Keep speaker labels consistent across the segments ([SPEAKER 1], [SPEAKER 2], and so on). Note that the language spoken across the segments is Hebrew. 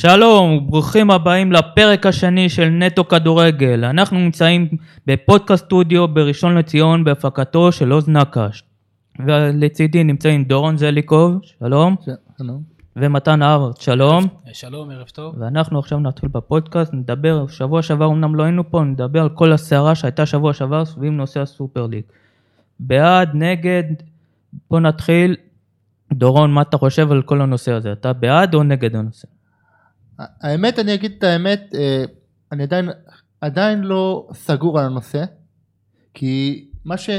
[SPEAKER 1] שלום, ברוכים הבאים לפרק השני של נטו כדורגל. אנחנו נמצאים בפודקאסט סטודיו בראשון לציון בהפקתו של עוז נקש. ולצידי נמצאים דורון זליקוב, שלום,
[SPEAKER 2] שלום.
[SPEAKER 1] ומתן ארט, שלום.
[SPEAKER 3] שלום, ערב טוב.
[SPEAKER 1] ואנחנו עכשיו נתחיל בפודקאסט, נדבר, שבוע שעבר אמנם לא היינו פה, נדבר על כל הסערה שהייתה שבוע שעבר סביב נושא הסופר ליג. בעד, נגד, בוא נתחיל. דורון, מה אתה חושב על כל הנושא הזה? אתה בעד או נגד הנושא?
[SPEAKER 2] האמת, אני אגיד את האמת, אה, אני עדיין, עדיין לא סגור על הנושא, כי מה, ש,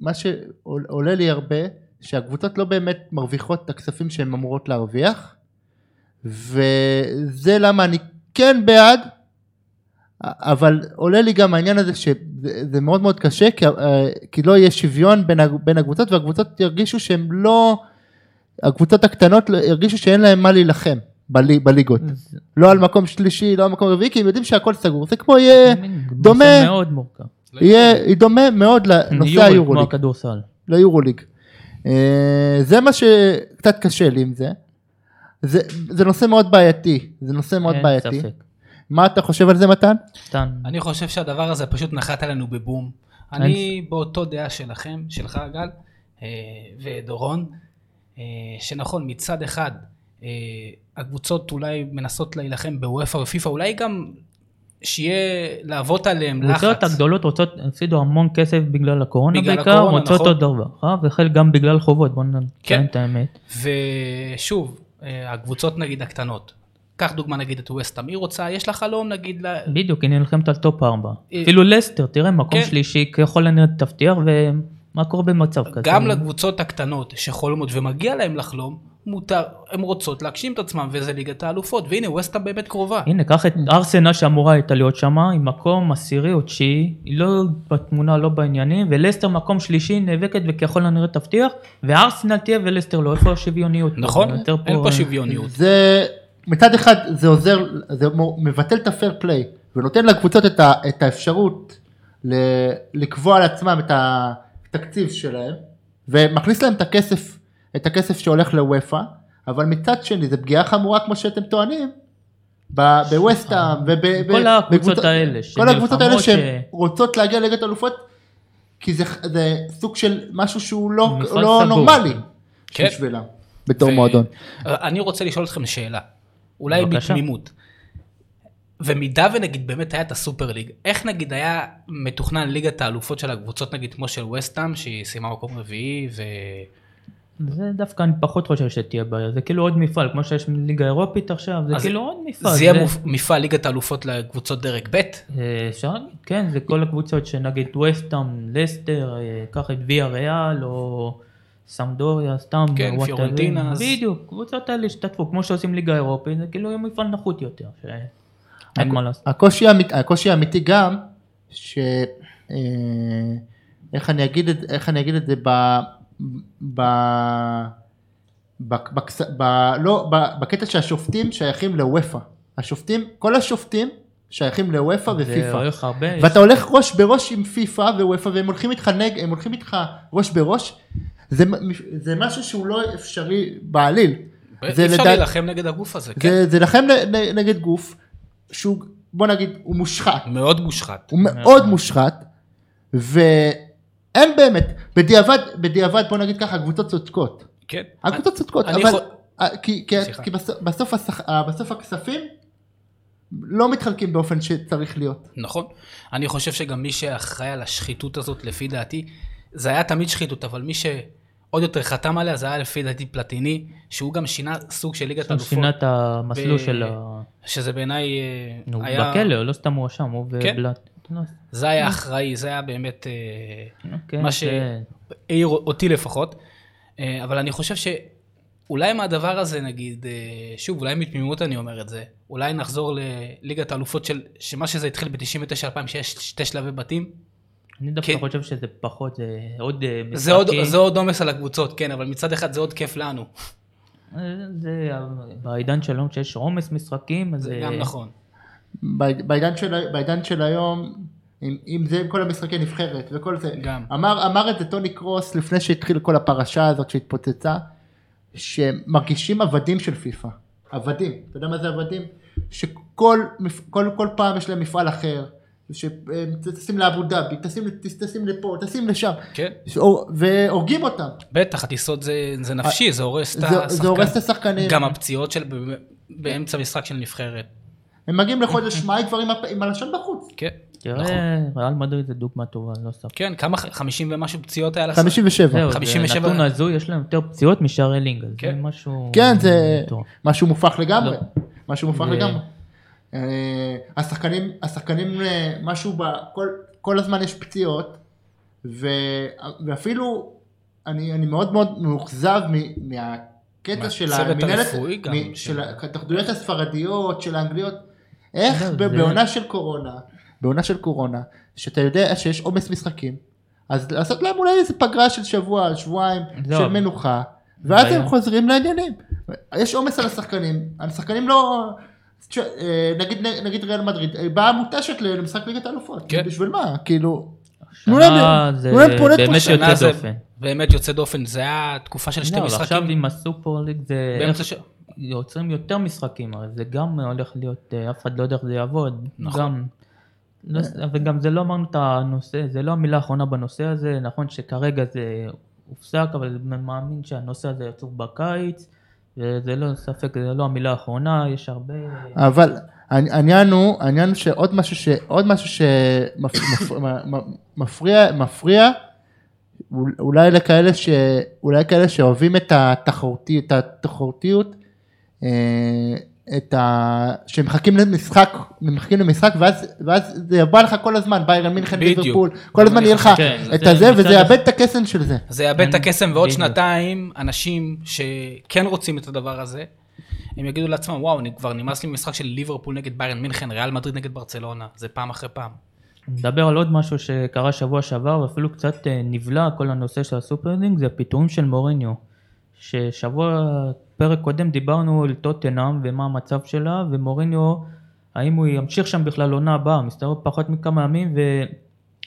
[SPEAKER 2] מה שעולה לי הרבה, שהקבוצות לא באמת מרוויחות את הכספים שהן אמורות להרוויח, וזה למה אני כן בעד, אבל עולה לי גם העניין הזה שזה זה מאוד מאוד קשה, כי, אה, כי לא יהיה שוויון בין, ה- בין הקבוצות, והקבוצות ירגישו שהן לא... הקבוצות הקטנות לא- ירגישו שאין להן מה להילחם בלי- בליגות. לא על מקום שלישי, לא על מקום רביעי, כי הם יודעים שהכל סגור. זה כמו יהיה, דומה.
[SPEAKER 1] נושא מאוד מורכב.
[SPEAKER 2] יהיה דומה מאוד לנושא
[SPEAKER 1] יורו, כמו
[SPEAKER 2] היורוליג,
[SPEAKER 1] הכדורסל.
[SPEAKER 2] ליורוליג. אה, זה מה שקצת קשה לי עם זה. זה, זה נושא מאוד בעייתי, זה נושא מאוד
[SPEAKER 1] אין
[SPEAKER 2] בעייתי.
[SPEAKER 1] ספק.
[SPEAKER 2] מה אתה חושב על זה מתן?
[SPEAKER 1] סתם.
[SPEAKER 3] אני חושב שהדבר הזה פשוט נחת עלינו בבום. אני באותו דעה שלכם, שלך גל, אה, ודורון, אה, שנכון, מצד אחד, אה, הקבוצות אולי מנסות להילחם בוופא ופיפא, אולי גם שיהיה, להוות עליהם לחץ.
[SPEAKER 1] הקבוצות הגדולות רוצות, הפסידו המון כסף בגלל הקורונה
[SPEAKER 3] בגלל
[SPEAKER 1] בעיקר,
[SPEAKER 3] הקורונה,
[SPEAKER 1] רוצות
[SPEAKER 3] נכון.
[SPEAKER 1] עוד דבר, אה? וחלק גם בגלל חובות, בוא
[SPEAKER 3] כן.
[SPEAKER 1] נתן את האמת.
[SPEAKER 3] ושוב, אה, הקבוצות נגיד הקטנות. קח דוגמה נגיד את ווסטאם, היא רוצה, יש לה חלום נגיד, לה-
[SPEAKER 1] בדיוק, היא נלחמת על טופ 4.
[SPEAKER 3] אה,
[SPEAKER 1] אפילו לסטר, תראה, מקום
[SPEAKER 3] כן.
[SPEAKER 1] שלישי, ככל הנראה תבטיח, ומה קורה במצב כזה?
[SPEAKER 3] גם לקבוצות הקטנות שחולמות ומגיע להם לחלום, מותר, הן רוצות להגשים את עצמם, וזה ליגת האלופות, והנה ווסטה באמת קרובה.
[SPEAKER 1] הנה, קח את ארסנל שאמורה הייתה להיות שמה, עם מקום עשירי או תשיעי, היא לא בתמונה, לא בעניינים, ולסטר מקום שלישי, נאבקת וככל הנראה תבטיח, וארסנל תהיה ולסטר לא, איפה השוויוניות? פה? אה,
[SPEAKER 3] נכון?
[SPEAKER 1] יותר
[SPEAKER 3] אין פה שוויוניות.
[SPEAKER 2] זה, מצד אחד זה עוזר, זה מו- מבטל את הפייר פליי, ונותן לקבוצות את, ה, את האפשרות ל, לקבוע לעצמם את התקציב שלהם, ומכניס להם את הכסף, את הכסף שהולך לוופא, אבל מצד שני זה פגיעה חמורה כמו שאתם טוענים, ב- בווסטהאם וב... ב-
[SPEAKER 1] כל הקבוצות
[SPEAKER 2] בקבוצות-
[SPEAKER 1] האלה,
[SPEAKER 2] כל הקבוצות האלה
[SPEAKER 1] שנלחמות,
[SPEAKER 2] שהן רוצות להגיע לליגת אלופות, כי זה, זה סוג של משהו שהוא לא,
[SPEAKER 1] מפעל
[SPEAKER 2] לא
[SPEAKER 1] סגור.
[SPEAKER 2] נורמלי
[SPEAKER 3] כן.
[SPEAKER 2] בשבילם, בתור
[SPEAKER 3] ו-
[SPEAKER 2] מועדון.
[SPEAKER 3] אה, אני רוצה לשאול אתכם שאלה, אולי
[SPEAKER 1] בבקשה.
[SPEAKER 3] בתמימות. במידה ונגיד באמת היה את הסופר ליג, איך נגיד היה מתוכנן ליגת האלופות של הקבוצות נגיד כמו של ווסטאם, שהיא סיימה מקום רביעי, ו...
[SPEAKER 1] אה, זה דווקא אני פחות חושב שתהיה בעיה, זה כאילו עוד מפעל, כמו שיש ליגה אירופית עכשיו, זה
[SPEAKER 3] אז
[SPEAKER 1] כאילו עוד מפעל.
[SPEAKER 3] זה יהיה מופ- מפעל ליגת האלופות לקבוצות דרג ב'?
[SPEAKER 1] אה, אפשר להגיד, כן, זה כל הקבוצות שנגיד ווסטאם, לסטר, אה, קח את ויה ריאל, או סמדוריה, סתם,
[SPEAKER 3] כן,
[SPEAKER 1] whatever.
[SPEAKER 3] פיורנטינה, אז-
[SPEAKER 1] בדיוק, קבוצות האלה השתתפו, כמו שעושים ליגה אירופית, זה כאילו יהיה מפעל נחות יותר, שאין מה לעשות.
[SPEAKER 2] הקושי, האמית, הקושי האמיתי גם, ש... אה, איך אני אגיד את, איך אני אגיד את זה ב... ב... ב, בקס, ב, לא, ב בקטע שהשופטים שייכים לוופא. השופטים, כל השופטים שייכים לוופא
[SPEAKER 1] זה לא
[SPEAKER 2] ופיפא.
[SPEAKER 1] הולך הרבה,
[SPEAKER 2] ואתה הולך ראש בראש עם פיפא ווופא והם הולכים איתך נג... הם הולכים איתך ראש בראש. זה, מ- זה משהו שהוא לא אפשרי בעליל.
[SPEAKER 3] אי אפשר
[SPEAKER 2] לדע-
[SPEAKER 3] להילחם נגד הגוף הזה, כן?
[SPEAKER 2] זה, זה לכם נ- נ- נגד גוף שהוא, בוא נגיד, הוא מושחת.
[SPEAKER 3] מאוד מושחת.
[SPEAKER 2] הוא מאוד מושחת, ואין באמת, בדיעבד, בדיעבד בוא נגיד ככה, הקבוצות צודקות.
[SPEAKER 3] כן.
[SPEAKER 2] הקבוצות צודקות,
[SPEAKER 3] אני
[SPEAKER 2] אבל...
[SPEAKER 3] חו-
[SPEAKER 2] אה, כי, כי,
[SPEAKER 3] סליחה.
[SPEAKER 2] כי בסוף, בסוף, השח, אה, בסוף הכספים לא מתחלקים באופן שצריך להיות.
[SPEAKER 3] נכון. אני חושב שגם מי שאחראי על השחיתות הזאת, לפי דעתי, זה היה תמיד שחיתות, אבל מי שעוד יותר חתם עליה, זה היה לפי דעתי פלטיני, שהוא גם שינה סוג של ליגת
[SPEAKER 1] הוא
[SPEAKER 3] אלופות,
[SPEAKER 1] שינה את המסלול
[SPEAKER 3] ב-
[SPEAKER 1] של ה...
[SPEAKER 3] שזה בעיניי אה,
[SPEAKER 1] נו,
[SPEAKER 3] היה...
[SPEAKER 1] בכלא, לא סתם מואשם, הוא
[SPEAKER 3] כן.
[SPEAKER 1] ובלאט.
[SPEAKER 3] זה היה אחראי, זה היה באמת... אה,
[SPEAKER 1] כן,
[SPEAKER 3] מה
[SPEAKER 1] זה-
[SPEAKER 3] ש- העיר אותי לפחות, אה, אבל אני חושב שאולי מהדבר הזה נגיד, אה, שוב, אולי מתמימות אני אומר את זה, אולי נחזור לליגת האלופות של, שמה שזה התחיל ב-99-2000, שיש שתי שלבי בתים,
[SPEAKER 1] אני דווקא
[SPEAKER 3] כן.
[SPEAKER 1] חושב שזה פחות, זה עוד אה,
[SPEAKER 3] זה עוד,
[SPEAKER 1] משחקים.
[SPEAKER 3] זה עוד עומס על הקבוצות, כן, אבל מצד אחד זה עוד כיף לנו,
[SPEAKER 1] אה, זה בעידן שלנו כשיש עומס משחקים, אז
[SPEAKER 3] זה
[SPEAKER 1] אה,
[SPEAKER 3] גם נכון.
[SPEAKER 2] ב- בעידן של, בעידן של היום, עם, עם זה, עם כל המשחקי נבחרת וכל זה,
[SPEAKER 3] גם.
[SPEAKER 2] אמר, אמר את זה טוני קרוס לפני שהתחיל כל הפרשה הזאת שהתפוצצה, שמרגישים עבדים של פיפא. עבדים, אתה יודע מה זה עבדים? שכל מפ- כל, כל פעם יש להם מפעל אחר, שטסים לאבו דאבי, טסים, טסים לפה, טסים לשם,
[SPEAKER 3] כן,
[SPEAKER 2] שאו- והורגים אותם.
[SPEAKER 3] בטח, הטיסות זה, זה נפשי, זה הורס את
[SPEAKER 2] זה- זה הורס את השחקנים.
[SPEAKER 3] גם הפציעות של ב- באמצע משחק של נבחרת.
[SPEAKER 2] הם מגיעים לחודש מאי כבר עם, הפ... עם הלשון בחוץ.
[SPEAKER 3] כן, נכון.
[SPEAKER 1] תראה, כאילו, אה, ריאל מדריד זה דוגמה טובה, לא סתם.
[SPEAKER 3] כן, כמה, ח- 50 ומשהו פציעות היה לך?
[SPEAKER 2] 57.
[SPEAKER 1] זהו, זה
[SPEAKER 3] 57.
[SPEAKER 1] נתון הזוי, יש להם יותר פציעות משאר הלינגה, זה
[SPEAKER 3] נכון, כן.
[SPEAKER 1] משהו...
[SPEAKER 2] כן, זה
[SPEAKER 1] מטורף.
[SPEAKER 2] משהו מופרך לגמרי.
[SPEAKER 1] לא.
[SPEAKER 2] משהו מופרך
[SPEAKER 1] זה-
[SPEAKER 2] לגמרי. אה, השחקנים, השחקנים, אה, משהו ב... כל, כל הזמן יש פציעות, ו, ואפילו, אני, אני מאוד מאוד מאוכזב מ- מהקטע של
[SPEAKER 3] מהצוות
[SPEAKER 2] המינהלת,
[SPEAKER 3] הרפואי גם,
[SPEAKER 2] מ-
[SPEAKER 3] של-
[SPEAKER 1] כן.
[SPEAKER 2] של ההתאחדויות הספרדיות, של האנגליות, איך
[SPEAKER 1] זהו,
[SPEAKER 2] ב-
[SPEAKER 1] לא, זה-
[SPEAKER 2] בעונה של קורונה, בעונה של קורונה, שאתה יודע שיש עומס משחקים, אז לעשות להם אולי איזה פגרה של שבוע, שבועיים,
[SPEAKER 1] לא.
[SPEAKER 2] של מנוחה, ואז
[SPEAKER 1] בעיה.
[SPEAKER 2] הם חוזרים לעניינים. יש עומס על השחקנים, השחקנים לא... תשמע, אה, נגיד, נגיד ריאל מדריד, אה, באה מותשת למשחק ליגת האלופות,
[SPEAKER 3] כן.
[SPEAKER 2] בשביל מה? כאילו, תנו
[SPEAKER 1] שנה
[SPEAKER 2] להם-
[SPEAKER 1] זה
[SPEAKER 2] תנו להם פרויקט
[SPEAKER 1] באמת
[SPEAKER 2] משנה,
[SPEAKER 1] יוצא
[SPEAKER 3] שנה זה
[SPEAKER 1] דופן.
[SPEAKER 3] באמת יוצא דופן, זה היה תקופה של שתי
[SPEAKER 1] לא, אבל עכשיו
[SPEAKER 3] משחקים
[SPEAKER 1] עם הסופר ליג זה...
[SPEAKER 3] באמצע ש...
[SPEAKER 1] יוצרים יותר משחקים, הרי זה גם הולך להיות, אה, אף אחד לא יודע איך זה יעבוד.
[SPEAKER 3] נכון.
[SPEAKER 1] גם, לא, וגם זה לא אמרנו את הנושא, זה לא המילה האחרונה בנושא הזה, נכון שכרגע זה הופסק, אבל אני מאמין שהנושא הזה יצור בקיץ, וזה לא ספק, זה לא המילה האחרונה, יש הרבה...
[SPEAKER 2] אבל העני- העניין הוא, העניין הוא שעוד משהו ש... עוד משהו שמפריע, מפריע, אול- אולי לכאלה ש... אולי כאלה שאוהבים את התחרותי, את התחרותיות, אה, את ה... שמחכים למשחק, מחכים למשחק, ואז, ואז זה בא לך כל הזמן, ביירן מינכן,
[SPEAKER 3] בדיוק.
[SPEAKER 2] ליברפול, כל הזמן יהיה לך
[SPEAKER 1] כן,
[SPEAKER 2] את
[SPEAKER 1] זה
[SPEAKER 2] הזה,
[SPEAKER 1] מצד
[SPEAKER 2] וזה
[SPEAKER 1] אחד.
[SPEAKER 2] יאבד את הקסם של זה.
[SPEAKER 3] זה יאבד את הקסם ועוד
[SPEAKER 1] בדיוק.
[SPEAKER 3] שנתיים אנשים שכן רוצים את הדבר הזה, הם יגידו לעצמם וואו אני כבר נמאס לי ממשחק של ליברפול נגד ביירן מינכן, ריאל מדריד נגד ברצלונה, זה פעם אחרי פעם.
[SPEAKER 1] נדבר על עוד משהו שקרה שבוע שעבר ואפילו קצת אה, נבלע כל הנושא של הסופרלינג זה הפיטורים של מוריניו ששבוע פרק קודם דיברנו על טוטנאם ומה המצב שלה ומוריניו האם הוא ימשיך שם בכלל עונה הבאה מסתבר פחות מכמה ימים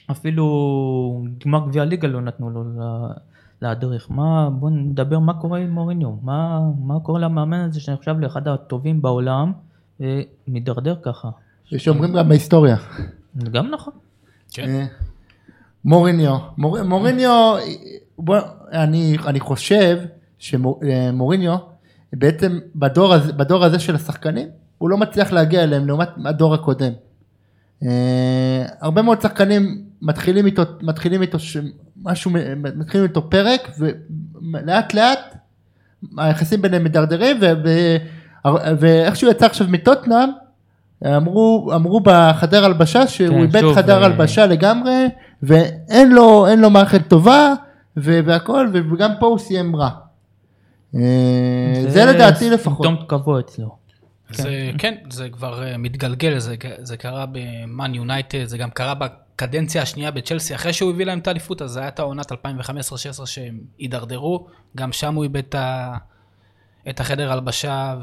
[SPEAKER 1] ואפילו גמר גביע ליגה לא נתנו לו לה- להדריך מה בוא נדבר מה קורה עם מוריניו מה, מה קורה למאמן הזה שנחשב לאחד הטובים בעולם ומידרדר ככה
[SPEAKER 2] שאומרים גם בהיסטוריה.
[SPEAKER 1] גם נכון
[SPEAKER 3] כן.
[SPEAKER 2] אה, מוריניו, מור, מוריניו, בוא, אני, אני חושב אה, שמוריניו בעצם בדור הזה, בדור הזה של השחקנים הוא לא מצליח להגיע אליהם לעומת הדור הקודם. אה, הרבה מאוד שחקנים מתחילים איתו, מתחילים איתו ש- משהו, מ- מתחילים איתו פרק ולאט לאט היחסים ביניהם מידרדרים ו- ו- ואיכשהו יצא עכשיו מטוטנאם אמרו, אמרו בחדר הלבשה שהוא
[SPEAKER 1] כן,
[SPEAKER 2] איבד
[SPEAKER 1] שוב,
[SPEAKER 2] חדר
[SPEAKER 1] אה,
[SPEAKER 2] הלבשה לגמרי ואין לו, אין לו מערכת טובה ו- והכל וגם פה הוא סיים רע. אה, זה לדעתי לפחות.
[SPEAKER 1] סימפטום תקבו אצלו.
[SPEAKER 3] זה כן, זה כבר אה, מתגלגל, זה ק- זה קרה במאן יונייטד, זה גם קרה בקדנציה השנייה בצ'לסי, אחרי שהוא הביא להם את האליפות, אז זה היה את העונת 2015-2016 שהם הידרדרו, גם שם הוא איבד את ה- את החדר הלבשה,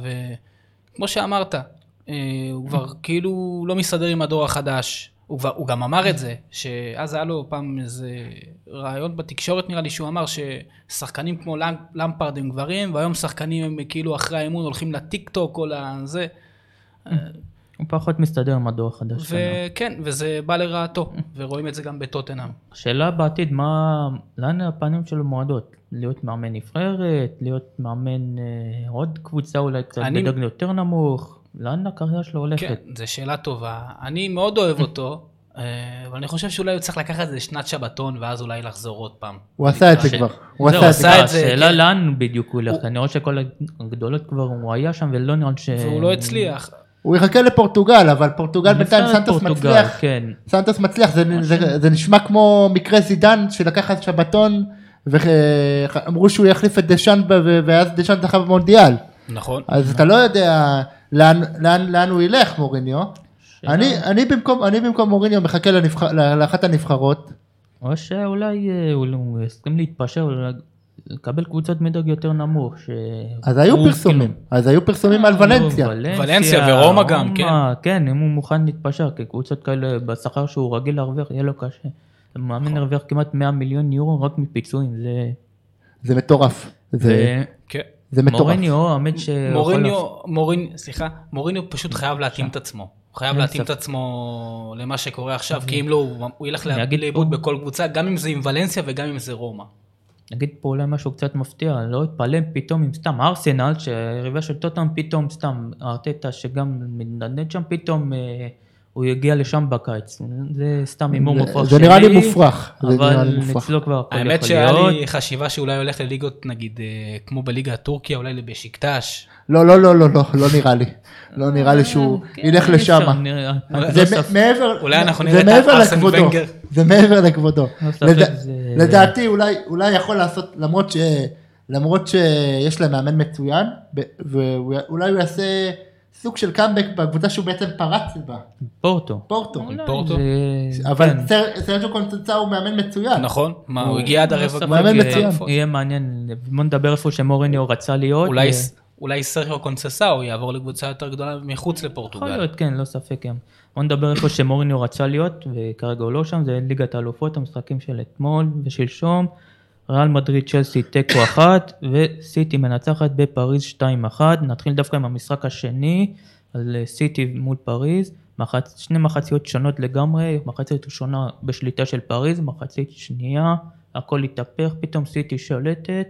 [SPEAKER 3] וכמו שאמרת, אה, הוא כבר כאילו לא מסתדר עם הדור החדש. הוא, כבר, הוא גם אמר את זה, שאז היה לו פעם איזה ראיון בתקשורת נראה לי שהוא אמר ששחקנים כמו למ- למפרד הם גברים והיום שחקנים הם כאילו אחרי האימון הולכים לטיק טוק או לזה
[SPEAKER 1] הוא פחות מסתדר עם הדור החדש שלנו.
[SPEAKER 3] וכן, כן, וזה בא לרעתו, ורואים את זה גם בטוטנאם.
[SPEAKER 1] השאלה בעתיד, מה, לאן הפנים שלו מועדות? להיות מאמן נבחרת? להיות מאמן אה, עוד קבוצה אולי קצת
[SPEAKER 3] אני-
[SPEAKER 1] בדרג יותר נמוך? לאן הקריירה שלו
[SPEAKER 3] כן,
[SPEAKER 1] הולכת?
[SPEAKER 3] זו שאלה טובה. אני מאוד אוהב אותו, אה, אבל אני חושב שאולי הוא צריך לקחת איזה שנת שבתון, ואז אולי לחזור עוד פעם.
[SPEAKER 2] הוא עשה את זה
[SPEAKER 3] ש-
[SPEAKER 2] כבר. הוא
[SPEAKER 1] לא,
[SPEAKER 3] זהו,
[SPEAKER 2] עשה את זה.
[SPEAKER 3] עשה את זה,
[SPEAKER 1] השאלה
[SPEAKER 3] כן.
[SPEAKER 1] לאן בדיוק הוא הולך, אני רואה שכל הגדולות כבר הוא היה שם ולא נראה לי ש...
[SPEAKER 3] והוא לא הצליח.
[SPEAKER 2] הוא יחכה לפורטוגל אבל פורטוגל בינתיים
[SPEAKER 1] נבחרת
[SPEAKER 2] סנטוס
[SPEAKER 1] פורטוגל,
[SPEAKER 2] מצליח.
[SPEAKER 1] כן,
[SPEAKER 2] סנטוס מצליח, זה, זה, זה נשמע כמו מקרה זידן שלקח אז שבתון ואמרו שהוא יחליף את דשאן ב- ו- ואז דשאן זכה במונדיאל.
[SPEAKER 3] נכון.
[SPEAKER 2] אז אתה לא יודע לאן, לאן, לאן הוא ילך מוריניו.
[SPEAKER 1] שאלה-
[SPEAKER 2] אני, אני, במקום, אני במקום מוריניו מחכה לנבח, לאחת הנבחרות.
[SPEAKER 1] או שאולי אה, הוא לא- הוא יסכים להתפשר, אולי לקבל קבוצות מדרג יותר נמוך. ש...
[SPEAKER 2] אז היו
[SPEAKER 1] הוא כאילו- אה,
[SPEAKER 2] פרסומים, אז היו פרסומים על ולנסיה.
[SPEAKER 3] ולנסיה ורומא גם,
[SPEAKER 1] רומא, כן, אם הוא מוכן להתפשר, כי קבוצות כאלה בשכר שהוא רגיל להרוויח, יהיה לו קשה.
[SPEAKER 3] נכון.
[SPEAKER 1] המאמן הרוויח כמעט 100 מיליון יורו רק מפיצויים, זה...
[SPEAKER 2] זה מטורף. זה,
[SPEAKER 1] זה-
[SPEAKER 3] כן.
[SPEAKER 2] זה מטורף.
[SPEAKER 1] מוריניו, האמת שיכול
[SPEAKER 3] מוריניו,
[SPEAKER 1] להפ-
[SPEAKER 3] מוריניו, סליחה, מוריניו פשוט חייב להתאים את עצמו. הוא חייב
[SPEAKER 1] אין
[SPEAKER 3] להתאים את
[SPEAKER 1] ספק.
[SPEAKER 3] עצמו למה שקורה עכשיו, כי אם לא, הוא- הוא ילך
[SPEAKER 1] אני אגיד
[SPEAKER 3] לאיבוד
[SPEAKER 1] פה-
[SPEAKER 3] בכל קבוצה, גם אם זה עם ולנסיה וגם אם זה רומא.
[SPEAKER 1] נגיד פה אולי משהו קצת מפתיע, לא אתפלא אם פתאום עם סתם ארסנל, שהיריבה של טוטנאם פתאום סתם ארטטה שגם מתנדנד שם פתאום, אה, הוא יגיע לשם בקיץ. זה סתם הימור
[SPEAKER 2] זה-
[SPEAKER 1] מופרך
[SPEAKER 2] זה נראה לי מופרך, זה נראה
[SPEAKER 1] אבל
[SPEAKER 2] לי מופרך.
[SPEAKER 1] אצלו כבר הכל יכול
[SPEAKER 3] האמת שהיה
[SPEAKER 1] להיות.
[SPEAKER 3] לי חשיבה שאולי הולך לליגות, נגיד, אה, כמו בליגה הטורקיה, אולי לבשיקטש.
[SPEAKER 2] לא, לא, לא, לא, לא, לא נראה לי. לא נראה לי שהוא
[SPEAKER 1] כן,
[SPEAKER 2] ילך
[SPEAKER 1] אי
[SPEAKER 2] לשם.
[SPEAKER 1] אפשר, נראה,
[SPEAKER 2] זה
[SPEAKER 1] לא ספק.
[SPEAKER 2] מ- מעבר,
[SPEAKER 3] אולי אנחנו
[SPEAKER 2] זה
[SPEAKER 3] נראה את
[SPEAKER 2] מעבר
[SPEAKER 3] ארסן
[SPEAKER 2] לכבודו.
[SPEAKER 3] ונגר.
[SPEAKER 2] זה מעבר לכבודו.
[SPEAKER 1] לא ספק,
[SPEAKER 2] לד-
[SPEAKER 1] זה-
[SPEAKER 2] לדעתי אולי, אולי יכול לעשות, למרות ש... למרות שיש להם מאמן מצוין, ב- ואולי הוא יעשה סוג של קאמבק בקבוצה שהוא בעצם פרץ בה,
[SPEAKER 1] פורטו.
[SPEAKER 2] פורטו.
[SPEAKER 1] אולי
[SPEAKER 3] פורטו?
[SPEAKER 1] זה-
[SPEAKER 2] אבל
[SPEAKER 1] כן.
[SPEAKER 2] סר- סרג'ו קונצנצה הוא מאמן מצוין.
[SPEAKER 3] נכון? מה, הוא הגיע עד
[SPEAKER 1] לא
[SPEAKER 3] הרבע
[SPEAKER 1] ספק,
[SPEAKER 3] גמר.
[SPEAKER 2] מאמן
[SPEAKER 3] בליגה
[SPEAKER 2] מצוין.
[SPEAKER 3] האלופות.
[SPEAKER 1] יהיה מעניין, בוא נדבר איפה שמוריניו רצה להיות.
[SPEAKER 3] אולי
[SPEAKER 1] אה,
[SPEAKER 3] ס- אולי סרחיו קונססאו יעבור לקבוצה יותר גדולה מחוץ
[SPEAKER 1] יכול
[SPEAKER 3] לפורטוגל.
[SPEAKER 1] להיות, כן, לא ספק גם. בוא נדבר איפה שמוריניו רצה להיות, וכרגע הוא לא שם, זה ליגת האלופות, המשחקים של אתמול ושלשום. ריאל מדריד צ'לסי תיקו אחת, וסיטי מנצחת בפריז 2-1. נתחיל דווקא עם המשחק השני, על אה, סיטי מול פריז. מחצ... שני מחציות שונות לגמרי, מחצית ראשונה בשליטה של פריז, מחצית שנייה, הכל התהפך, פתאום סיטי שולטת.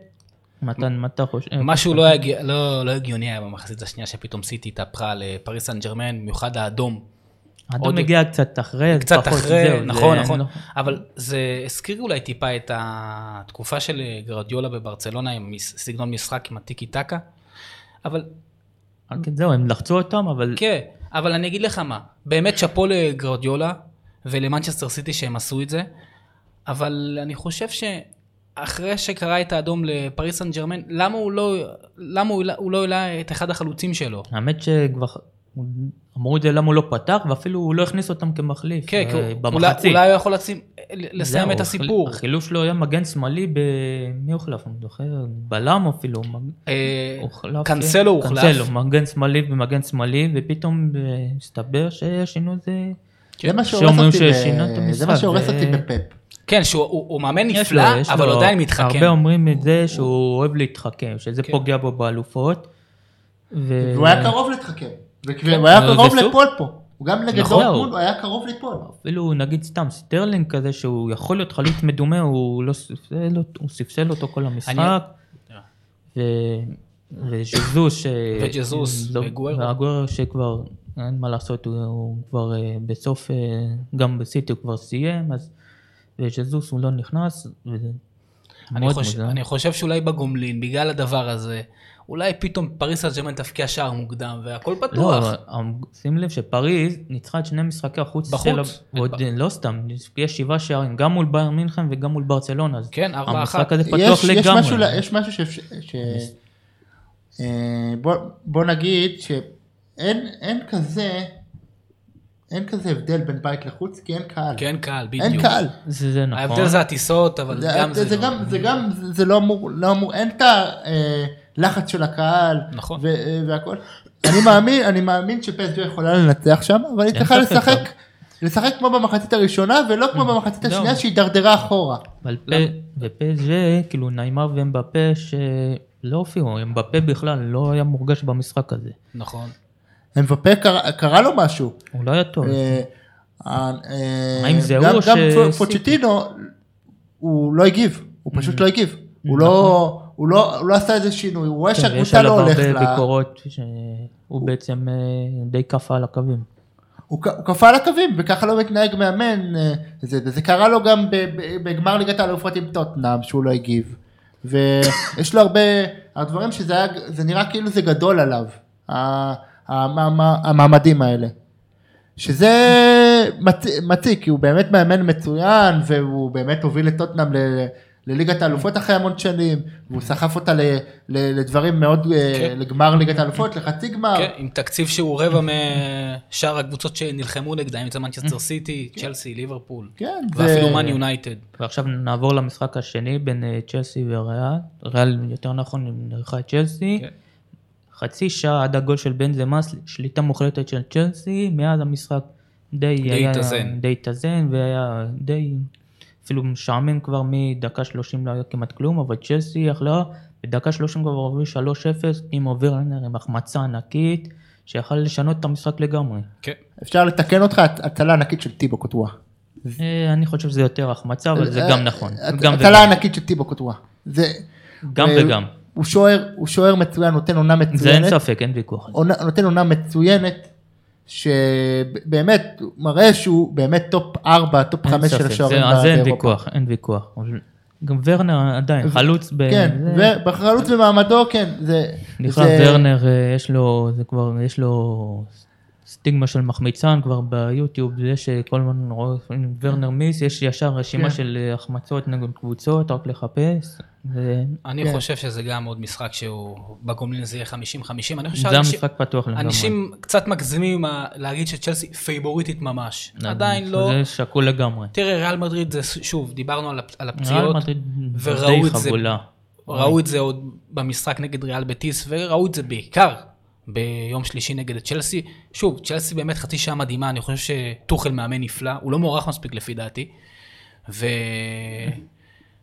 [SPEAKER 1] מתן מטה חושב...
[SPEAKER 3] משהו לא הגיע- לא- לא הגיוני היה במחצית השנייה שפתאום סיטי התהפכה לפריס סן ג'רמן, במיוחד האדום.
[SPEAKER 1] אה, אדום
[SPEAKER 3] עוד-
[SPEAKER 1] מגיע קצת אחרי, אז
[SPEAKER 3] קצת
[SPEAKER 1] פחות,
[SPEAKER 3] אחרי,
[SPEAKER 1] זהו,
[SPEAKER 3] נכון,
[SPEAKER 1] זה-
[SPEAKER 3] נכון.
[SPEAKER 1] לא-
[SPEAKER 3] אבל זה הזכיר אולי טיפה את התקופה של גרדיולה בברצלונה עם מס- סגנון משחק עם הטיקי טקה. אבל
[SPEAKER 1] כן, זהו, הם לחצו אותם, אבל
[SPEAKER 3] כן, אבל אני אגיד לך מה, באמת שאפו לגרדיולה ולמנצ'סטר סיטי שהם עשו את זה, אבל אני חושב שאחרי שקרה את האדום לפריס סן ג'רמן, למה הוא לא, למה הוא, הוא לא העלה את אחד החלוצים שלו?
[SPEAKER 1] האמת שכבר אמרו את זה למה הוא לא פתח, ואפילו הוא לא הכניס אותם כמחליף.
[SPEAKER 3] כן, כי
[SPEAKER 1] אה,
[SPEAKER 3] הוא- אולי,
[SPEAKER 1] במחצית.
[SPEAKER 3] אולי הוא יכול לשים, לסיים
[SPEAKER 1] זהו,
[SPEAKER 3] את הסיפור.
[SPEAKER 1] החיל- החילוף שלו היה מגן שמאלי ב... מי הוחלף? אני זוכר, בלם אפילו. מג-
[SPEAKER 3] אה,
[SPEAKER 1] הוחלף, כן.
[SPEAKER 3] קאנסלו הוחלף.
[SPEAKER 1] קאנסלו, מגן שמאלי ומגן שמאלי, ופתאום אה, הסתבר שהשינוי זה...
[SPEAKER 2] זה מה שהורס
[SPEAKER 1] כן. שאומרים
[SPEAKER 2] אותי ב-
[SPEAKER 1] ששינה את
[SPEAKER 2] זה
[SPEAKER 1] המשחק,
[SPEAKER 2] מה שהורס
[SPEAKER 1] זה-
[SPEAKER 2] אותי בפאפ.
[SPEAKER 3] כן, שהוא הוא- הוא מאמן
[SPEAKER 1] יש
[SPEAKER 3] נפלא,
[SPEAKER 1] לו- יש
[SPEAKER 3] אבל
[SPEAKER 1] לו-
[SPEAKER 3] הוא עדיין מתחכם.
[SPEAKER 1] הרבה אומרים את זה שהוא אוהב להתחכם, שזה
[SPEAKER 3] כן.
[SPEAKER 1] פוגע בו באלופות. ו-
[SPEAKER 2] והוא היה קרוב להתחכם. הוא היה
[SPEAKER 1] אבל זה
[SPEAKER 2] קרוב
[SPEAKER 1] סוג.
[SPEAKER 2] ליפול פה. הוא גם נגד
[SPEAKER 1] אה, נכון.
[SPEAKER 2] דורטמונד, הוא היה קרוב ליפול.
[SPEAKER 1] אפילו נגיד סתם סטרלינג כזה שהוא יכול להיות חלוץ מדומה הוא לא ספסל אותו, הוא ספסל אותו כל המשחק. ו... וז'זוס ש...
[SPEAKER 3] וג'זוס, וגוארו.
[SPEAKER 1] והגוארו שכבר אין מה לעשות הוא, הוא כבר אה, בסוף אה, גם בסיטי הוא כבר סיים אז וז'זוס הוא לא נכנס. וזה
[SPEAKER 3] אני
[SPEAKER 1] מאוד
[SPEAKER 3] חושב,
[SPEAKER 1] מוזר.
[SPEAKER 3] אני חושב שאולי בגומלין, בגלל הדבר הזה, אולי פתאום פריס סן ג'רמן תבקיע שער מוקדם, והכל
[SPEAKER 1] לא,
[SPEAKER 3] פתוח.
[SPEAKER 1] אמ- שים לב שפריז ניצחה את שני משחקי החוץ,
[SPEAKER 3] בחוץ.
[SPEAKER 1] שלה, ועוד
[SPEAKER 3] ב-
[SPEAKER 1] לא סתם, יש שבעה שערים, גם מול בייר מינכן וגם מול ברצלונה, אז
[SPEAKER 3] כן, ארבע
[SPEAKER 1] המשחק
[SPEAKER 3] אחת.
[SPEAKER 1] הזה
[SPEAKER 2] יש-
[SPEAKER 1] פתוח
[SPEAKER 2] יש
[SPEAKER 1] לגמרי.
[SPEAKER 2] משהו ל- יש משהו שאפשר... ש- אה, בוא- בוא נגיד שאין אין כזה... אין כזה הבדל בין בית לחוץ כי אין קהל.
[SPEAKER 3] כן, קהל, בדיוק.
[SPEAKER 2] אין קהל.
[SPEAKER 1] זה זה נכון.
[SPEAKER 3] ההבדל זה הטיסות, אבל
[SPEAKER 2] זה-
[SPEAKER 3] גם
[SPEAKER 2] זה- זה
[SPEAKER 3] לא-
[SPEAKER 2] גם, זה גם, זה- זה לא אמור, לא אמור, אין את הלחץ של הקהל,
[SPEAKER 3] נכון.
[SPEAKER 2] ו- אה, והכל. אני מאמין, אני מאמין שפסג'ו יכולה לנצח שם, אבל היא
[SPEAKER 1] אין
[SPEAKER 2] צריכה
[SPEAKER 1] ספק,
[SPEAKER 2] לשחק, לשחק כמו במחצית הראשונה, ולא כמו במחצית
[SPEAKER 1] לא.
[SPEAKER 2] השנייה שהיא הידרדרה אחורה.
[SPEAKER 1] אבל ופז'ה, כאילו נעימה ומבפה שלא לא הופיעו, מבפה בכלל לא היה מורגש במשחק הזה.
[SPEAKER 3] נכון.
[SPEAKER 2] אמבפה קרה- קרה לו משהו.
[SPEAKER 1] הוא לא היה טוב.
[SPEAKER 2] אה, אה,
[SPEAKER 1] האם זה
[SPEAKER 2] גם-
[SPEAKER 1] הוא
[SPEAKER 2] גם
[SPEAKER 1] ש-
[SPEAKER 2] פו- פוצ'טינו, הוא לא הגיב, הוא
[SPEAKER 1] Mm.
[SPEAKER 2] פשוט לא הגיב. הוא לא, הוא לא, הוא לא עשה איזה שינוי, הוא רואה
[SPEAKER 1] נכון. כן, ויש
[SPEAKER 2] שהקבוצה
[SPEAKER 1] עליו
[SPEAKER 2] לא הולכת
[SPEAKER 1] הרבה
[SPEAKER 2] לה.
[SPEAKER 1] ביקורות שהוא בעצם אה, די קפא על הקווים.
[SPEAKER 2] הוא ק- הוא קפא על הקווים וככה לא מתנהג מאמן אה, זה, וזה קרה לו גם ב- ב- בגמר ליגת האלופות עם טוטנאם שהוא לא הגיב ויש לו הרבה הדברים שזה היה, זה נראה כאילו זה גדול עליו ה- המעמ- המעמדים האלה שזה מצ- מציק כי הוא באמת מאמן מצוין והוא באמת הוביל את טוטנאם ל- לליגת האלופות אחרי המון שנים והוא סחף אותה ל- ל- לדברים מאוד אה,
[SPEAKER 3] כן.
[SPEAKER 2] לגמר ליגת האלופות לחצי גמר
[SPEAKER 3] כן, עם תקציב שהוא רבע משאר הקבוצות שנלחמו נגדה, אם זה מנצ'סטר סיטי, צ'לסי, ליברפול,
[SPEAKER 2] כן, זה-
[SPEAKER 3] ואפילו מאן יונייטד.
[SPEAKER 1] ועכשיו נעבור למשחק השני בין אה, צ'לסי וריאל, ריאל יותר נכון נערכה את צ'לסי.
[SPEAKER 3] כן.
[SPEAKER 1] חצי שעה עד הגול של בן זמה, שליטה מוחלטת של צ'לסי, מאז המשחק די היה-
[SPEAKER 3] התאזן.
[SPEAKER 1] די התאזן והיה די אפילו משעמם כבר מדקה 30 לא היה כמעט כלום, אבל צ'לסי יכלה בדקה 30 כבר הוביל 3-0 עם אוברהנר, עם החמצה ענקית, שיכל לשנות את המשחק לגמרי.
[SPEAKER 3] כן.
[SPEAKER 2] אפשר לתקן אותך, הט- הטלה ענקית של טיבו קוטואה.
[SPEAKER 1] אה, אני חושב שזה יותר החמצה, אבל זה
[SPEAKER 2] אה,
[SPEAKER 1] גם נכון.
[SPEAKER 2] הט-
[SPEAKER 1] גם
[SPEAKER 2] הטלה
[SPEAKER 1] וגם.
[SPEAKER 2] ענקית של טיבו קוטואה. זה-
[SPEAKER 1] גם
[SPEAKER 2] אה,
[SPEAKER 1] וגם.
[SPEAKER 2] הוא שוער, הוא שוער מצוין, נותן עונה
[SPEAKER 1] זה אין
[SPEAKER 2] מצוינת.
[SPEAKER 1] ספק, אין ויכוח.
[SPEAKER 2] עונה, נותן עונה מצוינת, שבאמת הוא מראה שהוא באמת טופ 4, טופ
[SPEAKER 1] אין
[SPEAKER 2] 5 של
[SPEAKER 1] ספק,
[SPEAKER 2] השוערים
[SPEAKER 1] זה-
[SPEAKER 2] ב-
[SPEAKER 1] על זה אין
[SPEAKER 2] באירופה.
[SPEAKER 1] ויכוח, אין ויכוח. אבל גם ורנר עדיין,
[SPEAKER 2] ו-
[SPEAKER 1] חלוץ ב...
[SPEAKER 2] כן,
[SPEAKER 1] זה-
[SPEAKER 2] ובחלוץ במעמדו, כן, זה...
[SPEAKER 1] בכלל
[SPEAKER 2] זה-
[SPEAKER 1] ורנר, אה, יש לו, זה כבר, יש לו סטיגמה של מחמיצן כבר ביוטיוב, זה שכל הזמן רואה אם ורנר מיס, יש ישר רשימה
[SPEAKER 2] כן.
[SPEAKER 1] של אה, החמצות נגד קבוצות, רק לחפש. זה
[SPEAKER 3] אני
[SPEAKER 2] כן.
[SPEAKER 3] חושב שזה גם עוד משחק שהוא, בגומלין זה יהיה 50-50, אני חושב
[SPEAKER 1] זה
[SPEAKER 3] שאנשים-
[SPEAKER 1] המשחק פתוח לגמרי.
[SPEAKER 3] אנשים קצת מגזימים עם ה- להגיד שצ'לסי פייבוריטית ממש.
[SPEAKER 1] זה-
[SPEAKER 3] עדיין לא.
[SPEAKER 1] זה שקול לגמרי.
[SPEAKER 3] תראה, ריאל מדריד זה, שוב, דיברנו על הפ- על
[SPEAKER 1] ריאל
[SPEAKER 3] הפציעות,
[SPEAKER 1] מדריד אוקיי.
[SPEAKER 3] וראו
[SPEAKER 1] די
[SPEAKER 3] את זה.
[SPEAKER 1] חבולה.
[SPEAKER 3] ראו את זה עוד במשחק נגד ריאל בטיס, וראו את זה בעיקר ביום שלישי נגד צ'לסי. שוב, צ'לסי באמת חצי שעה מדהימה, אני חושב שטוחל מאמן נפלא, הוא לא מוערך מספיק לפי דעתי.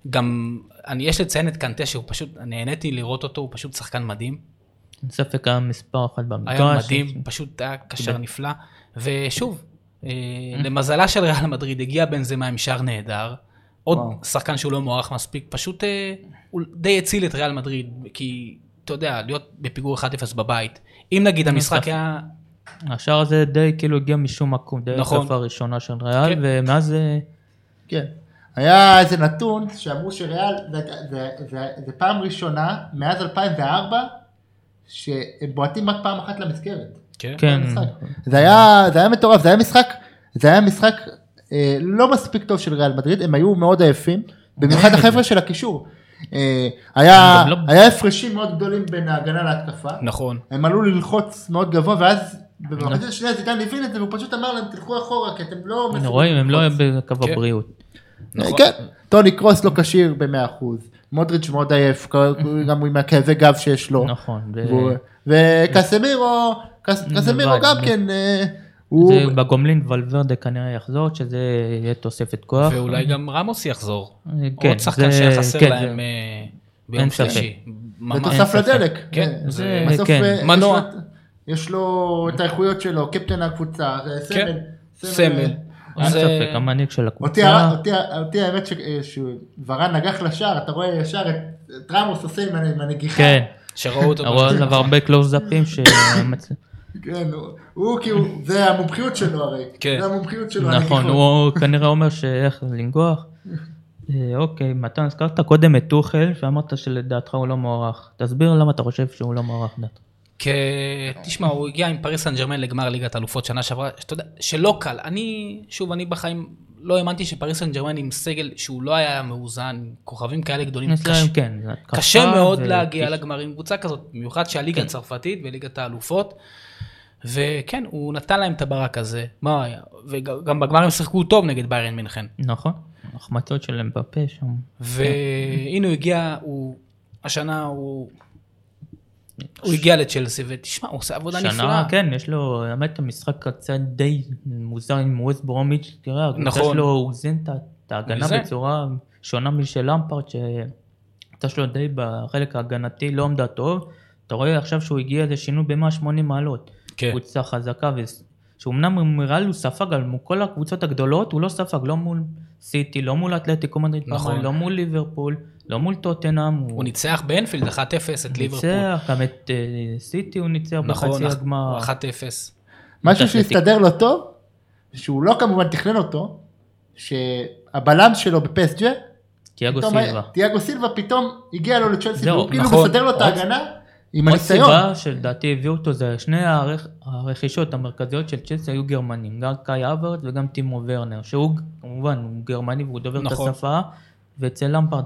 [SPEAKER 3] וגם, אני, יש לציין את קנטה, שהוא פשוט, נהניתי לראות אותו, הוא פשוט שחקן מדהים.
[SPEAKER 1] אין ספק היה מספר אחת במגרש.
[SPEAKER 3] היה מדהים, פשוט היה
[SPEAKER 1] כן.
[SPEAKER 3] קשר נפלא. ושוב, אה,
[SPEAKER 1] Mm-hmm.
[SPEAKER 3] למזלה של ריאל מדריד, הגיע בנזמה עם שער נהדר. עוד
[SPEAKER 2] וואו.
[SPEAKER 3] שחקן שהוא לא מוערך מספיק, פשוט אה, הוא די הציל את ריאל מדריד, כי אתה יודע, להיות בפיגור 1-0 בבית. אם נגיד המשחק
[SPEAKER 1] ספק.
[SPEAKER 3] היה...
[SPEAKER 1] השער הזה די כאילו הגיע משום מקום, די
[SPEAKER 3] נכון.
[SPEAKER 1] התקפה הראשונה של ריאל,
[SPEAKER 3] כן.
[SPEAKER 1] ומאז אה,
[SPEAKER 2] כן. היה איזה נתון שאמרו שריאל, זה, זה, זה, זה פעם ראשונה מאז 2004 שהם בועטים רק פעם אחת למסגרת.
[SPEAKER 1] כן,
[SPEAKER 2] המשחק. זה היה, זה היה מטורף, זה היה משחק, זה היה משחק אה, לא מספיק טוב של ריאל מדריד, הם היו מאוד עייפים, במיוחד החבר'ה של הקישור. אה, היה,
[SPEAKER 1] כן. הם גם לא-
[SPEAKER 2] היה הפרשים מאוד גדולים בין ההגנה להתקפה,
[SPEAKER 3] נכון.
[SPEAKER 2] הם עלו ללחוץ מאוד גבוה, ואז
[SPEAKER 1] נכון.
[SPEAKER 2] במחצית השנייה זידן הבין את זה, והוא פשוט אמר להם תלכו אחורה, כי אתם לא...
[SPEAKER 1] הנה
[SPEAKER 2] מסוגלים
[SPEAKER 1] רואים, הם לא
[SPEAKER 2] ללחוץ."
[SPEAKER 1] היו בקו
[SPEAKER 3] כן.
[SPEAKER 1] הבריאות.
[SPEAKER 3] נכון.
[SPEAKER 2] כן, טוני קרוס לא כשיר ב-100%, מודריץ' מאוד עייף, גם עם הכאבי גב שיש לו,
[SPEAKER 1] נכון,
[SPEAKER 2] והוא-
[SPEAKER 1] זה-
[SPEAKER 3] אה,
[SPEAKER 2] וקסמירו, קס-
[SPEAKER 1] לבד,
[SPEAKER 2] קסמירו גם
[SPEAKER 1] ב-
[SPEAKER 2] כן, אה, הוא...
[SPEAKER 1] זה בגומלין ולוורדה כנראה יחזור, שזה יהיה תוספת כוח.
[SPEAKER 3] ואולי גם רמוס יחזור.
[SPEAKER 1] כן,
[SPEAKER 3] עוד שחקן
[SPEAKER 1] זה-
[SPEAKER 3] שהיה חסר
[SPEAKER 1] כן,
[SPEAKER 3] להם
[SPEAKER 1] זה-
[SPEAKER 3] אה, ביום
[SPEAKER 1] אין ספק.
[SPEAKER 3] שלישי. ממש.
[SPEAKER 2] ותוסף
[SPEAKER 1] אין ספק.
[SPEAKER 2] לדלק.
[SPEAKER 3] כן,
[SPEAKER 2] אה,
[SPEAKER 1] זה-
[SPEAKER 2] בסוף,
[SPEAKER 1] כן.
[SPEAKER 2] אה, יש
[SPEAKER 3] מנוע.
[SPEAKER 2] לו את- יש לו את האיכויות שלו, קפטן הקבוצה, זה
[SPEAKER 3] כן.
[SPEAKER 2] סמל. אה,
[SPEAKER 3] סמל. אה.
[SPEAKER 1] אין
[SPEAKER 3] זה-
[SPEAKER 1] ספק, המנהיג של
[SPEAKER 2] אותי,
[SPEAKER 1] הקבוצה.
[SPEAKER 2] אותי, אותי האמת ש- אה, שוורן נגח לשער, אתה רואה ישר את את רמוס עושה עם הנ- עם הנגיחה.
[SPEAKER 1] כן,
[SPEAKER 3] שראו אותו.
[SPEAKER 1] ראו עליו הרבה קלוזאפים ש...
[SPEAKER 2] כן, הוא- הוא כאילו, זה המומחיות שלו הרי.
[SPEAKER 3] כן.
[SPEAKER 2] זה המומחיות שלו,
[SPEAKER 1] נכון,
[SPEAKER 2] הנגיחות.
[SPEAKER 1] הוא כנראה אומר שאיך לנגוח. אה, אוקיי, מתן, הזכרת קודם את טוחל, שאמרת שלדעתך הוא לא מוערך. תסביר למה אתה חושב שהוא לא מוערך לדעתך.
[SPEAKER 3] כי תשמע, הוא הגיע עם פריס סן ג'רמן לגמר ליגת אלופות שנה שעברה, שאתה יודע, שלא קל. אני, שוב, אני בחיים לא האמנתי שפריס סן ג'רמן עם סגל שהוא לא היה מאוזן, עם כוכבים כאלה גדולים,
[SPEAKER 1] יש להם,
[SPEAKER 3] קש-
[SPEAKER 1] כן, זה התקפה
[SPEAKER 3] קשה מאוד
[SPEAKER 1] ו- כן.
[SPEAKER 3] להגיע
[SPEAKER 1] כש-
[SPEAKER 3] לגמר עם קבוצה כזאת, במיוחד שהליגה הצרפתית וליגת האלופות. וכן, הוא נתן להם את הברק הזה, מה היה? וגם בגמר הם שיחקו טוב נגד ביירן מינכן.
[SPEAKER 1] נכון, החמצות של אמבפה שם.
[SPEAKER 3] והנה הוא הגיע, הוא, השנה הוא, הוא הגיע לצ'לסי, ותשמע, הוא עושה עבודה נפלאה.
[SPEAKER 1] שנה, כן, יש לו, האמת, המשחק קצת די מוזר עם ווסט ברומיץ', תראה, הקבוצה
[SPEAKER 3] נכון.
[SPEAKER 1] שלו, הוא זן את ה- את ההגנה
[SPEAKER 3] מאזן.
[SPEAKER 1] בצורה שונה משל למפרט, שהקבוצה שלו די בחלק ההגנתי לא עמדה טוב. אתה רואה עכשיו שהוא הגיע לשינוי במאה 80 מעלות.
[SPEAKER 3] כן.
[SPEAKER 1] קבוצה חזקה, וס- שאומנם ריאל הוא ספג, אבל מול כל הקבוצות הגדולות הוא לא ספג, לא מול סיטי, לא מול אתלטיקו מדריד,
[SPEAKER 3] נכון.
[SPEAKER 1] פעמיים, לא מול ליברפול, לא מול טוטנאם.
[SPEAKER 3] הוא ניצח באנפילד 1-0 את ליברפול. נכון,
[SPEAKER 1] ניצח, גם את אה, סיטי הוא ניצח בחצי
[SPEAKER 3] אח-
[SPEAKER 1] הגמר.
[SPEAKER 3] 1-0.
[SPEAKER 2] משהו
[SPEAKER 1] אתלטיקו.
[SPEAKER 2] שהסתדר לו טוב, שהוא לא כמובן תכנן אותו, שהבלם שלו בפסג'ה,
[SPEAKER 1] תיאגו
[SPEAKER 2] פתאום
[SPEAKER 1] סילבה.
[SPEAKER 2] היה- תיאגו סילבה פתאום הגיע לו לצ'לסי,
[SPEAKER 1] זהו,
[SPEAKER 2] והוא כאילו
[SPEAKER 3] נכון.
[SPEAKER 2] מסדר לו את
[SPEAKER 3] עוד-
[SPEAKER 2] ההגנה עם
[SPEAKER 1] עוד
[SPEAKER 2] הניסיון.
[SPEAKER 1] סיבה שלדעתי הביאו אותו זה שני הרכ- הרכישות המרכזיות של צ'לסי היו גרמנים, גם קאי אברט וגם טימו ורנר, שהוא כמובן הוא גרמני והוא דובר את
[SPEAKER 3] נכון.
[SPEAKER 1] השפה, ואצל למפרט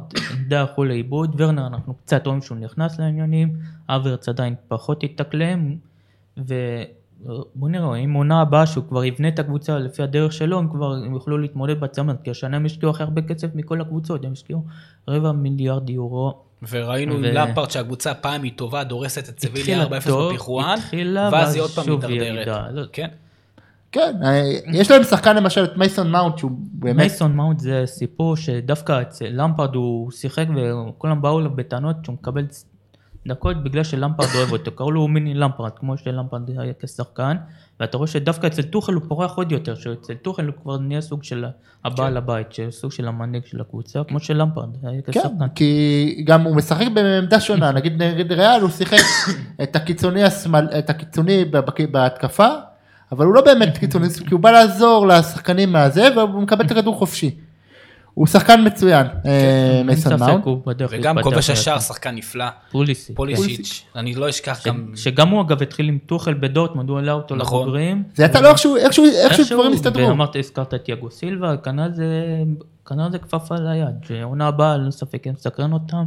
[SPEAKER 1] די הלכו לאיבוד, ורנר אנחנו קצת רואים שהוא נכנס לעניינים, אברץ עדיין פחות התאקלם, ובוא נראה, אם עונה הבאה שהוא כבר יבנה את הקבוצה לפי הדרך שלו, הם כבר הם יוכלו להתמודד בצמד, כי השנה הם השקיעו הכי הרבה כסף מכל הקבוצות, הם השקיעו רבע מיליארד יורו.
[SPEAKER 3] וראינו עם
[SPEAKER 1] ו-
[SPEAKER 3] למפרט שהקבוצה פעם היא טובה, דורסת את
[SPEAKER 1] התחילה
[SPEAKER 3] סביליה 4-0
[SPEAKER 1] טוב,
[SPEAKER 3] בפיחואן,
[SPEAKER 1] התחילה,
[SPEAKER 3] ואז
[SPEAKER 1] ואז
[SPEAKER 3] היא עוד פעם
[SPEAKER 1] שוב
[SPEAKER 3] מידרדרת.
[SPEAKER 1] ירידה. לא-
[SPEAKER 3] כן,
[SPEAKER 2] כן, אה, יש להם שחקן למשל את מייסון מאונט שהוא באמת,
[SPEAKER 1] מייסון מאונט זה סיפור שדווקא אצל למפרד הוא שיחק וכולם באו אליו בטענות שהוא מקבל צ- דקות בגלל שלמפרד אוהב אותו, קראו לו מיני למפרד, כמו שלמפרד היה כשחקן, ואתה רואה שדווקא אצל טוחל הוא פורח עוד יותר, שאצל טוחל הוא כבר נהיה סוג של הבעל
[SPEAKER 3] כן.
[SPEAKER 1] הבית, של- סוג של המנהיג של הקבוצה, כמו שלמפרד היה כשחקן.
[SPEAKER 2] כן, כי גם הוא משחק בעמדה שונה, נגיד נגד ריאל הוא שיחק את הקיצוני, השמאל, את הקיצוני בק- בהתקפה, אבל הוא לא באמת קיצוני, כי הוא בא לעזור לשחקנים מהזה, והוא מקבל את הכדור חופשי. הוא שחקן מצוין, אה,
[SPEAKER 1] כן, אין
[SPEAKER 2] מייסון
[SPEAKER 1] ספק,
[SPEAKER 2] מאונט.
[SPEAKER 1] הוא בדרך
[SPEAKER 3] וגם
[SPEAKER 1] להתפתח
[SPEAKER 3] כובש השער,
[SPEAKER 1] לעצמו.
[SPEAKER 3] שחקן נפלא,
[SPEAKER 1] פוליסי.
[SPEAKER 3] פולישיץ', אני לא אשכח
[SPEAKER 1] כן.
[SPEAKER 3] גם...
[SPEAKER 1] ש- שגם הוא אגב התחיל עם טוחל בדורטמונד, הוא העלה אותו
[SPEAKER 3] נכון.
[SPEAKER 1] לבוגרים.
[SPEAKER 2] זה יצא לו איכשהו, איכשהו, איכשהו דברים הסתדרו.
[SPEAKER 1] ואמרת, הזכרת את יגו סילבה, כנ"ל זה, כנ"ל זה כפפה ליד, שעונה הבאה, אין ספק, הם מסקרן אותם,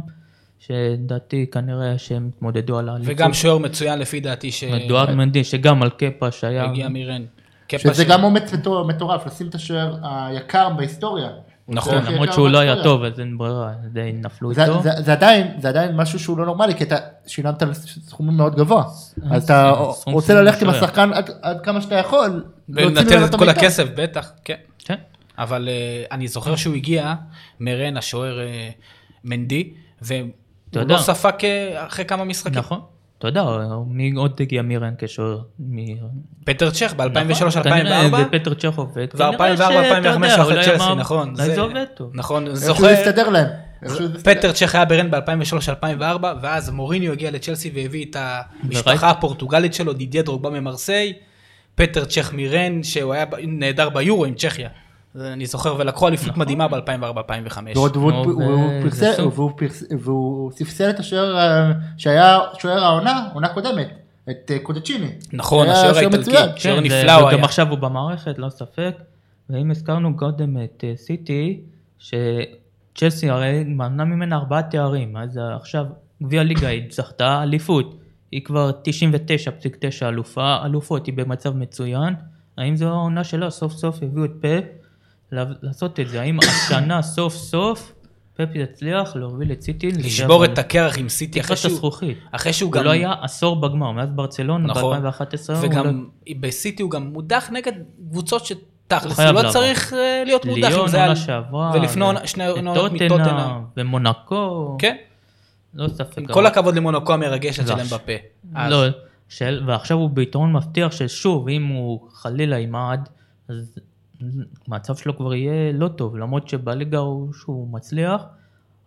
[SPEAKER 1] שדעתי כנראה שהם התמודדו על האליפות.
[SPEAKER 3] וגם אה, שוער מצוין לפי דעתי,
[SPEAKER 1] דואר
[SPEAKER 3] שהגיע
[SPEAKER 1] מנדי, שגם על קפה שהיה,
[SPEAKER 3] מרן.
[SPEAKER 2] שזה
[SPEAKER 3] קפה
[SPEAKER 2] גם
[SPEAKER 3] ש-
[SPEAKER 2] אומץ מטור- מטורף, לשים את השוער היקר בהיסטוריה.
[SPEAKER 3] נכון,
[SPEAKER 2] השוער הכי
[SPEAKER 1] למרות
[SPEAKER 2] יקר
[SPEAKER 1] שהוא לא היה
[SPEAKER 2] בהיסטוריה.
[SPEAKER 1] טוב, אז אין ברירה, די נפלו
[SPEAKER 2] כן, זה,
[SPEAKER 1] איתו.
[SPEAKER 2] זה, זה, עדיין, זה עדיין משהו שהוא לא נורמלי, כי אתה שילמת על סכום מאוד
[SPEAKER 3] אה,
[SPEAKER 2] גבוה. אז אתה
[SPEAKER 1] סכום
[SPEAKER 2] רוצה
[SPEAKER 1] סכום
[SPEAKER 2] ללכת עם
[SPEAKER 1] משוער.
[SPEAKER 2] השחקן עד, עד כמה שאתה יכול. להוציא
[SPEAKER 3] ולנטל
[SPEAKER 2] ממנו
[SPEAKER 3] את כל
[SPEAKER 2] המיטב.
[SPEAKER 3] הכסף, בטח, כן.
[SPEAKER 1] כן.
[SPEAKER 3] אבל אה, אני זוכר שהוא הגיע, מרן, השוער אה, מנדי, והוא
[SPEAKER 1] אתה יודע.
[SPEAKER 3] לא ספג אה, אחרי כמה משחקים.
[SPEAKER 1] נכון. אתה יודע, מי עוד הגיע מירן כשוער? מ-
[SPEAKER 3] פטר
[SPEAKER 1] נכון.
[SPEAKER 3] צ'ך
[SPEAKER 1] כנראה זה
[SPEAKER 3] ב-2003-2004,
[SPEAKER 1] פטר צ'כוב. וכנראה שאתה יודע,
[SPEAKER 3] ו-2004-2005
[SPEAKER 1] אולי
[SPEAKER 3] אחרי צ'לסי,
[SPEAKER 1] אמר,
[SPEAKER 3] נכון.
[SPEAKER 1] אולי
[SPEAKER 3] זה-
[SPEAKER 1] זה עובד טוב.
[SPEAKER 3] נכון,
[SPEAKER 2] איכשהו זה
[SPEAKER 3] זוכר,
[SPEAKER 2] הסתדר להם. איכשהו זה הסתדר.
[SPEAKER 3] פטר צ'ך היה ברן ב-2003-2004, ואז מוריניו הגיע לצ'לסי והביא את
[SPEAKER 1] וראית?
[SPEAKER 3] המשפחה הפורטוגלית שלו, דידיה דרוגבה ממרסיי, פטר צ'ך מרן, שהוא היה ב- נהדר ביורו עם צ'כיה. זה אני זוכר, ולקחו
[SPEAKER 1] נכון.
[SPEAKER 3] אליפות מדהימה ב-2004-2005.
[SPEAKER 2] ועוד- ועוד-
[SPEAKER 1] נו,
[SPEAKER 2] והוא
[SPEAKER 1] זה- זה
[SPEAKER 2] פרסל-
[SPEAKER 1] סוף.
[SPEAKER 2] והוא פרס- והוא ספסל את השוער אה, שהיה שוער העונה, עונה קודמת, את אה, קודצ'יני.
[SPEAKER 3] נכון,
[SPEAKER 2] היה
[SPEAKER 3] השוער
[SPEAKER 2] שוער
[SPEAKER 3] האיטלקי,
[SPEAKER 2] מצוין.
[SPEAKER 3] שוער
[SPEAKER 1] כן, זה-
[SPEAKER 3] נפלא הוא
[SPEAKER 1] וגם
[SPEAKER 3] לא היה.
[SPEAKER 1] עכשיו הוא במערכת, לא ספק. ואם הזכרנו קודם את אה, סיטי, שצ'לסי הרי מנע ממנה ארבעה תארים, אז עכשיו גביע ליגה היא זכתה אליפות. היא כבר 99.9 אלופה, אלופות, היא במצב מצוין. האם זו העונה שלה? סוף סוף הביאו את פאפ ל- לעשות את זה. האם השנה סוף סוף פאפ יצליח להוביל את סיטי?
[SPEAKER 3] לשבור את הקרח עם סיטי אחרי
[SPEAKER 1] תקרת
[SPEAKER 3] שהוא...
[SPEAKER 1] הזכוכית.
[SPEAKER 3] אחרי שהוא
[SPEAKER 1] הוא
[SPEAKER 3] גם...
[SPEAKER 1] לא היה עשור בגמר, מאז ברצלונה
[SPEAKER 3] נכון.
[SPEAKER 1] ב-2011. לא-
[SPEAKER 3] וגם בסיטי הוא גם מודח נגד קבוצות שתכלס,
[SPEAKER 1] חייב
[SPEAKER 3] הוא לא
[SPEAKER 1] לעבור.
[SPEAKER 3] צריך אה, להיות מודח. אם
[SPEAKER 1] ליון
[SPEAKER 3] זה היה-
[SPEAKER 1] עונה שעברה.
[SPEAKER 3] ולפני
[SPEAKER 1] ו-
[SPEAKER 3] עונה- שני
[SPEAKER 1] את
[SPEAKER 3] עונות
[SPEAKER 1] טוטנהאם,
[SPEAKER 3] מטוטנאם.
[SPEAKER 1] ומונקו.
[SPEAKER 3] כן,
[SPEAKER 1] לא ספק.
[SPEAKER 3] עם
[SPEAKER 1] אבל-
[SPEAKER 3] כל הכבוד למונקו המרגשת
[SPEAKER 1] לא.
[SPEAKER 3] שלהם בפה.
[SPEAKER 1] לא, של- ועכשיו הוא ביתרון מבטיח ששוב, אם הוא חלילה ימעד, אז המצב שלו כבר יהיה לא טוב, למרות שבליגה הוא שהוא מצליח,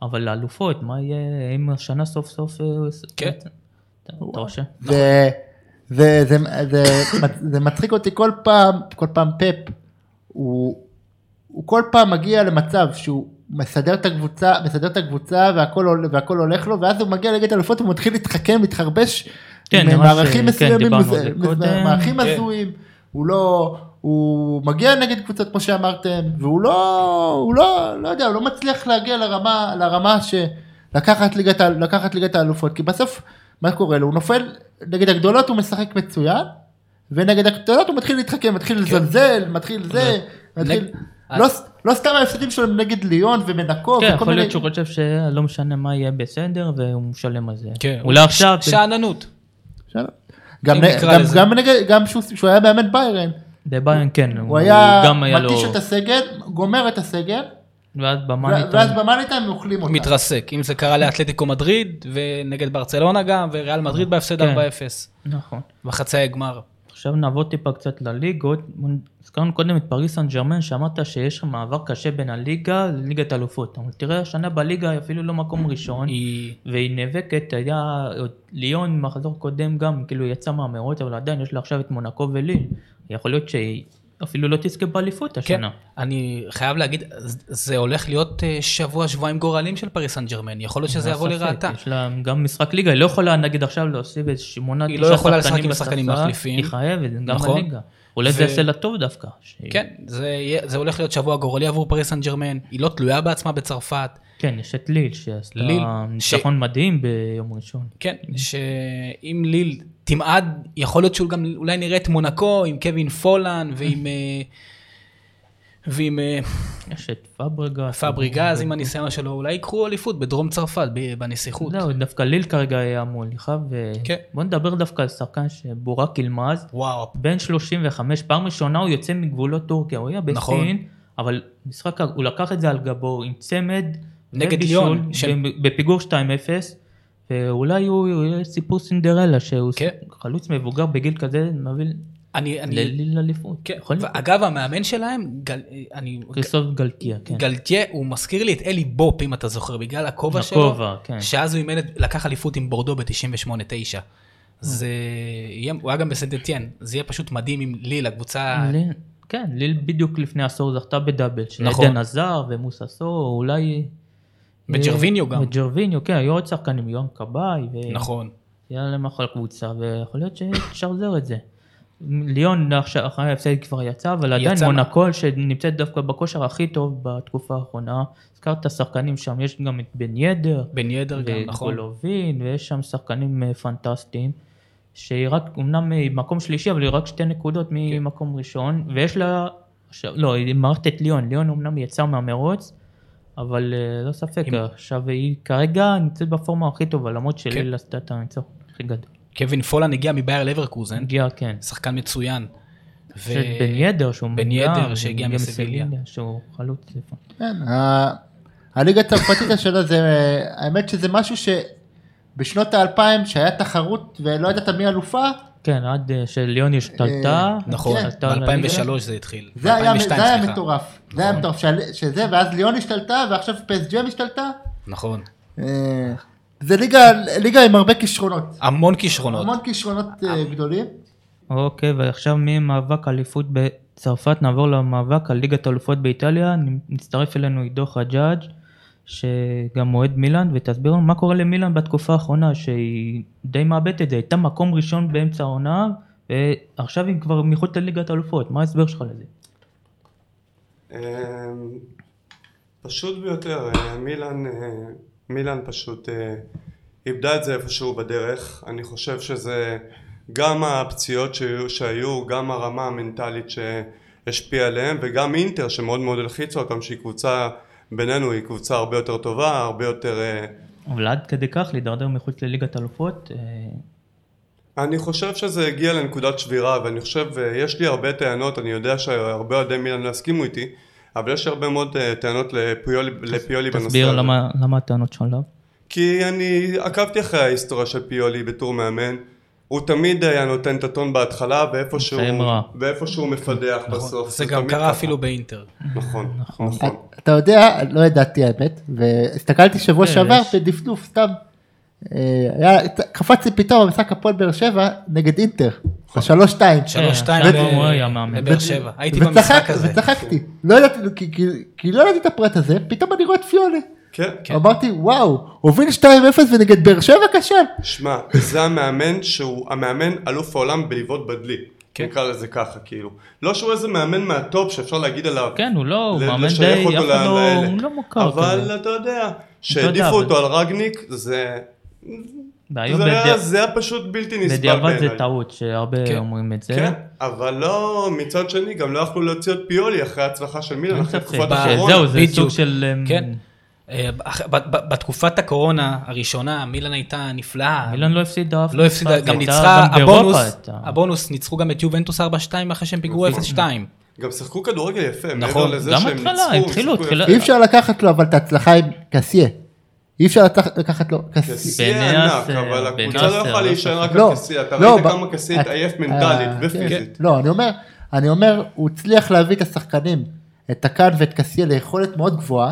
[SPEAKER 1] אבל לאלופות, מה יהיה אם השנה סוף סוף... אה, הוא-
[SPEAKER 3] כן.
[SPEAKER 1] אתה- אתה חושב?
[SPEAKER 2] זה, זה, זה, זה, זה מצחיק אותי כל פעם, כל פעם פאפ, הוא, הוא כל פעם מגיע למצב שהוא מסדר את הקבוצה, מסדר את הקבוצה והכל, הול- והכל הולך לו, ואז הוא מגיע לליגת אלופות הוא מתחיל להתחכם, להתחרבש,
[SPEAKER 1] כן,
[SPEAKER 2] עם
[SPEAKER 1] נראה
[SPEAKER 2] מערכים
[SPEAKER 1] ש- כן,
[SPEAKER 2] מסוימים,
[SPEAKER 1] דיברנו
[SPEAKER 2] מזה-
[SPEAKER 1] על זה
[SPEAKER 2] מזה-
[SPEAKER 1] קודם.
[SPEAKER 2] מערכים
[SPEAKER 3] כן.
[SPEAKER 2] הזויים, הוא לא, הוא מגיע נגד קבוצות כמו שאמרתם, והוא לא, הוא לא, לא יודע, הוא לא מצליח להגיע לרמה, לרמה ש... לקחת ליגת, ה- לקחת ליגת האלופות, כי בסוף מה קורה לו? הוא נופל, נגד הגדולות הוא משחק מצוין, ונגד הקטנות הוא מתחיל להתחכם, מתחיל
[SPEAKER 1] כן.
[SPEAKER 2] לזלזל, מתחיל זה, מתחיל...
[SPEAKER 3] נג-
[SPEAKER 2] לא, ס- לא סתם ההפסדים שלו הם נגד ליון ומנקו
[SPEAKER 1] כן,
[SPEAKER 2] וכל
[SPEAKER 1] יכול
[SPEAKER 2] אוקיי, מיני...
[SPEAKER 1] להיות שהוא חושב שלא משנה מה יהיה בסדר, והוא משלם על זה.
[SPEAKER 3] כן,
[SPEAKER 1] אולי עכשיו...
[SPEAKER 3] שאננות.
[SPEAKER 2] שאלה. גם,
[SPEAKER 3] אם
[SPEAKER 2] נ-
[SPEAKER 3] נקרא
[SPEAKER 2] גם,
[SPEAKER 3] לזה.
[SPEAKER 2] גם, נגד- גם שהוא, שהוא היה מאמן ביירן,
[SPEAKER 1] בביין כן,
[SPEAKER 2] הוא היה
[SPEAKER 1] גם היה לו...
[SPEAKER 2] מתיש את הסגל, גומר את הסגל,
[SPEAKER 1] ואז
[SPEAKER 2] ו-
[SPEAKER 1] במאניטון.
[SPEAKER 2] ואז במאניטיים אוכלים
[SPEAKER 3] הוא
[SPEAKER 2] אותה.
[SPEAKER 3] מתרסק, אם זה קרה לאתלטיקו מדריד, ונגד ברצלונה גם, וריאל מדריד בהפסד
[SPEAKER 1] כן.
[SPEAKER 3] 4-0,
[SPEAKER 1] נכון.
[SPEAKER 3] בחצי הגמר.
[SPEAKER 1] עכשיו נעבור טיפה קצת לליגות. הזכרנו קודם את פריס סן ג'רמן, שאמרת שיש שם מעבר קשה בין הליגה לליגת אלופות. אבל תראה, השנה בליגה היא אפילו לא מקום ראשון,
[SPEAKER 3] היא...
[SPEAKER 1] והיא נאבקת, היה עוד ליון מחזור קודם גם, כאילו יצא מהמרוץ, אבל עדיין יש לה עכשיו את מונקו וליל. יכול להיות שהיא אפילו לא תזכה באליפות
[SPEAKER 3] כן,
[SPEAKER 1] השנה.
[SPEAKER 3] אני חייב להגיד, ז- זה הולך להיות אה, שבוע, שבועיים גורלים של פריס סן ג'רמן, יכול להיות שזה
[SPEAKER 1] אין
[SPEAKER 3] יבוא
[SPEAKER 1] ספק,
[SPEAKER 3] לרעתה.
[SPEAKER 1] יש לה גם משחק ליגה, היא לא יכולה נגיד עכשיו להוסיף איזה שמונה,
[SPEAKER 3] היא
[SPEAKER 1] תשעה
[SPEAKER 3] לא יכולה לשחק
[SPEAKER 1] שחקנים
[SPEAKER 3] עם שחקנים
[SPEAKER 1] בספסל.
[SPEAKER 3] מחליפים.
[SPEAKER 1] היא חייבת, גם
[SPEAKER 3] נכון.
[SPEAKER 1] בליגה. אולי זה
[SPEAKER 3] ו-
[SPEAKER 1] יעשה לה טוב דווקא. שהיא-
[SPEAKER 3] כן, זה יהיה- זה הולך להיות שבוע גורלי עבור פריס סן ג'רמן, היא לא תלויה בעצמה בצרפת,
[SPEAKER 1] כן, יש את ליל, שעשתה
[SPEAKER 3] ליל,
[SPEAKER 1] ניצחון מדהים ביום ראשון.
[SPEAKER 3] כן, שאם ליל תמעד, יכול להיות שהוא גם אולי נראה את מונקו עם קווין פולן ועם... אה, ועם אה,
[SPEAKER 1] יש את פאברגס.
[SPEAKER 3] פאבריגז, עם הניסיון שלו, אולי ייקחו אליפות בדרום צרפת, ב- בנסיכות.
[SPEAKER 1] זהו, דווקא ליל כרגע היה מוליכה,
[SPEAKER 3] כן.
[SPEAKER 1] ובוא אה, נדבר דווקא על שחקן שבורק אילמז,
[SPEAKER 3] וואו,
[SPEAKER 1] בן 35, פעם ראשונה הוא יוצא מגבולות טורקיה, הוא היה
[SPEAKER 3] נכון.
[SPEAKER 1] בסין, אבל משחק, הוא לקח את זה על גבו עם צמד.
[SPEAKER 3] נגד
[SPEAKER 1] ובישול,
[SPEAKER 3] ליון, של-
[SPEAKER 1] ב- בפיגור 2-0, ואולי הוא הוא יהיה סיפור סינדרלה, שהוא
[SPEAKER 3] כן.
[SPEAKER 1] חלוץ מבוגר בגיל כזה, מביא
[SPEAKER 3] אני, אני,
[SPEAKER 1] לליל אליפות.
[SPEAKER 3] כן,
[SPEAKER 1] יכול להיות.
[SPEAKER 3] אגב המאמן שלהם, גל, אה, אני,
[SPEAKER 1] כריסטוף גלקיה, כן.
[SPEAKER 3] גלטיה, הוא מזכיר לי את אלי בופ, אם אתה זוכר, בגלל הכובע שלו.
[SPEAKER 1] הכובע, כן.
[SPEAKER 3] שאז הוא אימן, את- לקח אליפות עם בורדו ב-98-9. זה יהיה, הוא היה גם בסנטטיאן, זה יהיה פשוט מדהים אם ליל, הקבוצה...
[SPEAKER 1] ליל- כן, ליל בדיוק לפני עשור זכתה בדאבל, של
[SPEAKER 3] נכון.
[SPEAKER 1] עדן עזר ומוססו, אולי...
[SPEAKER 3] וג'רוויניו גם.
[SPEAKER 1] וג'רוויניו, כן, היו עוד שחקנים, יורם כבאי. ו-
[SPEAKER 3] נכון.
[SPEAKER 1] היה להם אחלה קבוצה, ויכול להיות שתשחזר את זה. ליון עכשיו- אחרי ההפסד כבר יצא, אבל עדיין
[SPEAKER 3] יצא מה-
[SPEAKER 1] מונקול שנמצאת דווקא בכושר הכי טוב בתקופה האחרונה. הזכרת את השחקנים שם, יש גם את בן ידר,
[SPEAKER 3] בן ידר גם, נכון.
[SPEAKER 1] וגולובין, ויש שם שחקנים אה, פנטסטיים, שהיא רק, אמנם היא מקום שלישי, אבל היא רק שתי נקודות
[SPEAKER 3] כן.
[SPEAKER 1] ממקום ראשון, ויש לה, עכשיו, לא, היא מערכת את ליון, ליון אמנם יצא מהמרוץ, אבל אה, לא ספק,
[SPEAKER 3] עם- כן.
[SPEAKER 1] עכשיו היא כרגע נמצאת בפורמה הכי טובה, למרות שליל עשתה את הניצוח הכי גדול.
[SPEAKER 3] קווין פולן הגיע מבייר לברקוזן,
[SPEAKER 1] הגיע, כן.
[SPEAKER 3] שחקן מצוין. ו-
[SPEAKER 1] יש את בן ידר שהוא
[SPEAKER 3] בן
[SPEAKER 1] מגיע,
[SPEAKER 3] ידר
[SPEAKER 1] הוא
[SPEAKER 3] שהגיע
[SPEAKER 1] מגיע
[SPEAKER 3] מסביליה.
[SPEAKER 1] מסביליה, שהוא חלוץ. לפעמים.
[SPEAKER 2] כן, ה- הליגה הצרפתית השנה זה, האמת שזה משהו שבשנות האלפיים שהיה תחרות ולא ידעת מי אלופה,
[SPEAKER 1] כן, עד אה, שליון השתלטה.
[SPEAKER 3] נכון,
[SPEAKER 2] כן.
[SPEAKER 1] השתלטה לליגה.
[SPEAKER 3] ב-2003 זה התחיל.
[SPEAKER 2] זה היה
[SPEAKER 3] ב-2002,
[SPEAKER 2] זה היה
[SPEAKER 3] סליחה.
[SPEAKER 2] מטורף, זה היה מטורף, שעל- שזה, ואז ליון השתלטה ועכשיו פסג'ם השתלטה,
[SPEAKER 3] נכון.
[SPEAKER 2] אה, זה ליגה, ליגה עם הרבה כישרונות,
[SPEAKER 3] המון כישרונות.
[SPEAKER 2] המון כישרונות אה, גדולים,
[SPEAKER 1] אוקיי, ועכשיו ממאבק אליפות בצרפת נעבור למאבק על ליגת אלופות באיטליה. נצטרף אלינו עידו חג'אג' שגם אוהד מילאן, ותסביר לנו מה קורה למילאן בתקופה האחרונה, שהיא די מאבדת את זה. הייתה מקום ראשון באמצע העונה, ועכשיו היא כבר מחוץ לליגת אלופות. מה ההסבר שלך לזה?
[SPEAKER 4] אמ, פשוט ביותר, אה, מילאן, אה, מילאן פשוט אה, איבדה את זה איפשהו בדרך, אני חושב שזה גם הפציעות שהיו, שהיו גם הרמה המנטלית שהשפיעה עליהם וגם אינטר שמאוד מאוד הלחיצה אותם שהיא קבוצה בינינו היא קבוצה הרבה יותר טובה, הרבה יותר אה,
[SPEAKER 1] אבל עד כדי כך להידרדר מחוץ לליגת אלופות, אה,
[SPEAKER 4] אני חושב שזה הגיע לנקודת שבירה, ואני חושב, אה, יש לי הרבה טענות, אני יודע שהרבה אוהדי מילאן לא יסכימו איתי, אבל יש לי הרבה מאוד אה, טענות לפיולי, לפיולי בנושא הזה.
[SPEAKER 1] תסביר למה- למה הטענות שלו.
[SPEAKER 4] כי אני עקבתי אחרי ההיסטוריה של פיולי בתור מאמן. הוא תמיד היה נותן את הטון בהתחלה, ואיפה שהוא,
[SPEAKER 1] מסיים רע.
[SPEAKER 4] ואיפה שהוא מפדח
[SPEAKER 3] נכון.
[SPEAKER 4] בסוף.
[SPEAKER 3] זה גם
[SPEAKER 4] תמיד
[SPEAKER 3] קרה
[SPEAKER 4] ככה.
[SPEAKER 3] אפילו באינטר.
[SPEAKER 4] נכון, נכון.
[SPEAKER 2] אתה יודע, לא ידעתי האמת, והסתכלתי שבוע
[SPEAKER 1] כן,
[SPEAKER 2] שעבר
[SPEAKER 1] יש.
[SPEAKER 2] בדפדוף סתם, אה, היה- קפץ לי פתאום במשחק הפועל באר שבע נגד אינטר, בשלוש שתיים, אה,
[SPEAKER 3] שלוש, שתיים,
[SPEAKER 1] כן,
[SPEAKER 3] ב-
[SPEAKER 1] שלמה הוא היה מאמן.
[SPEAKER 3] לבאר שבע. הייתי במשחק הזה.
[SPEAKER 2] וצחקתי, לא ידעתי, כי- כי- כי לא ידעתי את הפרט הזה, פתאום אני רואה את פיולי.
[SPEAKER 4] כן.
[SPEAKER 2] אמרתי וואו, הוביל 2-0 ונגד באר שבע קשה.
[SPEAKER 4] שמע, זה המאמן שהוא המאמן אלוף העולם בלבעוט בדלי.
[SPEAKER 3] כן.
[SPEAKER 4] נקרא לזה ככה, כאילו. לא שהוא איזה מאמן מהטופ שאפשר להגיד עליו.
[SPEAKER 1] כן, הוא לא, הוא
[SPEAKER 4] ל-
[SPEAKER 1] מאמן
[SPEAKER 4] לשייך
[SPEAKER 1] די,
[SPEAKER 4] אותו
[SPEAKER 1] אף אחד
[SPEAKER 4] ל-
[SPEAKER 1] לא-
[SPEAKER 4] לאלה.
[SPEAKER 1] הוא לא מוכר כזה.
[SPEAKER 4] אבל אתה יודע, שהעדיפו
[SPEAKER 1] אבל-
[SPEAKER 4] אותו על רגניק, זה...
[SPEAKER 1] והיום
[SPEAKER 4] זה היה-
[SPEAKER 1] בדיע-
[SPEAKER 4] זה היה פשוט בלתי נסבל
[SPEAKER 1] בדיעבד זה
[SPEAKER 4] בעיניי.
[SPEAKER 1] טעות,
[SPEAKER 3] כן.
[SPEAKER 1] שהרבה אומרים את זה.
[SPEAKER 4] כן, אבל לא, מצד שני, גם לא יכלו להוציא את פיולי אחרי ההצלחה של מילן,
[SPEAKER 1] אין
[SPEAKER 4] אחרי
[SPEAKER 1] ספק.
[SPEAKER 4] תקופת
[SPEAKER 3] ב-
[SPEAKER 4] הקורונה.
[SPEAKER 1] זהו, זה
[SPEAKER 3] בדיוק.
[SPEAKER 1] סוג של... אמ,
[SPEAKER 3] כן. אה, ב- ב- בתקופת הקורונה הראשונה, מילאן הייתה נפלאה.
[SPEAKER 1] מילן לא הפסידה אף
[SPEAKER 3] לא הפסידה,
[SPEAKER 1] משחק,
[SPEAKER 3] גם
[SPEAKER 1] הייתה
[SPEAKER 3] ניצחה,
[SPEAKER 1] גם באירופה
[SPEAKER 3] הבונוס,
[SPEAKER 1] הייתה.
[SPEAKER 3] הבונוס, ניצחו גם את יובנטוס 4-2 אחרי שהם פיגרו 0-2.
[SPEAKER 4] גם שיחקו כדורגל יפה, מעבר
[SPEAKER 3] נכון,
[SPEAKER 4] לזה
[SPEAKER 1] גם
[SPEAKER 4] שהם ניצחו,
[SPEAKER 1] התחלה, הם התחילו,
[SPEAKER 4] שיחקו
[SPEAKER 1] התחילה-
[SPEAKER 4] יפה.
[SPEAKER 2] אי אפשר לקחת לו אבל את ההצלחה עם קסיה. אי אפשר לקח- לקחת לו קסיה.
[SPEAKER 4] כסייה
[SPEAKER 1] בנאס,
[SPEAKER 4] ענק,
[SPEAKER 1] אה,
[SPEAKER 4] אבל הקבוצה
[SPEAKER 1] בנאס,
[SPEAKER 4] לא
[SPEAKER 1] אה,
[SPEAKER 4] יכולה להישען רק
[SPEAKER 2] לא,
[SPEAKER 4] על כסייה, אתה
[SPEAKER 2] לא,
[SPEAKER 4] ראית
[SPEAKER 2] ב-
[SPEAKER 4] כמה כסייה
[SPEAKER 2] את-
[SPEAKER 4] התעייף
[SPEAKER 2] אה,
[SPEAKER 4] מנטלית
[SPEAKER 2] כן.
[SPEAKER 4] ופיזית.
[SPEAKER 2] לא, אני אומר, אני אומר, הוא הצליח להביא את השחקנים, את טקאן ואת קסיה ליכולת מאוד גבוהה,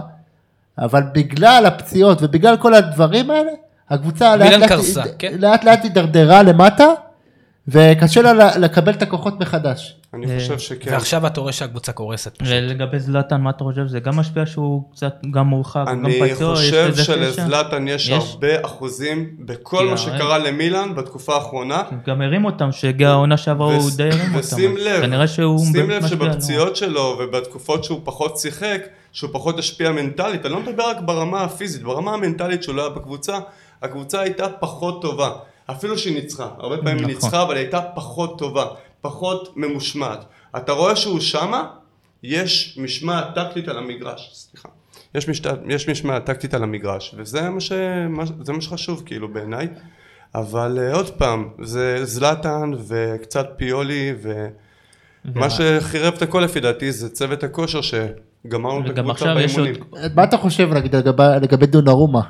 [SPEAKER 2] אבל בגלל הפציעות ובגלל כל הדברים האלה, הקבוצה
[SPEAKER 3] מילאן
[SPEAKER 2] לאט לאט
[SPEAKER 3] קרסה,
[SPEAKER 2] הת-
[SPEAKER 3] כן.
[SPEAKER 2] לאט לאט הידרדרה למטה, וקשה לה ל- לקבל את הכוחות מחדש.
[SPEAKER 1] אה,
[SPEAKER 4] אני חושב שכן.
[SPEAKER 3] ועכשיו אתה רואה שהקבוצה קורסת.
[SPEAKER 1] ולגבי זלאטן, מה אתה חושב? זה גם משפיע שהוא קצת גם מורחק, גם
[SPEAKER 4] אני
[SPEAKER 1] פצוע, יש
[SPEAKER 4] חושב
[SPEAKER 1] לזה קשר?
[SPEAKER 4] שלזלאטן יש
[SPEAKER 1] יש.
[SPEAKER 4] הרבה אחוזים בכל
[SPEAKER 1] כי
[SPEAKER 4] מה
[SPEAKER 1] הרי-
[SPEAKER 4] שקרה למילן בתקופה האחרונה.
[SPEAKER 1] גם הרים אותם, שהעונה שעברה הוא
[SPEAKER 4] וס-
[SPEAKER 1] די הרים אותם.
[SPEAKER 4] ושים
[SPEAKER 1] אז
[SPEAKER 4] לב,
[SPEAKER 1] כנראה שהוא...
[SPEAKER 4] שים
[SPEAKER 1] באמת
[SPEAKER 4] לב
[SPEAKER 1] משפיע עליו.
[SPEAKER 4] שבפציעות שלו ובתקופות שהוא פחות שיחק, שהוא פחות השפיע מנטלית, אני לא מדבר רק ברמה הפיזית, ברמה המנטלית שהוא לא היה בקבוצה, הקבוצה הייתה פחות טובה, אפילו שהיא ניצחה, הרבה פעמים היא
[SPEAKER 1] נכון.
[SPEAKER 4] ניצחה, אבל היא הייתה פחות טובה, פחות ממושמעת. אתה רואה שהוא שמה, יש משמעת טקטית על המגרש, סליחה. יש, משת... יש משמעת טקטית על המגרש, וזה מה, ש... מה... ש- זה מה שחשוב כאילו בעיניי. אבל אה, עוד פעם, זה זלאטן וקצת פיולי ו... מה שחירב את הכל לפי דעתי זה צוות הכושר שגמרנו את
[SPEAKER 1] וגם
[SPEAKER 4] הקבוצה
[SPEAKER 1] עכשיו יש עוד...
[SPEAKER 4] באימונים.
[SPEAKER 2] מה אתה חושב נגיד לגבי, לגבי דונרומה?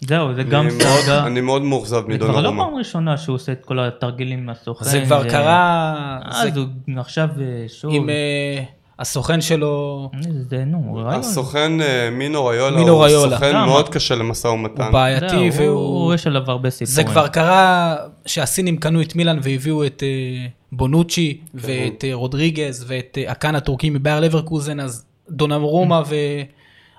[SPEAKER 1] זהו, זה
[SPEAKER 4] אני
[SPEAKER 1] גם
[SPEAKER 4] מאוד-
[SPEAKER 1] סאגה.
[SPEAKER 4] אני מאוד מאוכזב
[SPEAKER 1] זה
[SPEAKER 4] מדונרומה.
[SPEAKER 1] כבר לא פעם ראשונה שהוא עושה את כל התרגילים עם הסוכן.
[SPEAKER 3] זה כבר קרה,
[SPEAKER 1] אז
[SPEAKER 3] זה
[SPEAKER 1] הוא עכשיו אה, שוב.
[SPEAKER 3] עם אה, הסוכן שלו,
[SPEAKER 1] איזה זה, נו, רעיון.
[SPEAKER 4] הסוכן אה, מינו ריולה
[SPEAKER 3] מינו
[SPEAKER 4] הוא
[SPEAKER 3] ריולה.
[SPEAKER 4] סוכן
[SPEAKER 1] למה?
[SPEAKER 4] מאוד קשה למשא ומתן.
[SPEAKER 3] הוא בעייתי
[SPEAKER 1] אה, זהו,
[SPEAKER 3] והוא...
[SPEAKER 1] הוא- יש עליו הרבה
[SPEAKER 3] זה
[SPEAKER 1] סיפורים.
[SPEAKER 3] כבר קרה שהסינים קנו את מילאן והביאו את אה, בונוצ'י
[SPEAKER 1] כן.
[SPEAKER 3] ואת אה, רודריגז ואת אה, הקאן הטורקי מבאר לברקוזן, אז דונמרומה
[SPEAKER 1] Mm.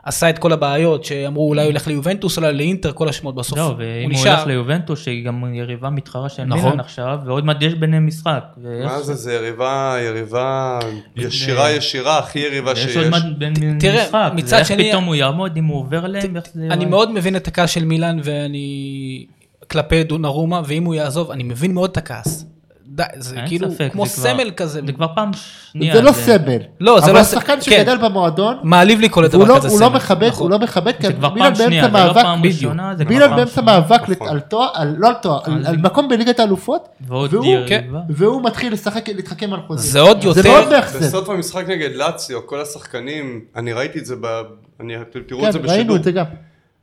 [SPEAKER 3] ועשה את כל הבעיות, שאמרו אולי הוא ילך ליובנטוס, אולי לאינטר, כל השמות בסוף.
[SPEAKER 1] זהו, לא, ואם הוא
[SPEAKER 3] נשאר.
[SPEAKER 1] ילך ליובנטוס, שהיא גם יריבה מתחרה של
[SPEAKER 3] נכון.
[SPEAKER 1] מילן עכשיו, ועוד מעט יש ביניהם משחק. ויש-
[SPEAKER 4] מה זה, זה יריבה, יריבה ישירה
[SPEAKER 1] אה,
[SPEAKER 4] ישירה, הכי יריבה
[SPEAKER 1] יש
[SPEAKER 4] שיש.
[SPEAKER 1] עוד מעט בין
[SPEAKER 3] תראה,
[SPEAKER 1] משחק.
[SPEAKER 3] מצד
[SPEAKER 1] זה איך
[SPEAKER 3] שני-
[SPEAKER 1] פתאום הוא יעמוד, אם הוא עובר להם, איך זה...
[SPEAKER 3] אני
[SPEAKER 1] ייראה.
[SPEAKER 3] מאוד מבין את הכעס של מילאן ואני כלפי דונרומה, ואם הוא יעזוב, אני מבין מאוד את הכעס. די, זה
[SPEAKER 1] אין
[SPEAKER 3] כאילו
[SPEAKER 1] ספק,
[SPEAKER 3] כמו
[SPEAKER 1] זה כבר-
[SPEAKER 3] סמל כזה,
[SPEAKER 1] זה כבר פעם שנייה.
[SPEAKER 2] זה לא סבל.
[SPEAKER 3] לא, זה לא
[SPEAKER 2] אבל
[SPEAKER 3] ס-
[SPEAKER 2] השחקן
[SPEAKER 3] כן.
[SPEAKER 2] שגדל במועדון,
[SPEAKER 3] מעליב לי כל
[SPEAKER 2] והוא
[SPEAKER 3] הדבר
[SPEAKER 2] לא-
[SPEAKER 3] כזה
[SPEAKER 2] הוא
[SPEAKER 3] סמל.
[SPEAKER 2] לא מכבד,
[SPEAKER 3] נכון.
[SPEAKER 2] הוא לא מכבד, כי
[SPEAKER 1] זה כבר
[SPEAKER 2] מילן
[SPEAKER 1] פעם שנייה,
[SPEAKER 2] באמצע
[SPEAKER 1] זה לא
[SPEAKER 2] מאבק,
[SPEAKER 1] פעם ראשונה, זה כבר
[SPEAKER 2] מילן
[SPEAKER 1] פעם
[SPEAKER 2] באמצע
[SPEAKER 1] שנייה. נכון.
[SPEAKER 2] מאבק
[SPEAKER 4] נכון.
[SPEAKER 2] על תואר, על- לא על תואר, על-
[SPEAKER 1] על-
[SPEAKER 2] על מקום בליגת האלופות,
[SPEAKER 1] ועוד
[SPEAKER 2] והוא-
[SPEAKER 1] יריבה.
[SPEAKER 3] כן.
[SPEAKER 2] והוא מתחיל לשחק, להתחכם על חוזים.
[SPEAKER 3] זה עוד יותר-
[SPEAKER 1] לא
[SPEAKER 2] זה מאוד מאכזב.
[SPEAKER 4] בסוף המשחק נגד לאציו, כל השחקנים, אני ראיתי את זה, ב... אני, אתם תראו את זה
[SPEAKER 2] כן,
[SPEAKER 4] בשידור.
[SPEAKER 2] ראינו את זה גם.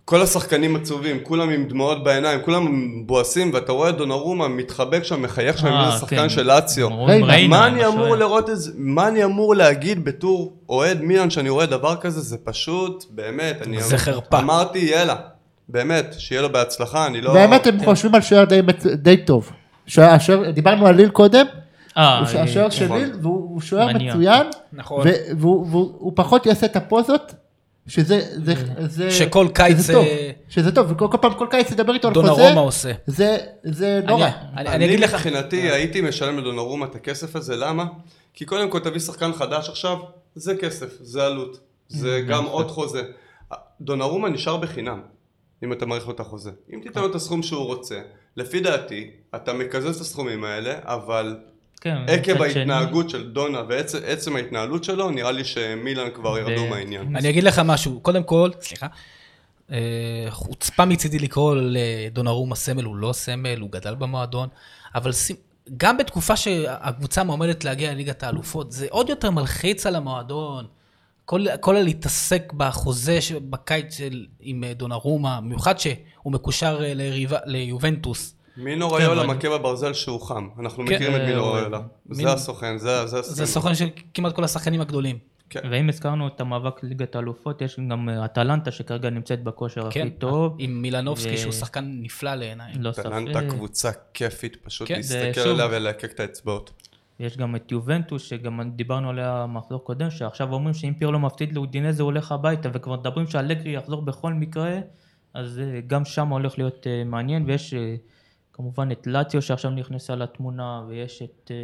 [SPEAKER 4] כל השחקנים עצובים, כולם עם דמעות בעיניים, כולם בואסים, ואתה רואה את דונרומה מתחבק שם, מחייך שם, עם
[SPEAKER 1] אה, כן.
[SPEAKER 4] איזה שחקן של לאציו.
[SPEAKER 1] אומרים,
[SPEAKER 2] ראינו,
[SPEAKER 1] ראינו,
[SPEAKER 4] מה אני
[SPEAKER 1] השוער.
[SPEAKER 4] אמור לראות את זה, מה אני אמור להגיד בתור אוהד מילאן שאני רואה דבר כזה, זה פשוט, באמת, אני אמ-
[SPEAKER 3] זה חרפה.
[SPEAKER 4] אמרתי יאללה, באמת, שיהיה לו בהצלחה, אני לא...
[SPEAKER 2] באמת הם חושבים על שוער די מצ- די טוב. שוער- השוער- דיברנו על ליל קודם,
[SPEAKER 1] אה,
[SPEAKER 2] הוא ש- השוער של
[SPEAKER 4] נכון.
[SPEAKER 2] ליל, והוא הוא שוער
[SPEAKER 1] מניאק.
[SPEAKER 2] מצוין,
[SPEAKER 3] נכון.
[SPEAKER 2] ו- והוא והוא- הוא פחות יעשה את הפוזות, שזה, זה,
[SPEAKER 1] אה.
[SPEAKER 2] זה,
[SPEAKER 3] שכל קיץ,
[SPEAKER 2] שזה טוב,
[SPEAKER 3] אה,
[SPEAKER 2] שזה טוב, וכל כל פעם, כל קיץ ידבר איתו על חוזה,
[SPEAKER 3] דונרומה עושה.
[SPEAKER 2] זה, זה לא
[SPEAKER 3] אני-
[SPEAKER 2] נורא.
[SPEAKER 3] אני אני אגיד לך, אה.
[SPEAKER 4] מבחינתי הייתי משלם לדונרומה את הכסף הזה, למה? כי קודם כל תביא שחקן חדש עכשיו, זה כסף, זה עלות,
[SPEAKER 3] אה,
[SPEAKER 4] זה גם עוד חוזה. דונרומה נשאר בחינם, אם אתה מעריך לו את החוזה. אם תיתן לו את הסכום שהוא רוצה, לפי דעתי, אתה מקזז את הסכומים האלה, אבל
[SPEAKER 1] כן, מצד
[SPEAKER 4] עקב
[SPEAKER 1] שני.
[SPEAKER 4] ההתנהגות של דונה ועצם עצם ההתנהלות שלו, נראה לי שמילן כבר ירדו
[SPEAKER 1] ו-
[SPEAKER 4] מהעניין.
[SPEAKER 3] אני אגיד לך משהו, קודם כל, סליחה, אה, חוצפה מצידי לקרוא לדונרומה סמל, הוא לא סמל, הוא גדל במועדון, אבל שים- גם בתקופה שהקבוצה מועמדת להגיע לליגת האלופות, זה עוד יותר מלחיץ על המועדון. כל, כל הלהתעסק בחוזה ש- בקיץ של, עם אה, דונרומה, במיוחד שהוא מקושר אה, ליריבה, ליובנטוס.
[SPEAKER 4] מינו ריולה
[SPEAKER 1] כן, אבל-
[SPEAKER 4] מכה בברזל שהוא חם, אנחנו
[SPEAKER 3] כן,
[SPEAKER 4] מכירים את
[SPEAKER 1] אה,
[SPEAKER 4] מינו
[SPEAKER 1] אוהב.
[SPEAKER 4] ריולה.
[SPEAKER 3] מין-
[SPEAKER 4] זה הסוכן, זה זה
[SPEAKER 3] זה
[SPEAKER 4] הסוכן.
[SPEAKER 3] סוכן של כמעט כל השחקנים הגדולים.
[SPEAKER 1] ואם הזכרנו את המאבק ליגת האלופות, יש גם אה, אטלנטה שכרגע נמצאת בכושר
[SPEAKER 3] כן,
[SPEAKER 1] הכי טוב.
[SPEAKER 3] עם מילנובסקי,
[SPEAKER 1] ו-
[SPEAKER 3] שהוא שחקן נפלא לעיניי.
[SPEAKER 1] לא ספק.
[SPEAKER 4] טלנטה אה, קבוצה כיפית, פשוט
[SPEAKER 3] כן, זה
[SPEAKER 4] להסתכל
[SPEAKER 1] שוב-
[SPEAKER 4] עליה ולהקק את האצבעות.
[SPEAKER 1] יש גם את יובנטוס, שגם דיברנו עליה מחזור קודם, שעכשיו אומרים שאם פירלו מפסיד לאודינזה הוא הולך הביתה, וכבר מדברים שאלגרי יחזור בכל מקרה, אז אה, גם שם הולך להיות אה, מעניין, ויש אה, כמובן את לאציו שעכשיו נכנסה לתמונה, ויש את... אה,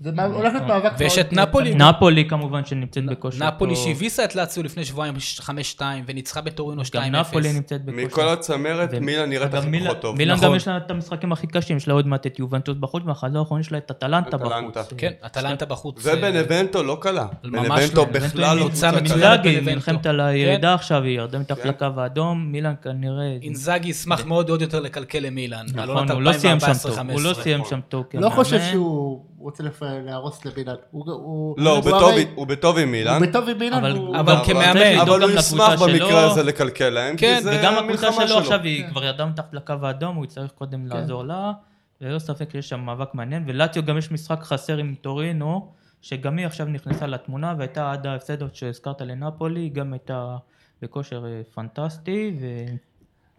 [SPEAKER 2] זה מה- הולך להיות מאבק
[SPEAKER 3] ויש
[SPEAKER 2] מאוד-
[SPEAKER 3] את נפולי.
[SPEAKER 1] נפולי כמובן שנמצאת בכושר טוב.
[SPEAKER 3] נפולי שהביסה את לאציו לפני שבועיים 5-2 וניצחה בטורינו 2-0.
[SPEAKER 1] גם נפולי נמצאת בכושר.
[SPEAKER 4] מכל הצמרת,
[SPEAKER 1] ו-
[SPEAKER 4] מילה נראית
[SPEAKER 1] אגב,
[SPEAKER 4] הכי
[SPEAKER 1] מילה-
[SPEAKER 4] פחות טוב.
[SPEAKER 1] מילאן
[SPEAKER 3] נכון.
[SPEAKER 1] גם יש לה את המשחקים הכי קשים, יש לה עוד מעט את יובנטוס בחוץ, והחזור האחרון שלה את אטלנטה
[SPEAKER 4] אטלנטה.
[SPEAKER 1] בחוץ.
[SPEAKER 3] כן, אטלנטה בחוץ.
[SPEAKER 4] ובנבנטו לא קלה.
[SPEAKER 3] ממש לא,
[SPEAKER 4] בנבנטו
[SPEAKER 3] בנבנטו
[SPEAKER 4] בכלל לא
[SPEAKER 3] עם קבוצה
[SPEAKER 4] קבוצה קלה.
[SPEAKER 3] מצוינת.
[SPEAKER 1] אינזאגי,
[SPEAKER 3] בנבנטו.
[SPEAKER 1] מלחמת על הירידה
[SPEAKER 4] כן.
[SPEAKER 1] עכשיו, היא ירדה מתחת לקו האדום, מילאן כנראה...
[SPEAKER 3] אינזאגי ישמח מאוד עוד יותר לקלקל למילאן. על
[SPEAKER 1] נכון,
[SPEAKER 3] עונת
[SPEAKER 1] הוא לא סיים שם טוב,
[SPEAKER 3] 2014-2015.
[SPEAKER 1] הוא לא סיים שם טוב.
[SPEAKER 2] לא
[SPEAKER 1] כמאמן.
[SPEAKER 2] חושב שהוא רוצה לפ- להרוס לבילן. הוא- הוא-
[SPEAKER 4] לא, הוא
[SPEAKER 2] הוא
[SPEAKER 4] בטוב-
[SPEAKER 2] הרי-
[SPEAKER 4] הוא בטוב עם מילן.
[SPEAKER 2] הוא בטוב עם
[SPEAKER 1] אה, אבל-
[SPEAKER 2] בילן. הוא-
[SPEAKER 3] אבל כמאמן.
[SPEAKER 1] צריך לדאוג
[SPEAKER 4] אבל
[SPEAKER 1] גם
[SPEAKER 4] הוא
[SPEAKER 1] לקבוצה
[SPEAKER 4] ישמח במקרה
[SPEAKER 1] שלו.
[SPEAKER 4] הזה לקלקל להם,
[SPEAKER 3] כן,
[SPEAKER 4] כי זה
[SPEAKER 1] וגם הקבוצה
[SPEAKER 4] המלחמה
[SPEAKER 1] שלו
[SPEAKER 4] שלו.
[SPEAKER 1] עכשיו היא כבר ירדה מתחת לקו האדום, הוא יצטרך קודם
[SPEAKER 2] כן.
[SPEAKER 1] לעזור לה, וללא ספק יש שם מאבק מעניין, ולאציו גם יש משחק חסר עם טורינו, שגם היא עכשיו נכנסה לתמונה, והייתה עד ההפסד עוד שהזכרת לנפולי, היא גם הייתה בכושר אה, פנטסטי, ו...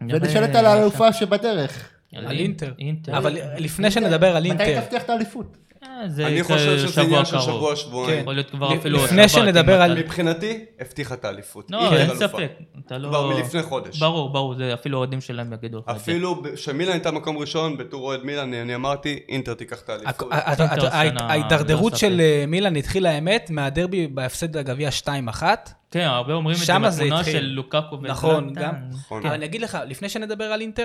[SPEAKER 2] ונשאלת על האלופה שבדרך.
[SPEAKER 3] על אינטר.
[SPEAKER 1] אה, אינטר.
[SPEAKER 3] אבל לפני שנדבר על
[SPEAKER 2] מתי
[SPEAKER 3] אינטר.
[SPEAKER 2] תבטיח את האליפות?
[SPEAKER 1] אה, זה
[SPEAKER 4] אני
[SPEAKER 1] יקרה
[SPEAKER 4] חושב שזה עניין של
[SPEAKER 1] קרוב.
[SPEAKER 4] שבוע, שבועיים.
[SPEAKER 1] יכול להיות כבר
[SPEAKER 3] לפ-
[SPEAKER 1] אפילו...
[SPEAKER 3] לפני
[SPEAKER 1] שבוע,
[SPEAKER 3] שנדבר
[SPEAKER 1] כמעט.
[SPEAKER 3] על-
[SPEAKER 4] מבחינתי, הבטיחה את האליפות. היא
[SPEAKER 1] לא,
[SPEAKER 4] הבטיחה
[SPEAKER 1] אין
[SPEAKER 4] את האלופה.
[SPEAKER 1] ספק. אתה לא...
[SPEAKER 4] כבר מלפני חודש.
[SPEAKER 1] ברור, אוקיי. ברור, זה אפילו אוהדים שלהם יגידו לך את זה.
[SPEAKER 4] אפילו ב- שמילן הייתה מקום ראשון, בתור אוהד מילן, אני- אני אמרתי, אינטר תיקח את האליפות.
[SPEAKER 1] אה,
[SPEAKER 3] ה- ה- ה-
[SPEAKER 1] אינטר לא
[SPEAKER 3] ה-
[SPEAKER 1] שנה,
[SPEAKER 3] ההידרדרות
[SPEAKER 1] ללא
[SPEAKER 3] של
[SPEAKER 1] ספק.
[SPEAKER 3] אה, מילאן התחילה, האמת, מהדרבי בהפסד לגביע 2-1.
[SPEAKER 1] כן, הרבה אומרים את זה
[SPEAKER 3] שמה זה
[SPEAKER 1] מהתמונה
[SPEAKER 3] התחיל.
[SPEAKER 1] של לוקאקו
[SPEAKER 3] נכון,
[SPEAKER 1] וזלאטן.
[SPEAKER 3] גם.
[SPEAKER 4] נכון.
[SPEAKER 3] אבל אני אגיד לך, לפני שנדבר על אינטר,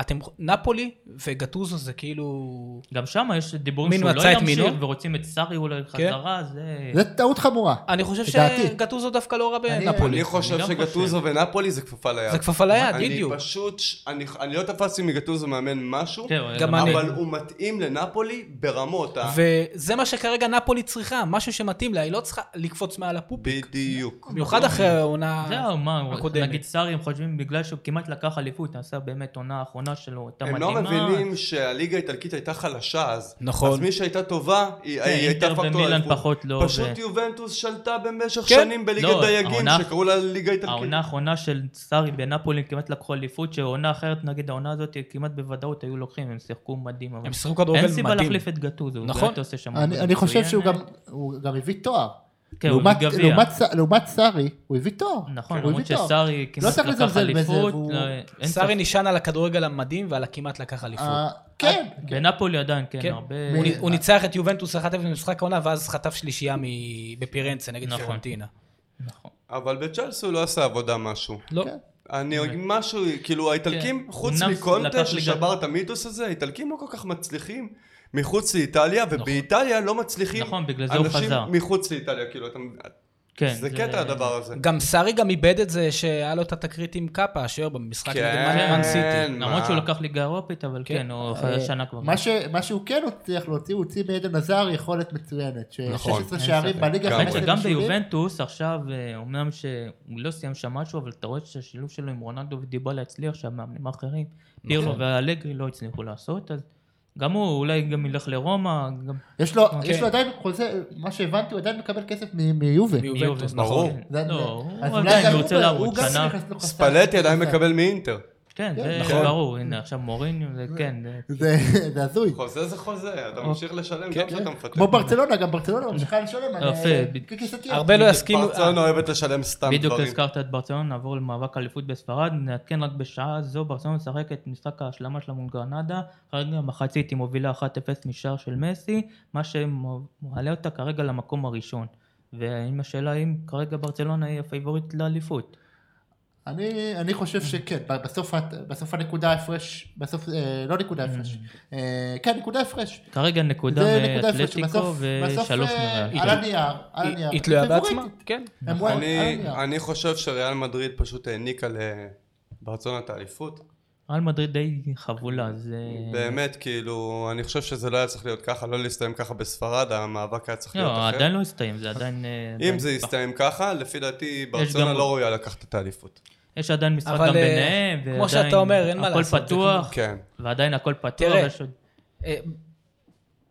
[SPEAKER 3] אתם, נפולי וגטוזו זה כאילו...
[SPEAKER 1] גם שם יש דיבורים
[SPEAKER 3] מין
[SPEAKER 1] שהוא
[SPEAKER 3] מצא
[SPEAKER 1] לא
[SPEAKER 3] את
[SPEAKER 1] ימשיך
[SPEAKER 3] מינו? כן.
[SPEAKER 1] ורוצים את סארי אולי חזרה, זה...
[SPEAKER 2] זה טעות חמורה.
[SPEAKER 3] אני חושב
[SPEAKER 2] לדעתי.
[SPEAKER 3] שגטוזו דווקא לא רע
[SPEAKER 2] אני-
[SPEAKER 3] בנפולי.
[SPEAKER 4] אני חושב
[SPEAKER 1] אני גם
[SPEAKER 4] שגטוזו ונפולי זה כפפה ליד.
[SPEAKER 3] זה כפפה ליד,
[SPEAKER 4] כן. אני
[SPEAKER 3] בדיוק.
[SPEAKER 4] פשוט, ש- אני- אני לא תפסתי מגטוזו מאמן משהו,
[SPEAKER 1] כן,
[SPEAKER 3] גם אני.
[SPEAKER 4] אבל הוא מתאים לנפולי ברמות ה...
[SPEAKER 3] וזה מה שכרגע נפולי צריכה, משהו שמתאים לה, היא לא צריכה לקפוץ מעל הפופ.
[SPEAKER 4] בדיוק.
[SPEAKER 3] במיוחד אחרי העונה...
[SPEAKER 1] זהו, מה,
[SPEAKER 3] הקודמת.
[SPEAKER 1] נגיד סארי, הם חושבים בגלל שהוא כמעט לקח אליפות, עשה באמת עונה האחרונה שלו, הייתה
[SPEAKER 4] הם
[SPEAKER 1] מדהימה.
[SPEAKER 4] לא מבינים שהליגה האיטלקית הייתה חלשה אז.
[SPEAKER 3] נכון.
[SPEAKER 4] אז מי שהייתה טובה, היא
[SPEAKER 1] כן,
[SPEAKER 4] היא הייתה
[SPEAKER 1] אינטר
[SPEAKER 4] פקטור
[SPEAKER 1] ומילאן
[SPEAKER 4] אליפות.
[SPEAKER 1] פחות לא,
[SPEAKER 4] פשוט
[SPEAKER 1] ו-
[SPEAKER 4] יובנטוס שלטה במשך
[SPEAKER 3] כן.
[SPEAKER 4] שנים בליגת
[SPEAKER 1] לא,
[SPEAKER 4] דייגים,
[SPEAKER 1] העונה-
[SPEAKER 4] שקראו לה ליגה איטלקית.
[SPEAKER 1] העונה האחרונה של סארי בנפולי הם כמעט לקחו אליפות, שעונה אחרת, נגיד העונה הזאת, כמעט בוודאות היו לוקחים, הם שיחקו מדהים. אבל-
[SPEAKER 3] הם שיחקו כדורגל
[SPEAKER 1] אין
[SPEAKER 3] מדהים.
[SPEAKER 1] סיבה להחליף את גטוזו,
[SPEAKER 3] נכון.
[SPEAKER 1] גטו עושה שם
[SPEAKER 2] אני
[SPEAKER 1] עבודה
[SPEAKER 2] אני חושב
[SPEAKER 1] מצוינת.
[SPEAKER 2] שהוא גם- הוא גם הביא תואר.
[SPEAKER 1] כן, הוא
[SPEAKER 2] לעומת-
[SPEAKER 1] בגביע.
[SPEAKER 2] לעומת ס- לעומת סארי, הוא הביא תואר.
[SPEAKER 1] נכון,
[SPEAKER 2] הוא הביא
[SPEAKER 1] למרות
[SPEAKER 2] תואר. לא
[SPEAKER 1] שסארי כמעט
[SPEAKER 2] צריך
[SPEAKER 1] לקח
[SPEAKER 2] לזלזל בזה,
[SPEAKER 1] אליפות.
[SPEAKER 2] והוא- אה,
[SPEAKER 1] לא, אין
[SPEAKER 3] סארי
[SPEAKER 1] ספק.
[SPEAKER 3] נשען על הכדורגל המדהים ועל הכמעט לקח אליפות.
[SPEAKER 2] אה, כן,
[SPEAKER 1] בנפולי עדיין, כן,
[SPEAKER 3] כן.
[SPEAKER 1] הרבה...
[SPEAKER 3] הוא נ- הוא ניצח את יובנטוס 1-0 במשחק העונה, ואז חטף שלישייה מ- בפירנצה נגד
[SPEAKER 1] נכון.
[SPEAKER 3] פירנטינה.
[SPEAKER 1] נכון.
[SPEAKER 4] אבל בצ'לסי הוא לא עשה עבודה משהו.
[SPEAKER 3] לא.
[SPEAKER 2] כן.
[SPEAKER 4] אני אגיד משהו, כאילו האיטלקים,
[SPEAKER 1] כן.
[SPEAKER 4] חוץ
[SPEAKER 1] אמנם
[SPEAKER 4] מקונטה
[SPEAKER 1] לקח
[SPEAKER 4] ששבר את המיתוס הזה, האיטלקים לא כל כך מצליחים מחוץ לאיטליה, ובאיטליה לא מצליחים
[SPEAKER 1] נכון, בגלל זה הוא
[SPEAKER 4] אנשים
[SPEAKER 1] חזר.
[SPEAKER 4] מחוץ לאיטליה, כאילו, אתה-
[SPEAKER 1] כן,
[SPEAKER 4] זה קטע הדבר הזה.
[SPEAKER 3] גם סארי גם איבד את זה שהיה לו את התקרית עם קאפה, אשר
[SPEAKER 4] כן.
[SPEAKER 3] במשחק נגד מן סיטי.
[SPEAKER 4] מה?
[SPEAKER 1] כן. למרות שהוא לקח ליגה אירופית, אבל
[SPEAKER 3] כן.
[SPEAKER 1] כן, הוא אחרי שנה כבר.
[SPEAKER 2] אה, מה, ש, מה שהוא כן הצליח להוציא, הוא הוציא מעדן עזר יכולת מצוינת. ש-
[SPEAKER 4] נכון.
[SPEAKER 2] 16 שערים
[SPEAKER 1] אין ספק.
[SPEAKER 2] בליגה,
[SPEAKER 4] גם-
[SPEAKER 1] האמת
[SPEAKER 2] 15
[SPEAKER 1] שגם
[SPEAKER 2] בישולים.
[SPEAKER 1] ביובנטוס עכשיו, אה, אומנם שהוא לא סיים שם משהו, אבל אתה רואה שהשילוב שלו עם רונלדו ודיבלה הצליח, שהמאמנים האחרים,
[SPEAKER 4] נכון.
[SPEAKER 1] פירלו ואלגרי לא הצליחו לעשות, אז גם הוא אולי גם ילך לרומא, גם
[SPEAKER 2] יש לו,
[SPEAKER 1] אוקיי.
[SPEAKER 2] יש לו עדיין חוזה, מה שהבנתי, הוא עדיין מקבל כסף מ- מיובה.
[SPEAKER 3] מיובנטוס,
[SPEAKER 1] מיובל.
[SPEAKER 3] נכון.
[SPEAKER 4] ברור.
[SPEAKER 2] זה-
[SPEAKER 1] לא,
[SPEAKER 2] זה- אז
[SPEAKER 1] הוא
[SPEAKER 2] אולי
[SPEAKER 1] עדיין
[SPEAKER 2] גם
[SPEAKER 1] רוצה
[SPEAKER 2] הוא-
[SPEAKER 1] לעבוד
[SPEAKER 2] הוא גם
[SPEAKER 1] שנה.
[SPEAKER 2] נכנס לו חסם.
[SPEAKER 4] ספלטי עדיין מקבל מאינטר.
[SPEAKER 1] כן,
[SPEAKER 2] כן,
[SPEAKER 1] זה
[SPEAKER 4] נכון.
[SPEAKER 1] ברור, הנה עכשיו מוריניו, זה כן, זה-
[SPEAKER 2] זה זה הזוי.
[SPEAKER 4] חוזה זה חוזה, אתה ממשיך לשלם גם כשאתה מפטר.
[SPEAKER 2] כמו ברצלונה, גם ברצלונה ממשיכה לשלם. אני-
[SPEAKER 1] יפה, בדיוק.
[SPEAKER 2] קיקי סטייה.
[SPEAKER 3] הרבה לא יסכימו...
[SPEAKER 4] ברצלונה אוהבת לשלם סתם
[SPEAKER 1] בדיוק
[SPEAKER 4] דברים.
[SPEAKER 1] הזכרת את ברצלונה, נעבור למאבק אליפות בספרד, נעדכן רק בשעה זו, ברצלונה משחק את משחק ההשלמה שלה מול גרנדה, כרגע מחצית היא מובילה 1-0 משער של מסי, מה שמעלה אותה כרגע למקום הראשון. והאם השאלה אם כרגע ברצלונה היא הפייבוריט לאליפות.
[SPEAKER 2] אני, אני חושב שכן, ב- בסוף, הת- בסוף הנקודה הפרש, בסוף, אה, לא נקודה הפרש, אה, כן נקודה הפרש,
[SPEAKER 1] כרגע Mm. נקודה
[SPEAKER 2] זה נקודה הפרש,
[SPEAKER 1] מאתלטיקו
[SPEAKER 2] שבסוף,
[SPEAKER 1] ושלוש
[SPEAKER 2] בסוף, אה,
[SPEAKER 1] מריאל.
[SPEAKER 2] על הנייר, על
[SPEAKER 3] היא
[SPEAKER 2] הנייר,
[SPEAKER 3] היא תלויה
[SPEAKER 2] פיבוריטית.
[SPEAKER 3] בעצמה? כן.
[SPEAKER 2] הם וואל- על
[SPEAKER 4] נכון. אני-
[SPEAKER 2] הנייר.
[SPEAKER 4] אני חושב שריאל מדריד פשוט העניקה לברצלונה את האליפות.
[SPEAKER 1] ריאל מדריד די חבולה, אה, זה...
[SPEAKER 4] באמת, כאילו, אני חושב שזה לא היה צריך להיות ככה, לא להסתיים ככה בספרד, המאבק היה צריך להיות
[SPEAKER 1] לא,
[SPEAKER 4] אחר.
[SPEAKER 1] עדיין לא הסתיים, זה עדיין... אה,
[SPEAKER 4] אם
[SPEAKER 1] עדיין
[SPEAKER 4] זה יסתיים ככה, לפי דעתי ברצלונה
[SPEAKER 1] גם-
[SPEAKER 4] לא ראויה לקחת את האליפות.
[SPEAKER 1] יש עדיין משחק
[SPEAKER 3] אבל,
[SPEAKER 1] גם
[SPEAKER 3] אה,
[SPEAKER 1] ביניהם,
[SPEAKER 3] כמו
[SPEAKER 1] ועדיין
[SPEAKER 3] שאתה אומר, אין מה
[SPEAKER 1] הכל
[SPEAKER 3] לעשות, זה
[SPEAKER 1] פתוח,
[SPEAKER 4] כן.
[SPEAKER 1] ועדיין הכל פתוח,
[SPEAKER 3] תראה,
[SPEAKER 1] יש עוד-
[SPEAKER 3] אה,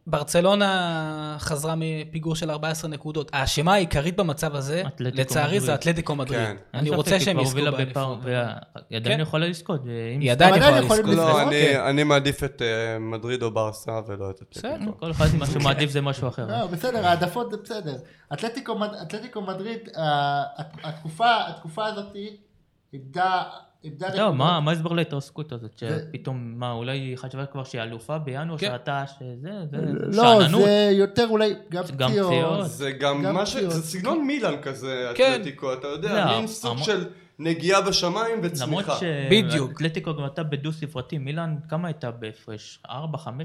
[SPEAKER 3] ברצלונה חזרה מפיגור של 14 נקודות. האשמה העיקרית במצב הזה,
[SPEAKER 1] אטלטיקו
[SPEAKER 3] לצערי
[SPEAKER 1] מדריד.
[SPEAKER 3] זה אטלטיקו מדריד.
[SPEAKER 4] כן.
[SPEAKER 1] אין
[SPEAKER 3] אני
[SPEAKER 1] ספק,
[SPEAKER 3] רוצה
[SPEAKER 1] היא
[SPEAKER 3] שהם
[SPEAKER 1] כבר
[SPEAKER 3] יזכו
[SPEAKER 1] הובילה
[SPEAKER 3] באליפות.
[SPEAKER 1] בפער, והיא עדיין
[SPEAKER 3] כן.
[SPEAKER 1] יכולה לזכות. ואם
[SPEAKER 3] היא
[SPEAKER 1] זה-
[SPEAKER 3] עדיין
[SPEAKER 2] אבל
[SPEAKER 3] יכולה
[SPEAKER 2] עדיין יכולים
[SPEAKER 3] לזכות.
[SPEAKER 4] לא,
[SPEAKER 2] לזכות,
[SPEAKER 4] אני-
[SPEAKER 2] כן.
[SPEAKER 4] אני מעדיף את אה, מדריד או ברסה ולא את
[SPEAKER 1] בסדר,
[SPEAKER 4] הטלפון.
[SPEAKER 1] כל אחד עם מה שהוא מעדיף זה משהו
[SPEAKER 3] אה,
[SPEAKER 1] אחר.
[SPEAKER 2] לא, בסדר, העדפות זה בסדר. אתלטיקו, מד- אתלטיקו מדריד, אה, הת- התקופה, התקופה הזאת איבדה, איבדה
[SPEAKER 1] לא,
[SPEAKER 2] נקודות.
[SPEAKER 3] אה,
[SPEAKER 1] מה מה ההסבר להתרסקות הזאת, שפתאום, מה, אולי היא חשבה כבר שהיא אלופה בינואר,
[SPEAKER 3] כן.
[SPEAKER 1] שעתה שזה, זה
[SPEAKER 2] לא,
[SPEAKER 1] שאננות.
[SPEAKER 2] זה יותר אולי גם
[SPEAKER 1] גם פציעות. אה,
[SPEAKER 2] פציעות.
[SPEAKER 4] זה גם
[SPEAKER 2] גם
[SPEAKER 4] מה ש...
[SPEAKER 2] פציעות.
[SPEAKER 4] זה סגנון מילן כזה,
[SPEAKER 3] כן.
[SPEAKER 4] אתלטיקו, אתה
[SPEAKER 1] לא,
[SPEAKER 4] יודע, מין סוג
[SPEAKER 1] המון-
[SPEAKER 4] של נגיעה בשמיים
[SPEAKER 1] למרות
[SPEAKER 4] וצמיחה.
[SPEAKER 1] ש-
[SPEAKER 3] בדיוק.
[SPEAKER 1] אתלטיקו גם הייתה בדו ספרתי, מילאן כמה הייתה בהפרש? 4-5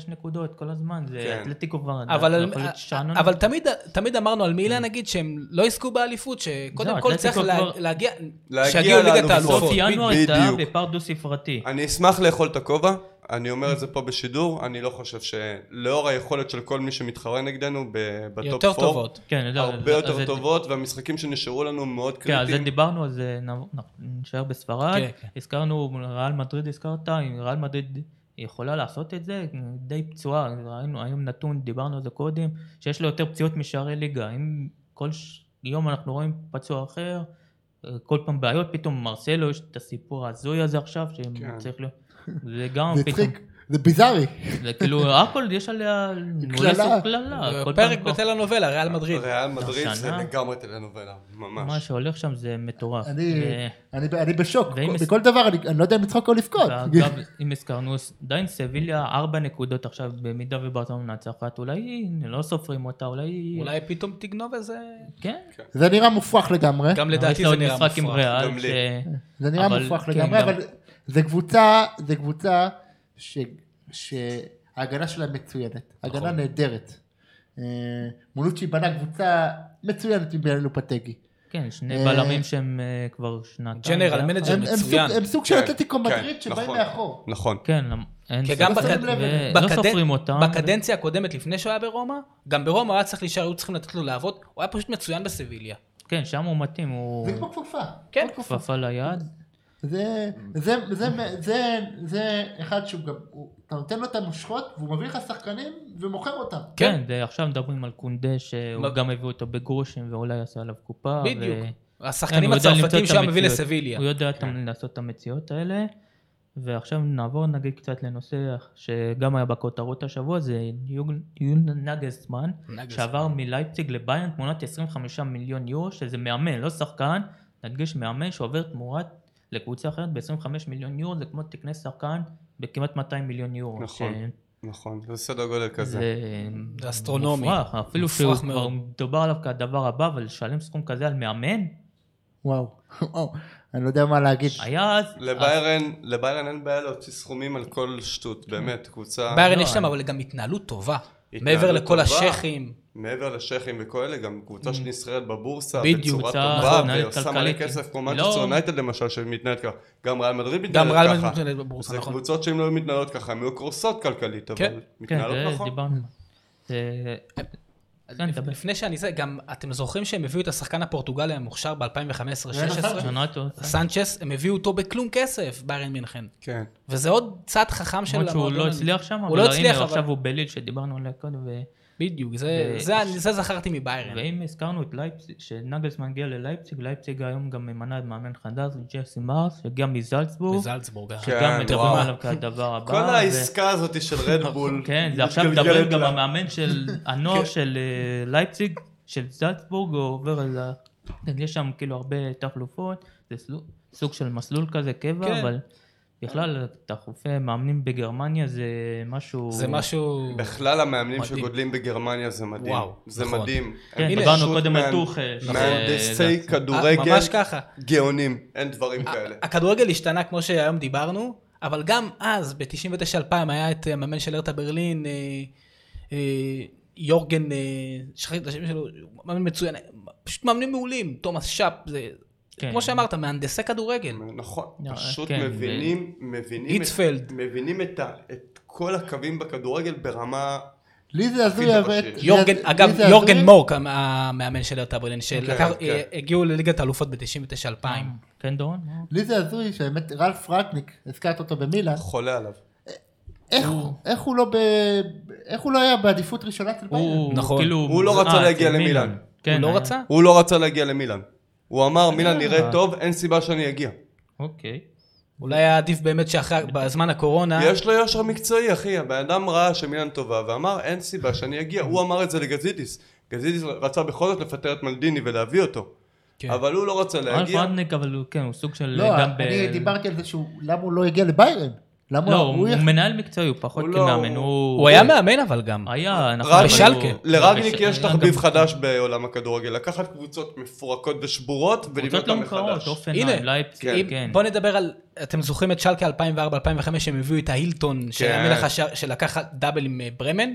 [SPEAKER 1] נקודות כל הזמן, זה
[SPEAKER 4] כן.
[SPEAKER 1] אתלטיקו כבר,
[SPEAKER 3] אבל,
[SPEAKER 1] זה
[SPEAKER 3] על, אה,
[SPEAKER 1] יכול להיות שאננות.
[SPEAKER 3] אבל תמיד, תמיד אמרנו על מילאן, נגיד, שהם לא יזכו באליפות,
[SPEAKER 1] זהו,
[SPEAKER 3] שקודם כל
[SPEAKER 1] לא, אתלטיקו
[SPEAKER 3] צריך לה,
[SPEAKER 1] כבר-
[SPEAKER 3] להגיע,
[SPEAKER 4] להגיע
[SPEAKER 3] שיגיעו ליגת
[SPEAKER 4] לאלופות.
[SPEAKER 1] בסוף
[SPEAKER 3] האלופות.
[SPEAKER 1] ינואר
[SPEAKER 4] נכון. בדיוק.
[SPEAKER 1] הייתה בפער דו ספרתי.
[SPEAKER 4] אני אשמח לאכול את הכובע, אני אומר את זה פה בשידור, אני לא חושב שלאור היכולת של כל מי שמתחרה נגדנו ב- בטופ 4,
[SPEAKER 3] יותר טובות.
[SPEAKER 1] כן, לא,
[SPEAKER 4] הרבה
[SPEAKER 1] אז-
[SPEAKER 4] יותר
[SPEAKER 1] אז-
[SPEAKER 4] טובות, והמשחקים שנשארו לנו מאוד
[SPEAKER 1] כן, על זה
[SPEAKER 4] קריטיים.
[SPEAKER 1] דיברנו, אז אה, נעבור- נ- נשאר בספרד.
[SPEAKER 3] כן, כן.
[SPEAKER 1] הזכרנו, ריאל מדריד הזכרת, אם ריאל מדריד יכולה לעשות את זה, די פצועה, ראינו היום נתון, דיברנו על זה קודם, שיש לו יותר פציעות משערי ליגה. אם כל ש- יום אנחנו רואים פצוע אחר, אה, כל פעם בעיות, פתאום מרסלו, יש את הסיפור ההזוי הזה עכשיו,
[SPEAKER 4] כן.
[SPEAKER 1] שצריך להיות... זה גם
[SPEAKER 2] זה
[SPEAKER 1] פתאום,
[SPEAKER 2] טריק, זה ביזארי.
[SPEAKER 1] אוקיי. זה כאילו הכל יש עליה,
[SPEAKER 2] קללה.
[SPEAKER 1] קללה, קללה, כל
[SPEAKER 3] אה, פרק
[SPEAKER 1] פעם אה, כל-
[SPEAKER 3] בטלנובלה, ריאל מדריד.
[SPEAKER 1] לא,
[SPEAKER 4] ריאל מדריד זה
[SPEAKER 1] השנה?
[SPEAKER 4] לגמרי טלנובלה,
[SPEAKER 1] מה
[SPEAKER 4] ממש.
[SPEAKER 1] שהולך שם זה מטורף.
[SPEAKER 2] אני-
[SPEAKER 1] זה-
[SPEAKER 2] אני ב- אני בשוק,
[SPEAKER 1] ואם מס-
[SPEAKER 2] בכל דבר, אני- אני לא יודע אם לצחוק או לבכות.
[SPEAKER 1] ואגב,
[SPEAKER 2] כן.
[SPEAKER 1] אם הזכרנו, עדיין סביליה ארבע נקודות עכשיו, במידה וברצלונה מנצחת, אולי לא סופרים אותה, אולי...
[SPEAKER 3] אולי פתאום תגנוב איזה...
[SPEAKER 1] כן.
[SPEAKER 2] זה נראה מופרך לגמרי.
[SPEAKER 3] גם לדעתי
[SPEAKER 1] אה, יש לה
[SPEAKER 3] זה
[SPEAKER 1] עוד
[SPEAKER 3] נראה
[SPEAKER 1] משחק עם
[SPEAKER 3] מופרך.
[SPEAKER 1] ריאל,
[SPEAKER 4] גם לי.
[SPEAKER 1] ש-
[SPEAKER 2] זה נראה
[SPEAKER 1] אבל-
[SPEAKER 2] מופרך
[SPEAKER 1] כן,
[SPEAKER 2] לגמרי,
[SPEAKER 1] גם-
[SPEAKER 2] אבל זה קבוצה, זה קבוצה ש, שההגנה שלהם מצוינת, הגנה
[SPEAKER 3] נכון.
[SPEAKER 2] נהדרת. אה, מונוצ'י בנה קבוצה מצוינת עם בן לופטגי.
[SPEAKER 1] כן, שני
[SPEAKER 2] אה,
[SPEAKER 1] בלמים שהם אה, כבר שנתיים.
[SPEAKER 3] ג'נרל
[SPEAKER 1] ביחד.
[SPEAKER 3] מנג'ר.
[SPEAKER 2] הם, הם, סוג,
[SPEAKER 3] מצוין.
[SPEAKER 2] הם סוג של
[SPEAKER 4] כן,
[SPEAKER 2] אתלטיקו
[SPEAKER 4] כן,
[SPEAKER 2] מדריד שבאים
[SPEAKER 4] נכון.
[SPEAKER 2] מאחור.
[SPEAKER 4] נכון.
[SPEAKER 1] כן, למ- אין
[SPEAKER 3] כי
[SPEAKER 1] ספק.
[SPEAKER 3] גם
[SPEAKER 2] לא שמים
[SPEAKER 3] בקד-
[SPEAKER 2] לב אליהם.
[SPEAKER 1] ולא
[SPEAKER 3] בקדנ-
[SPEAKER 1] סופרים אותם.
[SPEAKER 3] בקדנציה הקודמת לפני שהוא היה ברומא, גם ברומא היה צריך להישאר, היו צריכים לתת לו לעבוד, הוא היה פשוט מצוין בסביליה.
[SPEAKER 1] כן, שם הוא מתאים, הוא
[SPEAKER 2] זה כמו כפפה.
[SPEAKER 3] כן,
[SPEAKER 2] כמו כפפה.
[SPEAKER 1] כפפה ליד.
[SPEAKER 2] זה, זה, זה, זה, זה אחד שהוא גם, הוא, אתה נותן לו את המושכות והוא מביא לך שחקנים ומוכר אותם.
[SPEAKER 3] כן.
[SPEAKER 1] כן, זה- עכשיו מדברים על קונדה, שהוא
[SPEAKER 3] מה-
[SPEAKER 1] גם הביא אותו בגרושים ואולי עשה עליו קופה. ו-
[SPEAKER 3] בדיוק.
[SPEAKER 1] כן,
[SPEAKER 3] השחקנים
[SPEAKER 1] הוא יודע למצוא
[SPEAKER 3] הצרפתים
[SPEAKER 1] את
[SPEAKER 3] שם כן. מביא
[SPEAKER 1] המציאות.
[SPEAKER 3] לסביליה.
[SPEAKER 1] הוא יודע את- לעשות את המציאות האלה. ועכשיו נעבור נגיד קצת לנושא שגם היה בכותרות השבוע, זה יול יול נגלסמן,
[SPEAKER 3] נגלסמן.
[SPEAKER 1] שעבר מלייפציג לביירן תמורת 25 מיליון יורו, שזה מאמן, לא שחקן, נדגיש מאמן שעובר תמורת לקבוצה אחרת ב-25 מיליון יורו, זה כמו תקנה שחקן בכמעט 200 מיליון יורו.
[SPEAKER 4] נכון,
[SPEAKER 1] ש-
[SPEAKER 4] נכון, זה סדר גודל כזה.
[SPEAKER 1] זה
[SPEAKER 3] זה אסטרונומי.
[SPEAKER 1] מופרך, אפילו
[SPEAKER 3] מופרך
[SPEAKER 1] שהוא
[SPEAKER 3] מאוד.
[SPEAKER 1] כבר מדובר עליו כדבר הבא, אבל לשלם סכום כזה על מאמן,
[SPEAKER 2] וואו, וואו, אני לא יודע מה להגיד.
[SPEAKER 1] היה אז...
[SPEAKER 4] לביירן, לביירן אין בעיה להוציא סכומים על כל שטות, באמת, קבוצה...
[SPEAKER 3] ביירן
[SPEAKER 1] לא,
[SPEAKER 3] יש שם,
[SPEAKER 1] אני-
[SPEAKER 3] אבל גם התנהלות טובה.
[SPEAKER 4] התנהלות
[SPEAKER 3] מעבר לכל
[SPEAKER 4] טובה.
[SPEAKER 3] השייחים.
[SPEAKER 4] מעבר לשייחים וכל אלה, גם קבוצה שנסחרת בבורסה
[SPEAKER 3] בדיוק,
[SPEAKER 4] בצורה
[SPEAKER 1] קבוצה
[SPEAKER 4] טובה,
[SPEAKER 1] מתנהלת
[SPEAKER 4] ועושה מלא
[SPEAKER 1] כלכלית.
[SPEAKER 4] כסף, כמו
[SPEAKER 1] לא-
[SPEAKER 4] מנצ'סטר יונייטד למשל, שמתנהלת ככה. גם ריאל מדריד
[SPEAKER 3] גם
[SPEAKER 4] מתנהלת ככה.
[SPEAKER 3] ריאל מדריד מתנהלת בבורסה,
[SPEAKER 4] זה
[SPEAKER 3] נכון.
[SPEAKER 4] קבוצות שאם לא היו מתנהלות ככה, הן היו קורסות כלכלית,
[SPEAKER 3] כן.
[SPEAKER 4] אבל
[SPEAKER 1] כן,
[SPEAKER 4] מתנהלות
[SPEAKER 1] זה
[SPEAKER 4] נכון.
[SPEAKER 1] דיברנו. זה- כן, דבר.
[SPEAKER 3] לפני שאני זה, גם אתם זוכרים שהם הביאו את השחקן הפורטוגלי המוכשר
[SPEAKER 1] אה,
[SPEAKER 3] ב-2015-2016?
[SPEAKER 1] רונטו,
[SPEAKER 3] סנצ'ס, הם הביאו אותו בכלום כסף, ביירן מינכן.
[SPEAKER 4] כן.
[SPEAKER 3] וזה עוד צעד חכם של
[SPEAKER 1] למרות שהוא לא
[SPEAKER 3] המועדון.
[SPEAKER 1] הצליח שם,
[SPEAKER 3] הוא
[SPEAKER 1] אבל
[SPEAKER 3] לא
[SPEAKER 1] הנה
[SPEAKER 3] הצליח,
[SPEAKER 1] עכשיו
[SPEAKER 3] אבל...
[SPEAKER 1] הוא בליל שדיברנו עליה קודם, ו-
[SPEAKER 3] בדיוק, זה-
[SPEAKER 1] ו-
[SPEAKER 3] זה אני- זה זכרתי מביירן.
[SPEAKER 1] ואם הזכרנו את לייפציג, שנגלסמן הגיע ללייפציג, לייפציג היום גם ממנה מאמן חדש, ג'סי מרס, שגם מזלצבורג,
[SPEAKER 3] מזלצבורג. אה.
[SPEAKER 4] כן,
[SPEAKER 1] שגם מדברים
[SPEAKER 4] וואו.
[SPEAKER 1] עליו כדבר הבא.
[SPEAKER 4] כל
[SPEAKER 1] ו-
[SPEAKER 4] העסקה הזאת של רדבול,
[SPEAKER 1] אה, כן, זה עכשיו
[SPEAKER 4] מתגלגלת
[SPEAKER 1] מדברים גם
[SPEAKER 4] לה.
[SPEAKER 1] המאמן של הנוער של אה, לייפציג, של זלצבורג, הוא עובר על ה... יש שם כאילו הרבה תחלופות, זה סלו- סוג של מסלול כזה
[SPEAKER 3] כן.
[SPEAKER 1] קבע, אבל בכלל תחלופי מאמנים בגרמניה זה משהו...
[SPEAKER 3] זה משהו...
[SPEAKER 4] בכלל המאמנים
[SPEAKER 3] מדהים.
[SPEAKER 4] שגודלים בגרמניה זה מדהים.
[SPEAKER 3] וואו,
[SPEAKER 4] זה
[SPEAKER 3] נכון.
[SPEAKER 4] מדהים.
[SPEAKER 1] כן,
[SPEAKER 4] הם
[SPEAKER 1] דיברנו
[SPEAKER 4] פשוט
[SPEAKER 1] קודם על
[SPEAKER 4] מהנ-
[SPEAKER 1] טוחל, שזה-
[SPEAKER 4] מהנדסי
[SPEAKER 3] אה,
[SPEAKER 4] כדורגל
[SPEAKER 3] ממש ככה. אה,
[SPEAKER 4] גאונים, אין דברים כאלה.
[SPEAKER 3] הכדורגל השתנה כמו שהיום דיברנו, אבל גם אז, ב-99-2000 היה את אה, המאמן של ארתה ברלין, אה, אה, יורגן, אה, שכחתי את השם שלו, הוא מאמן מצוין, פשוט מאמנים מעולים, תומאס שאפ, זה...
[SPEAKER 1] כן.
[SPEAKER 3] כמו שאמרת, מהנדסי כדורגל.
[SPEAKER 4] נכון,
[SPEAKER 1] לא,
[SPEAKER 4] פשוט
[SPEAKER 1] כן,
[SPEAKER 4] מבינים, מבינים,
[SPEAKER 3] היטפלד.
[SPEAKER 4] את, מבינים את, ה, את כל הקווים בכדורגל ברמה,
[SPEAKER 2] לי זה הזוי,
[SPEAKER 4] הכי
[SPEAKER 2] אבל-
[SPEAKER 4] מרשים.
[SPEAKER 3] יורגן,
[SPEAKER 2] לי זה-
[SPEAKER 3] אגב,
[SPEAKER 2] לי זה
[SPEAKER 3] יורגן
[SPEAKER 2] הזוי.
[SPEAKER 3] מורק, המ- המאמן של ארתה ברלין,
[SPEAKER 4] כן.
[SPEAKER 3] שהגיעו לליגת האלופות ב-99-2000.
[SPEAKER 1] כן, דורון?
[SPEAKER 2] לי זה הזוי שבאמת רלף רטניק, הזכרת אותו במילאן,
[SPEAKER 1] נכון.
[SPEAKER 4] חולה עליו.
[SPEAKER 2] איך- איך הוא לא ב... איך הוא לא היה בעדיפות ראשונה אצל ביירן?
[SPEAKER 1] הוא
[SPEAKER 3] נכון.
[SPEAKER 1] כאילו...
[SPEAKER 4] הוא לא רצה
[SPEAKER 1] אה,
[SPEAKER 4] להגיע
[SPEAKER 1] אצל
[SPEAKER 4] למילאן.
[SPEAKER 1] כן,
[SPEAKER 3] הוא לא
[SPEAKER 1] היה.
[SPEAKER 3] רצה?
[SPEAKER 4] הוא לא רצה להגיע למילאן. הוא אמר, מילאן
[SPEAKER 1] אה.
[SPEAKER 4] נראה טוב, אין סיבה שאני אגיע.
[SPEAKER 1] אוקיי.
[SPEAKER 3] אולי היה עדיף באמת שאחרי, בזמן הקורונה,
[SPEAKER 4] יש לו יושר מקצועי, אחי. הבן אדם ראה שמילאן טובה, ואמר, אין סיבה שאני אגיע. הוא אמר את זה לגזידיס. גזידיס רצה בכל זאת לפטר את מלדיני ולהביא אותו.
[SPEAKER 3] כן.
[SPEAKER 4] אבל הוא לא רצה
[SPEAKER 1] רלף
[SPEAKER 4] להגיע.
[SPEAKER 1] רדניק, אבל הוא כן, הוא סוג של...
[SPEAKER 2] לא,
[SPEAKER 1] גם ב-
[SPEAKER 2] אני דיברתי על זה שהוא, למה הוא לא הגיע לביירן? למה
[SPEAKER 1] לא, הוא
[SPEAKER 2] יח-
[SPEAKER 1] מנהל מקצועי, הוא פחות
[SPEAKER 4] הוא לא-
[SPEAKER 1] כמאמן.
[SPEAKER 3] הוא היה מאמן אבל גם.
[SPEAKER 1] היה, אנחנו...
[SPEAKER 4] רק-
[SPEAKER 3] בשלקה.
[SPEAKER 4] לרגניק יש
[SPEAKER 1] היה גם-
[SPEAKER 4] תחביב חדש בעולם הכדורגל, לקחת קבוצות מפורקות ושבורות ולבנות
[SPEAKER 1] קבוצות לא
[SPEAKER 4] אותן
[SPEAKER 1] מוכרות,
[SPEAKER 4] מחדש.
[SPEAKER 1] אופנהיים,
[SPEAKER 3] הנה,
[SPEAKER 1] לייפציג,
[SPEAKER 3] אם-
[SPEAKER 1] כן.
[SPEAKER 3] בוא נדבר על, אתם זוכרים את שלקה 2004-2005 שהם הביאו את ההילטון, של
[SPEAKER 4] כן.
[SPEAKER 3] המלך השער, שלקח דאבל עם אה, ברמן?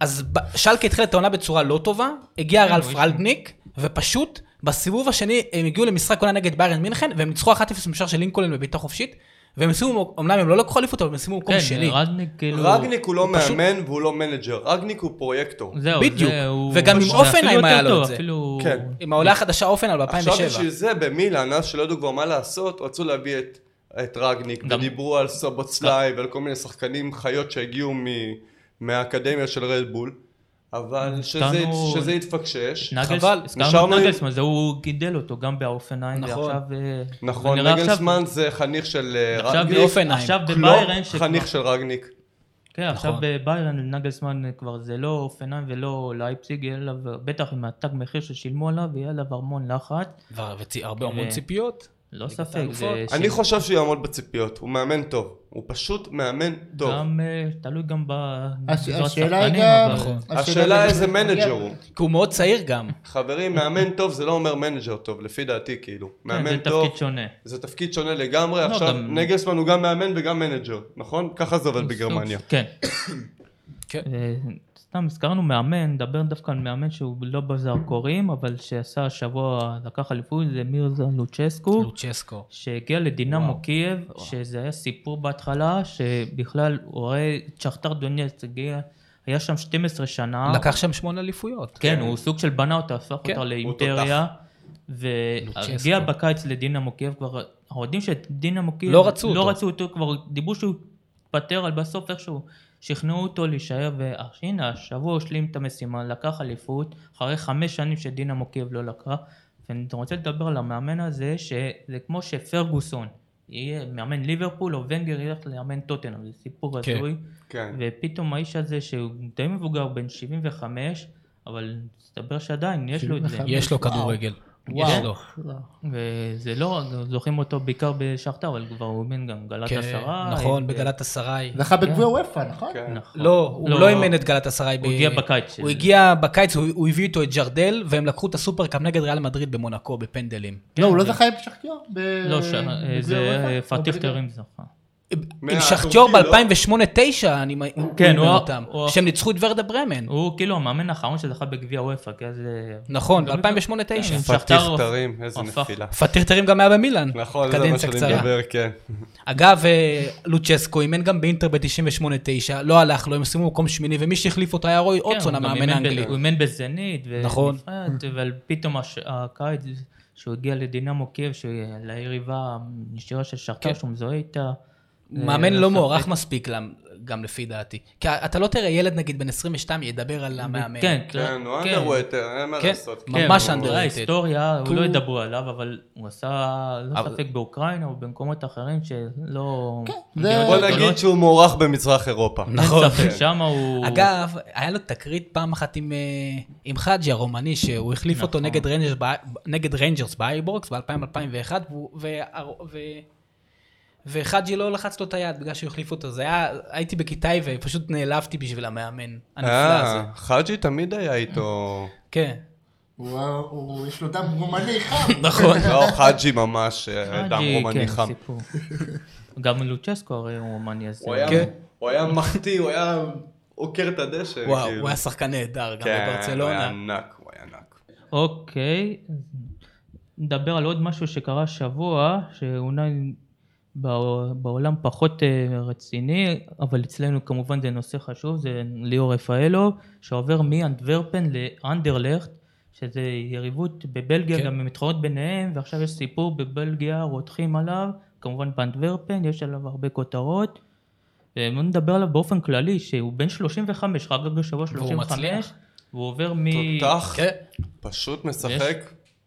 [SPEAKER 3] אז ב- שלקה התחילה את העונה בצורה לא טובה, הגיע
[SPEAKER 1] כן,
[SPEAKER 3] רלף
[SPEAKER 1] הוא
[SPEAKER 3] רלדניק, ופשוט בסיבוב השני הם הגיעו למשחק עונה נגד ביירן מינכן, והם ניצחו 1-0 במשחק של לינקולן בבעיטה חופשית, והם סיימו, אמנם הם לא לקחו אליפות, אבל הם סיימו מקום
[SPEAKER 1] כן,
[SPEAKER 3] שני.
[SPEAKER 1] רדניק כאילו...
[SPEAKER 4] רגניק הוא לא
[SPEAKER 3] הוא פשוט-
[SPEAKER 4] מאמן והוא לא מנג'ר, רגניק הוא פרויקטור.
[SPEAKER 1] זהו,
[SPEAKER 3] בדיוק.
[SPEAKER 1] זה, הוא-
[SPEAKER 3] וגם עם
[SPEAKER 1] זה
[SPEAKER 3] אופנהיים
[SPEAKER 1] אפילו
[SPEAKER 3] היה
[SPEAKER 1] יותר
[SPEAKER 3] לו את
[SPEAKER 1] טוב,
[SPEAKER 3] זה.
[SPEAKER 1] אפילו...
[SPEAKER 4] כן.
[SPEAKER 3] עם העולה החדשה אופן
[SPEAKER 4] עכשיו בשביל
[SPEAKER 3] ב-2007.
[SPEAKER 4] זה במילאן, אז שלא ידעו כבר מה לעשות, רצו להביא את, את רגניק,
[SPEAKER 1] גם-
[SPEAKER 4] ודיברו על סובוצליי ועל כל מיני שחקנים חיות שהגיעו מ, מהאקדמיה של רדבול, אבל שזה,
[SPEAKER 1] הזכרנו-
[SPEAKER 4] שזה התפקשש.
[SPEAKER 1] נגלס-
[SPEAKER 3] חבל,
[SPEAKER 1] הזכרנו
[SPEAKER 4] נשארנו
[SPEAKER 1] את
[SPEAKER 4] עם-
[SPEAKER 1] נגלסמן, זה הוא גידל אותו גם באופנהיים,
[SPEAKER 3] נכון.
[SPEAKER 1] ועכשיו... אה,
[SPEAKER 4] נכון,
[SPEAKER 1] ונראה
[SPEAKER 4] נגלסמן זה חניך של אה,
[SPEAKER 1] עכשיו... עכשיו
[SPEAKER 4] רגניק,
[SPEAKER 1] יש-
[SPEAKER 3] באופנהיים.
[SPEAKER 1] עכשיו בביירן...
[SPEAKER 4] קלופ חניך של רגניק.
[SPEAKER 1] כן, עכשיו
[SPEAKER 3] נכון.
[SPEAKER 1] בביירן נגלסמן כבר זה לא אופנהיים ולא לייפציג, אלא בטח עם התג מחיר ששילמו עליו, יהיה עליו המון לחץ.
[SPEAKER 3] והרבה
[SPEAKER 1] ו-
[SPEAKER 3] המון ציפיות.
[SPEAKER 1] לא
[SPEAKER 3] ליגת
[SPEAKER 1] ספק,
[SPEAKER 3] האלופות.
[SPEAKER 1] זה...
[SPEAKER 4] אני
[SPEAKER 1] ש-
[SPEAKER 4] חושב שהוא יעמוד בציפיות, הוא מאמן טוב, הוא פשוט מאמן טוב.
[SPEAKER 1] גם אה, תלוי גם ב...
[SPEAKER 2] הש-
[SPEAKER 1] בעזרת
[SPEAKER 2] השאלה היא
[SPEAKER 1] שחקנים,
[SPEAKER 2] גם...
[SPEAKER 1] אבל-
[SPEAKER 3] נכון.
[SPEAKER 4] השאלה
[SPEAKER 2] גם-
[SPEAKER 4] איזה מנג'ר הוא.
[SPEAKER 3] כי הוא מאוד צעיר גם.
[SPEAKER 4] חברים, מאמן טוב זה לא אומר מנג'ר טוב, לפי דעתי כאילו.
[SPEAKER 1] כן, זה
[SPEAKER 4] מאמן טוב,
[SPEAKER 1] תפקיד שונה.
[SPEAKER 4] זה תפקיד שונה לגמרי,
[SPEAKER 1] לא,
[SPEAKER 4] עכשיו
[SPEAKER 1] גם-
[SPEAKER 4] נגלסמן הוא גם מאמן וגם מנג'ר, נכון? ככה זה עובד בגרמניה.
[SPEAKER 1] כן.
[SPEAKER 3] כן.
[SPEAKER 1] אה, סתם הזכרנו מאמן, נדבר דווקא על מאמן שהוא לא בזרקורים, אבל שעשה השבוע, לקח אליפות, זה מירזה לוצ'סקו,
[SPEAKER 3] לוצ'סקו.
[SPEAKER 1] שהגיע לדינמו
[SPEAKER 3] וואו.
[SPEAKER 1] קייב, שזה היה סיפור בהתחלה, שבכלל, הוא הרי צ'כתר דונייץ הגיע, היה שם 12 שנה.
[SPEAKER 3] לקח שם שמונה אליפויות.
[SPEAKER 1] אה. כן, הוא סוג של בנה אותה, הפך
[SPEAKER 3] כן.
[SPEAKER 1] אותה
[SPEAKER 4] הוא
[SPEAKER 1] לאימפריה. והגיע
[SPEAKER 3] לוצ'סקו.
[SPEAKER 1] בקיץ לדינמו קייב, כבר האוהדים של דינמו קייב
[SPEAKER 3] לא רצו
[SPEAKER 1] לא
[SPEAKER 3] אותו.
[SPEAKER 1] רצו אותו, כבר דיברו שהוא התפטר, אבל בסוף איכשהו שכנעו אותו להישאר, והנה השבוע הוא השלים את המשימה, לקח אליפות, אחרי חמש שנים שדינמו קייב לא לקחה, ואני רוצה לדבר על המאמן הזה, שזה כמו שפרגוסון יהיה מאמן ליברפול, או ונגר ילך לאמן טוטנאם, זה סיפור
[SPEAKER 3] כן.
[SPEAKER 1] הזוי.
[SPEAKER 4] כן.
[SPEAKER 1] ופתאום האיש הזה שהוא די מבוגר, בן 75, אבל מסתבר שעדיין יש לו את זה.
[SPEAKER 2] 75.
[SPEAKER 3] יש לו
[SPEAKER 2] וואו.
[SPEAKER 3] כדורגל. יש
[SPEAKER 2] וואו.
[SPEAKER 3] לו.
[SPEAKER 1] וזה לא, רק, זוכרים אותו בעיקר בשכתר, אבל כבר הוא מן גם גלת
[SPEAKER 3] כן,
[SPEAKER 1] עשרה.
[SPEAKER 3] נכון,
[SPEAKER 1] את-
[SPEAKER 3] בגלת אסריי.
[SPEAKER 2] זכה בגביע וופא, נכון?
[SPEAKER 4] כן.
[SPEAKER 1] נכון.
[SPEAKER 3] לא, הוא לא אימן את גלת אסריי.
[SPEAKER 1] הוא הגיע בקיץ.
[SPEAKER 3] הוא
[SPEAKER 1] של-
[SPEAKER 3] הגיע בקיץ, הוא הוא הביא איתו את ג'רדל, והם לקחו את הסופרקאפ נגד ריאל מדריד במונקו, בפנדלים.
[SPEAKER 2] לא, הוא לא זכה עם שחקיור?
[SPEAKER 1] כן. לא, ש-
[SPEAKER 3] לא,
[SPEAKER 1] זה אה, פתיח תרים זכה.
[SPEAKER 4] מה,
[SPEAKER 3] עם שחצ'ור
[SPEAKER 4] הטורקי, לא?
[SPEAKER 3] ב-2008-2009, אני
[SPEAKER 1] כן,
[SPEAKER 3] כן,
[SPEAKER 1] הוא-
[SPEAKER 3] אותם,
[SPEAKER 1] הוא-
[SPEAKER 3] שהם ניצחו את ורדה ברמן.
[SPEAKER 1] הוא כאילו המאמן האחרון שזכה בגביע וופא, כי אז... אה,
[SPEAKER 3] נכון,
[SPEAKER 1] כן,
[SPEAKER 3] ב-2008-2009.
[SPEAKER 4] פתיח
[SPEAKER 1] שכתר-
[SPEAKER 4] תרים, איזה
[SPEAKER 1] הפך-
[SPEAKER 4] נפילה.
[SPEAKER 3] פתיר תרים גם היה במילאן,
[SPEAKER 4] נכון, זה מה
[SPEAKER 3] קדנציה
[SPEAKER 4] שאני
[SPEAKER 3] קצרה.
[SPEAKER 4] מדבר, כן.
[SPEAKER 3] אגב, אה, לוצ'סקו אימן גם באינטר ב-98-9, לא הלך לו, הם סיימו במקום שמיני, ומי שהחליף אותו היה רוי אוטסון,
[SPEAKER 1] כן, הוא גם
[SPEAKER 3] נכון, המאמן
[SPEAKER 1] אימן ב-
[SPEAKER 3] האנגלי.
[SPEAKER 1] הוא אימן בזנית, ו-
[SPEAKER 3] נכון.
[SPEAKER 1] נפרד, אבל פתאום הש- הקיץ, שהוא הגיע לדינמו קייב, שהוא- ליריבה הנשירה של שכתר,
[SPEAKER 3] כן.
[SPEAKER 1] שהוא מזוהה איתה.
[SPEAKER 3] מאמן
[SPEAKER 1] אה,
[SPEAKER 3] לא
[SPEAKER 1] ספק.
[SPEAKER 3] מוערך מספיק למ- גם לפי דעתי. כי אתה לא תראה ילד נגיד בן 22 ידבר על המאמן.
[SPEAKER 1] כן,
[SPEAKER 4] כן, הוא
[SPEAKER 1] כן.
[SPEAKER 4] אנדרוואטר, אין מה
[SPEAKER 3] כן,
[SPEAKER 4] לעשות.
[SPEAKER 3] כן, ממש
[SPEAKER 4] הוא-
[SPEAKER 1] הוא
[SPEAKER 3] underrated.
[SPEAKER 1] היה היסטוריה, הוא
[SPEAKER 3] כי
[SPEAKER 1] לא
[SPEAKER 3] הוא-
[SPEAKER 1] ידברו עליו, אבל הוא עשה, לא
[SPEAKER 3] אבל- כן,
[SPEAKER 1] ספק באוקראינה או במקומות אחרים שלא...
[SPEAKER 2] זה-
[SPEAKER 1] מגיעות
[SPEAKER 4] בוא
[SPEAKER 1] לגדולות.
[SPEAKER 4] נגיד שהוא כן. מוערך במזרח אירופה.
[SPEAKER 3] נכון.
[SPEAKER 1] אין ספק, שמה הוא...
[SPEAKER 3] אגב, היה לו תקרית פעם אחת עם, אה, עם חאג'י הרומני, שהוא החליף אותו
[SPEAKER 1] נכון.
[SPEAKER 3] נגד ריינג'רס, ב- נגד ריינג'רס באייבורקס ב-2001, ו... וחאג'י לא לחץ לו את היד בגלל שהוא החליף אותו. זה היה, הייתי בכיתה ה' ופשוט נעלבתי בשביל המאמן הנפלא הזה.
[SPEAKER 4] אה, חאג'י תמיד היה איתו...
[SPEAKER 3] כן,
[SPEAKER 2] יש לו דם רומני חם.
[SPEAKER 3] נכון.
[SPEAKER 4] לא, חאג'י ממש אה,
[SPEAKER 1] כן. חאג'י,
[SPEAKER 4] אדם
[SPEAKER 1] כן,
[SPEAKER 4] רומני חם.
[SPEAKER 1] סיפור. גם לוצ'סקו הרי הוא רומני, אז...
[SPEAKER 4] הוא היה-
[SPEAKER 3] כן.
[SPEAKER 4] הוא היה מחטיא, הוא היה עוקר את הדשא.
[SPEAKER 3] וואו,
[SPEAKER 4] כאילו.
[SPEAKER 3] הוא היה שחקן נהדר גם
[SPEAKER 4] כן, הוא היה
[SPEAKER 3] בברצלונה.
[SPEAKER 4] ענק, הוא היה ענק.
[SPEAKER 1] אוקיי, אז נדבר על עוד משהו שקרה השבוע, שאולי בע- בעולם פחות אה, רציני, אבל אצלנו כמובן זה נושא חשוב, זה ליאור רפאלוב, שעובר מאנטוורפן לאנדרלכט, שזה יריבות בבלגיה,
[SPEAKER 3] כן.
[SPEAKER 1] גם הם מתחרות ביניהם, ועכשיו יש סיפור בבלגיה, רותחים עליו, כמובן באנטוורפן, יש עליו הרבה כותרות. אה, בוא נדבר עליו באופן כללי, שהוא בן 35, חגג בשבוע
[SPEAKER 3] והוא
[SPEAKER 1] 35,
[SPEAKER 3] מצליח.
[SPEAKER 1] והוא עובר מ...
[SPEAKER 4] תותח,
[SPEAKER 3] כן,
[SPEAKER 4] פשוט משחק,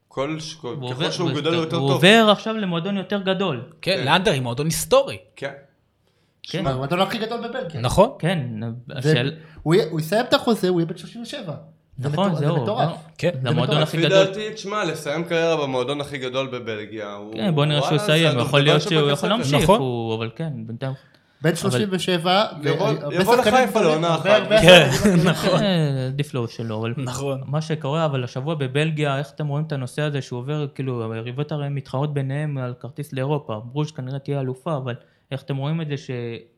[SPEAKER 4] כל ש-
[SPEAKER 1] והוא
[SPEAKER 4] ככל
[SPEAKER 1] עובר-
[SPEAKER 4] שהוא
[SPEAKER 1] והוא-
[SPEAKER 4] גדול הוא יותר
[SPEAKER 1] הוא
[SPEAKER 4] טוב.
[SPEAKER 1] עובר עכשיו למועדון יותר גדול.
[SPEAKER 3] כן, לאנדר עם מועדון היסטורי,
[SPEAKER 4] כן.
[SPEAKER 1] כן,
[SPEAKER 2] מה, הוא המועדון הכי גדול בבלגיה.
[SPEAKER 3] נכון?
[SPEAKER 1] כן,
[SPEAKER 2] זה-
[SPEAKER 1] השאל-
[SPEAKER 2] הוא יהיה- הוא יסיים את החוזה, הוא יהיה בן 37. זה
[SPEAKER 1] נכון,
[SPEAKER 2] מטור-
[SPEAKER 1] זהו,
[SPEAKER 2] זה מטורף.
[SPEAKER 1] לא?
[SPEAKER 3] כן.
[SPEAKER 1] זה המועדון הכי
[SPEAKER 4] לפי
[SPEAKER 1] גדול.
[SPEAKER 4] דעתי, תשמע, לסיים קריירה במועדון הכי גדול בבלגיה, הוא...
[SPEAKER 1] כן, בוא נראה שהוא
[SPEAKER 4] וואלה, זה
[SPEAKER 1] יסיים, יכול להיות
[SPEAKER 4] הדובדבן
[SPEAKER 1] שהוא יכול
[SPEAKER 4] שבכספת.
[SPEAKER 1] להמשיך,
[SPEAKER 3] נכון.
[SPEAKER 1] הוא- אבל כן, בינתיים.
[SPEAKER 2] בן 37.
[SPEAKER 4] יבוא-
[SPEAKER 2] והרבה
[SPEAKER 4] יבוא
[SPEAKER 2] שחקנים
[SPEAKER 4] לחיפה
[SPEAKER 2] גדולים,
[SPEAKER 4] לעונה
[SPEAKER 2] הרבה-
[SPEAKER 4] אחת.
[SPEAKER 2] הרבה
[SPEAKER 3] כן,
[SPEAKER 2] שחקנים גדולים.
[SPEAKER 3] נכון.
[SPEAKER 1] אה, עדיף לו שלא, אבל...
[SPEAKER 3] נכון.
[SPEAKER 1] מה שקורה, אבל השבוע בבלגיה, איך אתם רואים את הנושא הזה שהוא עובר, כאילו, היריבות הרי מתחרות ביניהם על כרטיס לאירופה, ברוז' כנראה תהיה אלופה, אבל איך אתם רואים את זה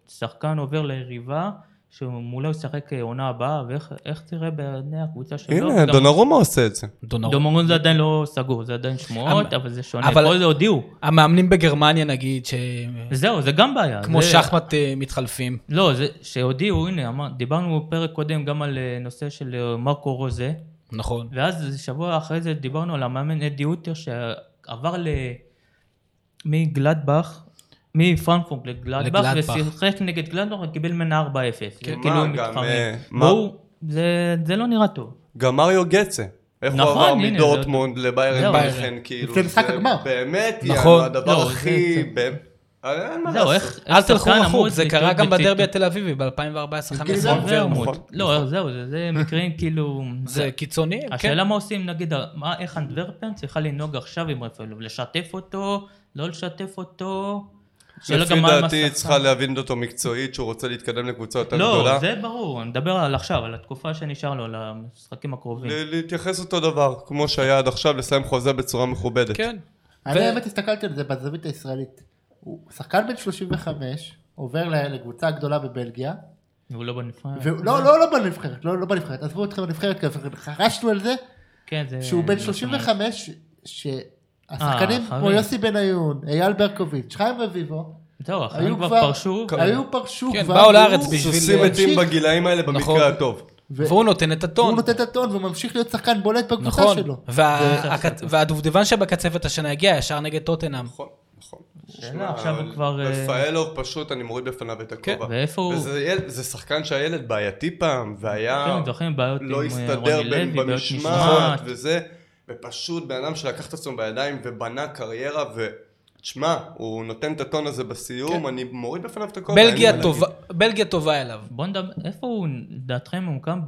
[SPEAKER 1] ששחקן עובר ליריבה, שמולו ישחק אה, עונה הבאה, ואיך איך תראה בעיני הקבוצה שלו?
[SPEAKER 4] הנה,
[SPEAKER 1] לא, גם-
[SPEAKER 4] דונרומה עושה את זה.
[SPEAKER 3] דונרום.
[SPEAKER 1] דומרון זה עדיין לא סגור, זה עדיין שמועות, אבל זה שונה,
[SPEAKER 3] אבל-
[SPEAKER 1] פה זה הודיעו.
[SPEAKER 3] המאמנים בגרמניה נגיד, שהם
[SPEAKER 1] זהו, זה גם בעיה.
[SPEAKER 3] כמו
[SPEAKER 1] זה-
[SPEAKER 3] שחמט אה, מתחלפים.
[SPEAKER 1] לא, זה שהודיעו, הנה, אמר- דיברנו בפרק קודם גם על אה, נושא של אה, מרקו רוזה,
[SPEAKER 3] נכון.
[SPEAKER 1] ואז שבוע אחרי זה דיברנו על המאמן אדי אוטר שעבר ל... מגלדבך, מפרנקפורט לגלדבך,
[SPEAKER 3] לגלדבך.
[SPEAKER 1] ושיחק נגד גלדבך וקיבל ממנה 4-0. זה
[SPEAKER 4] מה,
[SPEAKER 1] כאילו הם
[SPEAKER 4] גם,
[SPEAKER 1] מתחרים.
[SPEAKER 4] אה, מה-
[SPEAKER 1] והוא, זה- זה לא נראה טוב.
[SPEAKER 4] גם מריו גצה. איך הוא
[SPEAKER 1] נכון,
[SPEAKER 4] עבר
[SPEAKER 1] הנה,
[SPEAKER 4] מדורטמונד
[SPEAKER 1] זהו.
[SPEAKER 4] לביירן מינכן, כאילו.
[SPEAKER 2] לפני משחק
[SPEAKER 4] זה
[SPEAKER 2] הגמר.
[SPEAKER 4] באמת,
[SPEAKER 3] נכון.
[SPEAKER 4] יענו, הדבר
[SPEAKER 1] לא, זה-
[SPEAKER 4] הכי...
[SPEAKER 1] זה-
[SPEAKER 4] באמת- אה, אין מה
[SPEAKER 1] זהו,
[SPEAKER 4] לעשות.
[SPEAKER 1] איך...
[SPEAKER 3] אל
[SPEAKER 1] איך
[SPEAKER 3] תלכו
[SPEAKER 1] שחקן כאילו
[SPEAKER 3] רחוק,
[SPEAKER 1] אמור
[SPEAKER 3] זה
[SPEAKER 1] להתמודד
[SPEAKER 3] קרה גם
[SPEAKER 1] בצי-
[SPEAKER 3] בדרבי התל אביבי ב-2014-2015.
[SPEAKER 2] זה
[SPEAKER 1] נכון,
[SPEAKER 4] עובר,
[SPEAKER 1] נכון.
[SPEAKER 4] נכון.
[SPEAKER 1] לא, זהו, זה- זה מקרים כאילו...
[SPEAKER 3] זה קיצוני, כן.
[SPEAKER 1] השאלה מה עושים, נגיד, מה, איך אנדוורפן צריכה לנהוג עכשיו עם רפאלוב? לשתף אותו? לא לשתף אותו? שאלה
[SPEAKER 4] לפי
[SPEAKER 1] גם מה עם
[SPEAKER 4] דעתי היא
[SPEAKER 1] השחקן.
[SPEAKER 4] צריכה להבין אותו מקצועית שהוא רוצה להתקדם לקבוצה יותר
[SPEAKER 1] לא,
[SPEAKER 4] גדולה.
[SPEAKER 1] זה ברור, אני מדבר על עכשיו, על התקופה שנשאר לו, על המשחקים הקרובים.
[SPEAKER 4] ל- להתייחס אותו דבר, כמו שהיה עד עכשיו, לסיים חוזה בצורה מכובדת.
[SPEAKER 3] כן.
[SPEAKER 2] אני
[SPEAKER 3] ו-
[SPEAKER 2] האמת הסתכלתי על זה בזווית הישראלית. הוא שחקן בן 35, עובר ל- לקבוצה הגדולה בבלגיה,
[SPEAKER 1] הוא לא בנפרד.
[SPEAKER 2] והוא- לא, לא, לא בנבחרת, לא, לא בנבחרת, עזבו אתכם בנבחרת, כי חרשנו על זה,
[SPEAKER 1] כן, זה...
[SPEAKER 2] שהוא בן
[SPEAKER 3] אה,
[SPEAKER 1] זה
[SPEAKER 2] 35,
[SPEAKER 3] נכון.
[SPEAKER 2] שהשחקנים
[SPEAKER 1] אה,
[SPEAKER 2] כמו
[SPEAKER 1] חריג.
[SPEAKER 2] יוסי בניון, אייל ברקוביץ, חיים רביבו,
[SPEAKER 1] זהו,
[SPEAKER 2] היו
[SPEAKER 1] אחרים כבר
[SPEAKER 2] כבר-
[SPEAKER 1] פרשו.
[SPEAKER 2] היו פרשו
[SPEAKER 3] כן,
[SPEAKER 2] כבר,
[SPEAKER 3] באו
[SPEAKER 2] והוא-
[SPEAKER 3] לארץ בשביל-
[SPEAKER 4] סוסים מתים
[SPEAKER 2] להמשיך.
[SPEAKER 4] בגילאים האלה
[SPEAKER 3] נכון.
[SPEAKER 4] במקרה הטוב.
[SPEAKER 2] ו-
[SPEAKER 3] והוא נותן את הטון.
[SPEAKER 2] הוא נותן את הטון והוא ממשיך להיות שחקן בולט בקבוצה
[SPEAKER 3] נכון.
[SPEAKER 2] שלו.
[SPEAKER 3] וה- הקצ- והדובדבן שבקצפת השנה הגיע ישר נגד טוטנאם.
[SPEAKER 4] נכון, נכון.
[SPEAKER 1] שאלה,
[SPEAKER 4] שמע,
[SPEAKER 1] עכשיו הוא
[SPEAKER 4] אבל
[SPEAKER 1] כבר, אה,
[SPEAKER 4] רפאלוב פשוט, אני מוריד בפניו את
[SPEAKER 3] כן,
[SPEAKER 4] הכובע.
[SPEAKER 1] ואיפה הוא?
[SPEAKER 4] וזה יל- זה שחקן שהיה ילד בעייתי פעם,
[SPEAKER 1] כן,
[SPEAKER 4] והיה...
[SPEAKER 1] זוכרים בעיות עם
[SPEAKER 4] לא
[SPEAKER 1] אה,
[SPEAKER 4] הסתדר
[SPEAKER 1] רוני
[SPEAKER 4] בין-
[SPEAKER 1] לוי, בעיות
[SPEAKER 4] במשמעת
[SPEAKER 1] משמעת.
[SPEAKER 4] וזה, ופשוט בן אדם שלקח את עצמו בידיים ובנה קריירה, ו... תשמע, הוא נותן את הטון הזה
[SPEAKER 3] כן.
[SPEAKER 4] בסיום, אני מוריד בפניו את הכובע. אין
[SPEAKER 3] בלגיה
[SPEAKER 4] מה
[SPEAKER 3] טובה-
[SPEAKER 4] להגיד.
[SPEAKER 3] בלגיה טובה אליו.
[SPEAKER 1] בוא נדבר, איפה הוא, לדעתכם, ממוקם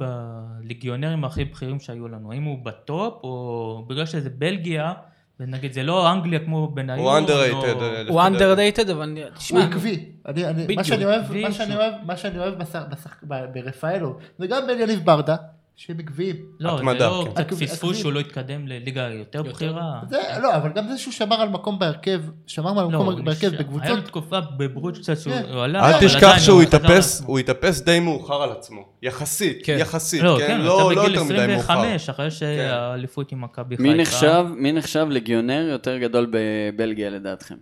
[SPEAKER 1] בליגיונרים הכי בכירים שהיו לנו? האם הוא בטופ, או בגלל שזה בלגיה, ונגיד זה לא אנגליה כמו בניון?
[SPEAKER 4] הוא underrated.
[SPEAKER 1] או-
[SPEAKER 4] אה, לפי
[SPEAKER 3] הוא
[SPEAKER 4] דעתי.
[SPEAKER 3] underrated, אבל אני-
[SPEAKER 2] הוא
[SPEAKER 3] תשמע,
[SPEAKER 2] עקבי, אני- אני-
[SPEAKER 3] בדיוק,
[SPEAKER 2] מה שאני אוהב,
[SPEAKER 1] עקבי
[SPEAKER 2] מה
[SPEAKER 1] שהוא-
[SPEAKER 2] שאני אוהב, מה שאני אוהב בש- בש- ב- ברפאלו, וגם ביניב ברדה, שהם עקביים.
[SPEAKER 1] לא, זה
[SPEAKER 4] התמדה,
[SPEAKER 1] לא
[SPEAKER 4] כן.
[SPEAKER 1] קצת
[SPEAKER 2] עקב-
[SPEAKER 1] פספוס
[SPEAKER 2] עקבים.
[SPEAKER 1] שהוא לא התקדם לליגה יותר בכירה.
[SPEAKER 2] זה, לא, אבל גם זה שהוא שמר על מקום בהרכב, שמר על
[SPEAKER 1] לא,
[SPEAKER 2] מקום
[SPEAKER 1] הוא
[SPEAKER 2] בהרכב
[SPEAKER 1] נשאר.
[SPEAKER 2] בקבוצות,
[SPEAKER 1] היה לו תקופה בברוד קצת שהוא
[SPEAKER 2] כן.
[SPEAKER 1] הוא עלה.
[SPEAKER 4] אל
[SPEAKER 1] אבל
[SPEAKER 4] תשכח
[SPEAKER 1] עדיין
[SPEAKER 4] שהוא
[SPEAKER 1] חזר
[SPEAKER 4] התאפס,
[SPEAKER 1] לעצמו.
[SPEAKER 4] הוא התאפס די מאוחר על עצמו. יחסית,
[SPEAKER 3] כן.
[SPEAKER 4] יחסית,
[SPEAKER 1] לא,
[SPEAKER 4] כן?
[SPEAKER 1] כן,
[SPEAKER 4] לא
[SPEAKER 1] הוא
[SPEAKER 4] לא
[SPEAKER 1] יצא
[SPEAKER 4] יותר
[SPEAKER 1] בגיל
[SPEAKER 4] מדי מאוחר. כן.
[SPEAKER 1] 25, אחרי שהאליפות עם מכבי חיפה.
[SPEAKER 5] מי נחשב, מי נחשב לגיונר יותר גדול בבלגיה לדעתכם?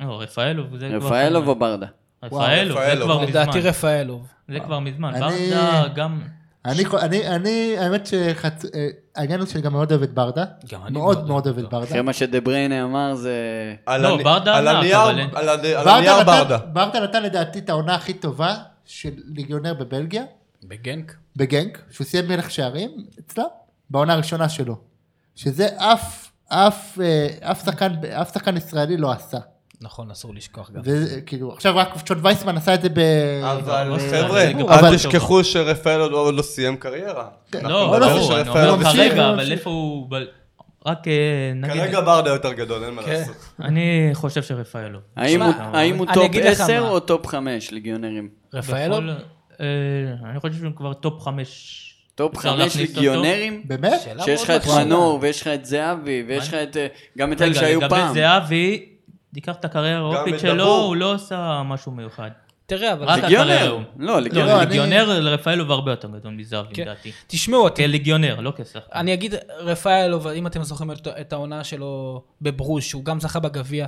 [SPEAKER 1] לא, רפאלוב זה כבר...
[SPEAKER 5] רפאלוב או ברדה?
[SPEAKER 1] רפאלוב, זה
[SPEAKER 4] רפאלוב.
[SPEAKER 1] כבר
[SPEAKER 3] לדעתי
[SPEAKER 1] מזמן.
[SPEAKER 3] רפאלוב.
[SPEAKER 1] זה כבר מזמן.
[SPEAKER 2] אני-
[SPEAKER 1] ברדה גם...
[SPEAKER 2] אני, חו- אני, אני, האמת שחצ... אה, העניין הוא שאני גם מאוד אוהב את ברדה.
[SPEAKER 3] גם אני
[SPEAKER 2] מאוד
[SPEAKER 3] מאוד
[SPEAKER 2] מאוד אוהב
[SPEAKER 3] אוהב
[SPEAKER 2] את ברדה.
[SPEAKER 5] אחרי מה שדה בריינה אמר זה...
[SPEAKER 4] על
[SPEAKER 1] לא,
[SPEAKER 4] הני-
[SPEAKER 1] ברדה
[SPEAKER 4] על
[SPEAKER 1] ענק,
[SPEAKER 4] הנייר-
[SPEAKER 1] אבל-
[SPEAKER 4] על הד- על הנייר
[SPEAKER 2] נתן-
[SPEAKER 4] ברדה.
[SPEAKER 2] ברדה נתן לדעתי את העונה הכי טובה של ליגיונר בבלגיה,
[SPEAKER 3] בגנק.
[SPEAKER 2] בגנק, שהוא סיים מלך שערים אצלם, בעונה הראשונה שלו. שזה אף, אף, אה, אף שחקן, אף שחקן ישראלי לא עשה.
[SPEAKER 3] נכון, אסור לשכוח גם.
[SPEAKER 2] וכאילו, עכשיו רק שון וייסמן עשה את זה ב...
[SPEAKER 4] אבל
[SPEAKER 1] אבל-
[SPEAKER 4] חבר'ה,
[SPEAKER 1] אבל-
[SPEAKER 4] אל
[SPEAKER 2] אבל-
[SPEAKER 4] תשכחו שרפאל עוד- עוד לא סיים קריירה. אנחנו
[SPEAKER 1] לא,
[SPEAKER 4] נדבר
[SPEAKER 1] ברור, אני
[SPEAKER 4] שרפאל-
[SPEAKER 1] אומר
[SPEAKER 2] ממשיך,
[SPEAKER 1] כרגע, אבל
[SPEAKER 2] ממשיך.
[SPEAKER 1] איפה הוא... ב- רק אה, נגיד...
[SPEAKER 4] כרגע ברדה יותר גדול, אין מה
[SPEAKER 3] כן.
[SPEAKER 4] לעשות.
[SPEAKER 1] אני חושב שרפאלוב.
[SPEAKER 5] האם הוא-
[SPEAKER 1] אבל-
[SPEAKER 5] האם הוא
[SPEAKER 3] אני
[SPEAKER 5] טופ
[SPEAKER 3] אגיד לך
[SPEAKER 5] 10
[SPEAKER 3] מה.
[SPEAKER 5] או טופ 5 ליגיונרים?
[SPEAKER 3] רפאלוב?
[SPEAKER 1] בכל- אה, אני חושב שהוא כבר טופ חמש.
[SPEAKER 5] טופ
[SPEAKER 1] אפשר
[SPEAKER 5] 5
[SPEAKER 1] להכניס אותו.
[SPEAKER 5] ליגיונרים?
[SPEAKER 2] באמת?
[SPEAKER 3] שאלה
[SPEAKER 5] שיש לך
[SPEAKER 3] מאוד
[SPEAKER 5] את
[SPEAKER 3] מקשיבה.
[SPEAKER 5] מנור ויש לך את זהבי ויש לך את... אה, גם את אלה
[SPEAKER 1] רגע,
[SPEAKER 5] שהיו
[SPEAKER 1] לגבי
[SPEAKER 5] פעם.
[SPEAKER 1] זהבי, תיקח את הקריירה האירופית
[SPEAKER 4] את
[SPEAKER 1] שלו,
[SPEAKER 4] דבור.
[SPEAKER 1] הוא לא עשה משהו מיוחד.
[SPEAKER 3] תראה, אבל...
[SPEAKER 1] רק הקריירה.
[SPEAKER 5] ליגיונר.
[SPEAKER 1] הוא.
[SPEAKER 5] לא,
[SPEAKER 1] לא,
[SPEAKER 5] ליגיונר.
[SPEAKER 2] אני-
[SPEAKER 1] לגיגיונר לרפאלוב הרבה יותר גדול מזהבי,
[SPEAKER 3] כן.
[SPEAKER 1] לדעתי.
[SPEAKER 3] תשמעו, אתם-
[SPEAKER 1] כלגיגיונר, לא כשחקן.
[SPEAKER 3] אני אגיד, רפאלוב, אם אתם זוכרים את- את העונה שלו בברוז', שהוא גם זכה בגביע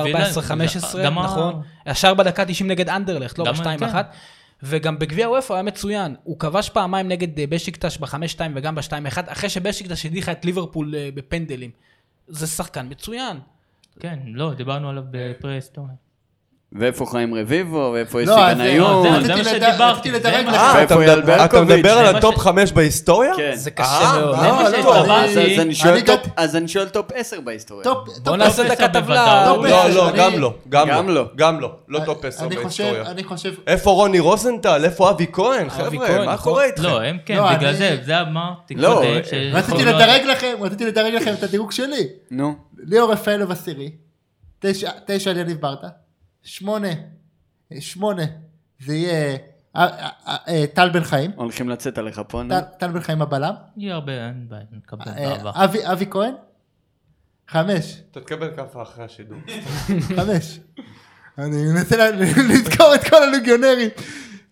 [SPEAKER 1] הוא
[SPEAKER 3] ב-2014-2015,
[SPEAKER 1] גם ה-
[SPEAKER 3] נכון? ישר בדקה 90 נגד אנדרלכט, לא
[SPEAKER 1] גם ה- כן.
[SPEAKER 3] ב-2-1. וגם בגביע וופא הוא היה מצוין, הוא כבש פעמיים נגד אה, בשיקטש ב-5-2 וגם ב-2-1, אחרי שבשיקטש הדיחה את ליברפול אה, בפנדלים. זה שחקן מצוין.
[SPEAKER 1] כן, לא, דיברנו עליו בפרה-היסטוריה.
[SPEAKER 5] ואיפה חיים רביבו, ואיפה יוסי
[SPEAKER 2] לא, אז-
[SPEAKER 5] בניון.
[SPEAKER 1] זה-
[SPEAKER 2] רציתי
[SPEAKER 1] זה מה
[SPEAKER 2] לד-
[SPEAKER 1] שדיברתי,
[SPEAKER 2] רציתי
[SPEAKER 1] זה
[SPEAKER 2] לדרג
[SPEAKER 1] מה
[SPEAKER 2] לך.
[SPEAKER 4] אה,
[SPEAKER 5] איפה
[SPEAKER 4] אתה מדבר-
[SPEAKER 5] אייל
[SPEAKER 4] אתה מדבר
[SPEAKER 5] ברקוביץ'?
[SPEAKER 4] על
[SPEAKER 1] זה
[SPEAKER 4] הטופ
[SPEAKER 1] מה ש-
[SPEAKER 4] 5 בהיסטוריה?
[SPEAKER 5] כן.
[SPEAKER 3] זה
[SPEAKER 4] אה,
[SPEAKER 3] קשה מאוד.
[SPEAKER 4] אה,
[SPEAKER 1] מה
[SPEAKER 4] לא.
[SPEAKER 1] שהתכוונתי.
[SPEAKER 5] אז- אז אני שואל
[SPEAKER 2] אני
[SPEAKER 5] טופ-
[SPEAKER 2] גם-
[SPEAKER 5] אז אני שואל טופ 10 בהיסטוריה.
[SPEAKER 2] טופ,
[SPEAKER 3] בוא
[SPEAKER 2] טופ
[SPEAKER 3] נעשה
[SPEAKER 1] טופ
[SPEAKER 3] דקה
[SPEAKER 1] עשר
[SPEAKER 3] טבלה.
[SPEAKER 1] בוודאות.
[SPEAKER 2] טופ
[SPEAKER 4] לא,
[SPEAKER 2] עשר,
[SPEAKER 4] לא,
[SPEAKER 2] אני-
[SPEAKER 4] גם לא. גם
[SPEAKER 5] גם
[SPEAKER 4] לא.
[SPEAKER 5] לא.
[SPEAKER 4] גם לא. לא טופ 10
[SPEAKER 2] אני חושב,
[SPEAKER 4] בהיסטוריה.
[SPEAKER 2] אני חושב,
[SPEAKER 4] איפה רוני רוזנטל? איפה אבי כהן?
[SPEAKER 3] כהן,
[SPEAKER 4] חבר'ה, מה
[SPEAKER 3] נכון.
[SPEAKER 4] קורה איתכם?
[SPEAKER 1] לא, הם כן,
[SPEAKER 2] לא,
[SPEAKER 1] בגלל
[SPEAKER 2] אני-
[SPEAKER 1] זה, זה אמרתי
[SPEAKER 5] לא,
[SPEAKER 1] קודם.
[SPEAKER 5] אה,
[SPEAKER 1] ש-
[SPEAKER 2] רציתי
[SPEAKER 1] לא-
[SPEAKER 2] לדרג לכם, רציתי לדרג לכם את הדירוג שלי.
[SPEAKER 5] נו.
[SPEAKER 2] ליאור רפאלוב עשירי, תשע תשע על יניב ברדה, שמונה, אה, שמונה, זה יהיה אה, אה, אה, טל בן חיים,
[SPEAKER 5] הולכים לצאת עליך פה, נו.
[SPEAKER 2] טל- טל בן חיים הבלם,
[SPEAKER 1] יהיה הרבה, אין בעיה, נקבל
[SPEAKER 2] אה,
[SPEAKER 1] בעבר.
[SPEAKER 2] אבי- אבי כהן, חמש,
[SPEAKER 4] אתה תקבל כאפה אחרי השידור.
[SPEAKER 2] חמש. אני מנסה לה- לזכור את כל הלוגיונרים.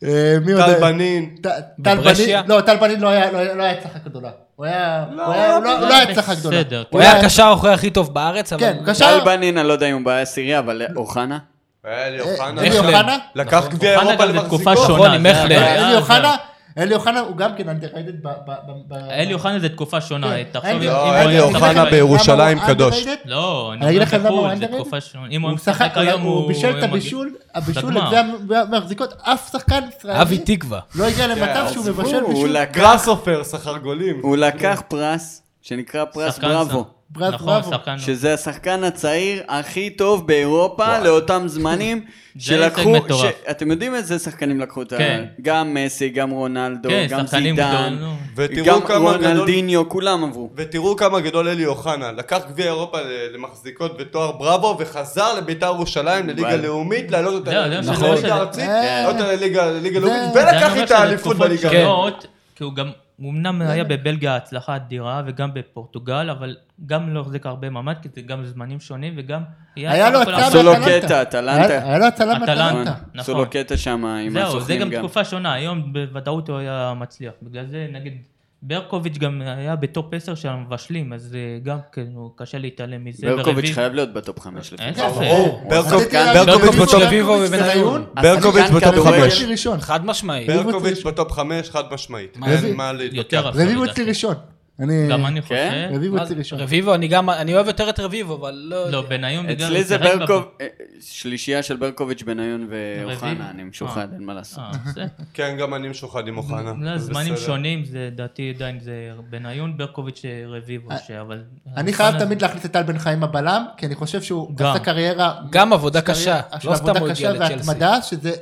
[SPEAKER 2] אה, מי עוד
[SPEAKER 4] טל
[SPEAKER 2] היה?
[SPEAKER 4] בנין.
[SPEAKER 2] ט- טל
[SPEAKER 3] בברשיה?
[SPEAKER 2] בנין, לא, טל בנין לא היה- לא היה לא היה הצלחה גדולה. הוא היה, הוא היה- הוא לא הוא לא היה הצלחה גדולה.
[SPEAKER 1] בסדר,
[SPEAKER 2] הוא
[SPEAKER 3] הוא היה הקשר האחורי הכי טוב בארץ, אבל...
[SPEAKER 2] כן, קשר.
[SPEAKER 5] טל בנין, אני לא יודע אם הוא בעשירייה, אבל אוחנה?
[SPEAKER 4] אלי
[SPEAKER 2] אה,
[SPEAKER 4] אוחנה.
[SPEAKER 2] אלי
[SPEAKER 3] נכון.
[SPEAKER 2] אוחנה?
[SPEAKER 4] לקח גביע
[SPEAKER 1] אוחנה
[SPEAKER 4] אירופה
[SPEAKER 1] גם זה
[SPEAKER 4] למחזיקו.
[SPEAKER 1] תקופה שונה.
[SPEAKER 3] נכון, עם
[SPEAKER 1] זה
[SPEAKER 3] מכלר.
[SPEAKER 1] הבעיה,
[SPEAKER 2] אלי
[SPEAKER 1] אה, זה-
[SPEAKER 2] אוחנה? אלי אוחנה הוא גם כן underrated ב... ב- ב- ב-
[SPEAKER 1] אלי אוחנה זה תקופה שונה,
[SPEAKER 2] כן.
[SPEAKER 1] תחשוב אם...
[SPEAKER 2] אלי-
[SPEAKER 4] לא,
[SPEAKER 1] אם-
[SPEAKER 4] אלי
[SPEAKER 2] אני אגיד
[SPEAKER 4] אוחנה
[SPEAKER 2] לכם
[SPEAKER 4] בירושלים
[SPEAKER 2] למה הוא
[SPEAKER 4] קדוש.
[SPEAKER 2] underrated?
[SPEAKER 1] לא, אני
[SPEAKER 2] אני אגיד
[SPEAKER 1] אומר
[SPEAKER 2] לכם למה הוא
[SPEAKER 1] בחוץ, זה
[SPEAKER 2] underrated?
[SPEAKER 1] תקופה שונה. אם הוא
[SPEAKER 2] הוא
[SPEAKER 1] משחק
[SPEAKER 2] שחק,
[SPEAKER 1] היום
[SPEAKER 2] הוא בישל את
[SPEAKER 1] מגיע-
[SPEAKER 2] הבישול, הבישול
[SPEAKER 1] לגמר.
[SPEAKER 2] את זה המחזיקות, אף שחקן ישראלי
[SPEAKER 3] אבי תקווה.
[SPEAKER 2] לא הגיע למצב שהוא מבשל
[SPEAKER 5] כן, הוא
[SPEAKER 2] בישול.
[SPEAKER 5] לקח-
[SPEAKER 4] גראסופר, שכר גולים.
[SPEAKER 5] הוא לקח פרס שנקרא פרס
[SPEAKER 1] שחקן
[SPEAKER 5] בראבו.
[SPEAKER 1] ש-
[SPEAKER 2] פרס
[SPEAKER 1] נכון,
[SPEAKER 2] בראבו.
[SPEAKER 1] שחקן-
[SPEAKER 5] שזה השחקן הצעיר הכי טוב באירופה לאותם זמנים שלקחו,
[SPEAKER 1] הישג מטורף.
[SPEAKER 5] ש- אתם יודעים איזה שחקנים לקחו את ה...
[SPEAKER 1] כן.
[SPEAKER 5] גם מסי, גם רונלדו,
[SPEAKER 1] כן,
[SPEAKER 5] גם
[SPEAKER 1] שחקנים
[SPEAKER 5] זידן,
[SPEAKER 1] גדולים.
[SPEAKER 4] ותראו
[SPEAKER 5] גם
[SPEAKER 4] כמה
[SPEAKER 5] רונלדיניו, כולם עברו.
[SPEAKER 4] ותראו כמה גדול אלי אוחנה, לקח גביע אירופה ל- למחזיקות ותואר בראבו וחזר לביתר ירושלים לליגה
[SPEAKER 5] וואל.
[SPEAKER 4] לאומית, לעלות אותה
[SPEAKER 1] זהו, לא, זה מה שאני
[SPEAKER 4] נכון.
[SPEAKER 1] אומר
[SPEAKER 4] לליגה
[SPEAKER 1] שזה-
[SPEAKER 4] הארצית,
[SPEAKER 2] אה.
[SPEAKER 4] לעלות אותה לליגה לליגה
[SPEAKER 2] זה-
[SPEAKER 4] לאומית,
[SPEAKER 1] זה אני
[SPEAKER 4] ולקח
[SPEAKER 1] אומר
[SPEAKER 4] איתה
[SPEAKER 1] שזה כן.
[SPEAKER 4] אליפות
[SPEAKER 1] תקופות
[SPEAKER 4] בליגה.
[SPEAKER 1] שונות, לא, כי הוא גם, הוא אמנם היה בבלגיה הצלחה אדירה וגם בפורטוגל, אבל גם לא החזיק הרבה מעמד, כי זה גם זמנים שונים וגם...
[SPEAKER 2] היה לו הצלה
[SPEAKER 5] עשו לו
[SPEAKER 2] באטלנטה.
[SPEAKER 5] קטע, אטלנטה. כן,
[SPEAKER 2] היה- היה לו הצלה
[SPEAKER 1] אטלנטה.
[SPEAKER 2] באטלנטה.
[SPEAKER 1] נכון.
[SPEAKER 5] עשו לו קטע שם עם
[SPEAKER 1] זהו, זה
[SPEAKER 5] הסוכנים
[SPEAKER 1] גם
[SPEAKER 5] גם.
[SPEAKER 1] תקופה שונה, היום בוודאות הוא היה מצליח. בגלל זה, נגיד, ברקוביץ' גם היה בטופ 10 של המבשלים, אז אה, גם כאילו קשה להתעלם מזה.
[SPEAKER 5] ברקוביץ'
[SPEAKER 1] ורביב-
[SPEAKER 5] חייב להיות בטופ חמש לפי.
[SPEAKER 1] אין
[SPEAKER 2] כן.
[SPEAKER 5] דעתי.
[SPEAKER 1] ספק.
[SPEAKER 4] ברור, ברקוב-
[SPEAKER 2] רציתי להגיד
[SPEAKER 4] ברקוביץ'
[SPEAKER 2] רביבו,
[SPEAKER 4] בטופ-
[SPEAKER 3] רביבו
[SPEAKER 2] ברקוביץ'
[SPEAKER 3] ובן עיון.
[SPEAKER 2] ובן
[SPEAKER 4] ברקוביץ'
[SPEAKER 5] השחקן
[SPEAKER 4] בטופ
[SPEAKER 5] כדורגל-
[SPEAKER 4] חמש.
[SPEAKER 2] אצלי ראשון.
[SPEAKER 3] חד משמעית.
[SPEAKER 2] ברקוביץ'
[SPEAKER 4] ברקוביץ' בטופ חמש, חד משמעית.
[SPEAKER 3] מה
[SPEAKER 2] זה?
[SPEAKER 4] אין מה להתווכח.
[SPEAKER 1] יותר אפילו,
[SPEAKER 2] רביבו
[SPEAKER 1] לדעתי.
[SPEAKER 2] אצלי ראשון. אני...
[SPEAKER 1] גם אני
[SPEAKER 5] כן?
[SPEAKER 1] חושב.
[SPEAKER 2] רביבו
[SPEAKER 3] מה
[SPEAKER 2] אצלי
[SPEAKER 3] זה?
[SPEAKER 2] ראשון.
[SPEAKER 3] רביבו, אני גם, אני אוהב יותר את רביבו, אבל לא...
[SPEAKER 1] לא,
[SPEAKER 3] יודע.
[SPEAKER 1] בניון בגלל...
[SPEAKER 5] אצלי
[SPEAKER 1] הוא
[SPEAKER 5] זה
[SPEAKER 1] שיחק
[SPEAKER 5] ברקוב... אה, שלישייה של ברקוביץ', בניון ואוחנה,
[SPEAKER 1] רביב?
[SPEAKER 5] אני משוחד, אין מה לעשות.
[SPEAKER 1] אה, בסדר.
[SPEAKER 4] כן, גם אני משוחד עם אוחנה.
[SPEAKER 1] לא,
[SPEAKER 4] אז
[SPEAKER 1] זמנים
[SPEAKER 4] בסדר.
[SPEAKER 1] שונים, זה דעתי עדיין זה בניון, ברקוביץ', רביבו, ש- אבל...
[SPEAKER 2] אה, אני חייב תמיד להחליט את טל בן חיים הבלם, כי אני חושב שהוא
[SPEAKER 1] גם.
[SPEAKER 2] עשה קריירה...
[SPEAKER 3] גם עבודה
[SPEAKER 2] קריירה-
[SPEAKER 3] קשה. לא
[SPEAKER 2] עבודה
[SPEAKER 3] סתם הוא הגיע
[SPEAKER 2] קשה
[SPEAKER 3] לצ'לסי.
[SPEAKER 2] והתמדה, שזה...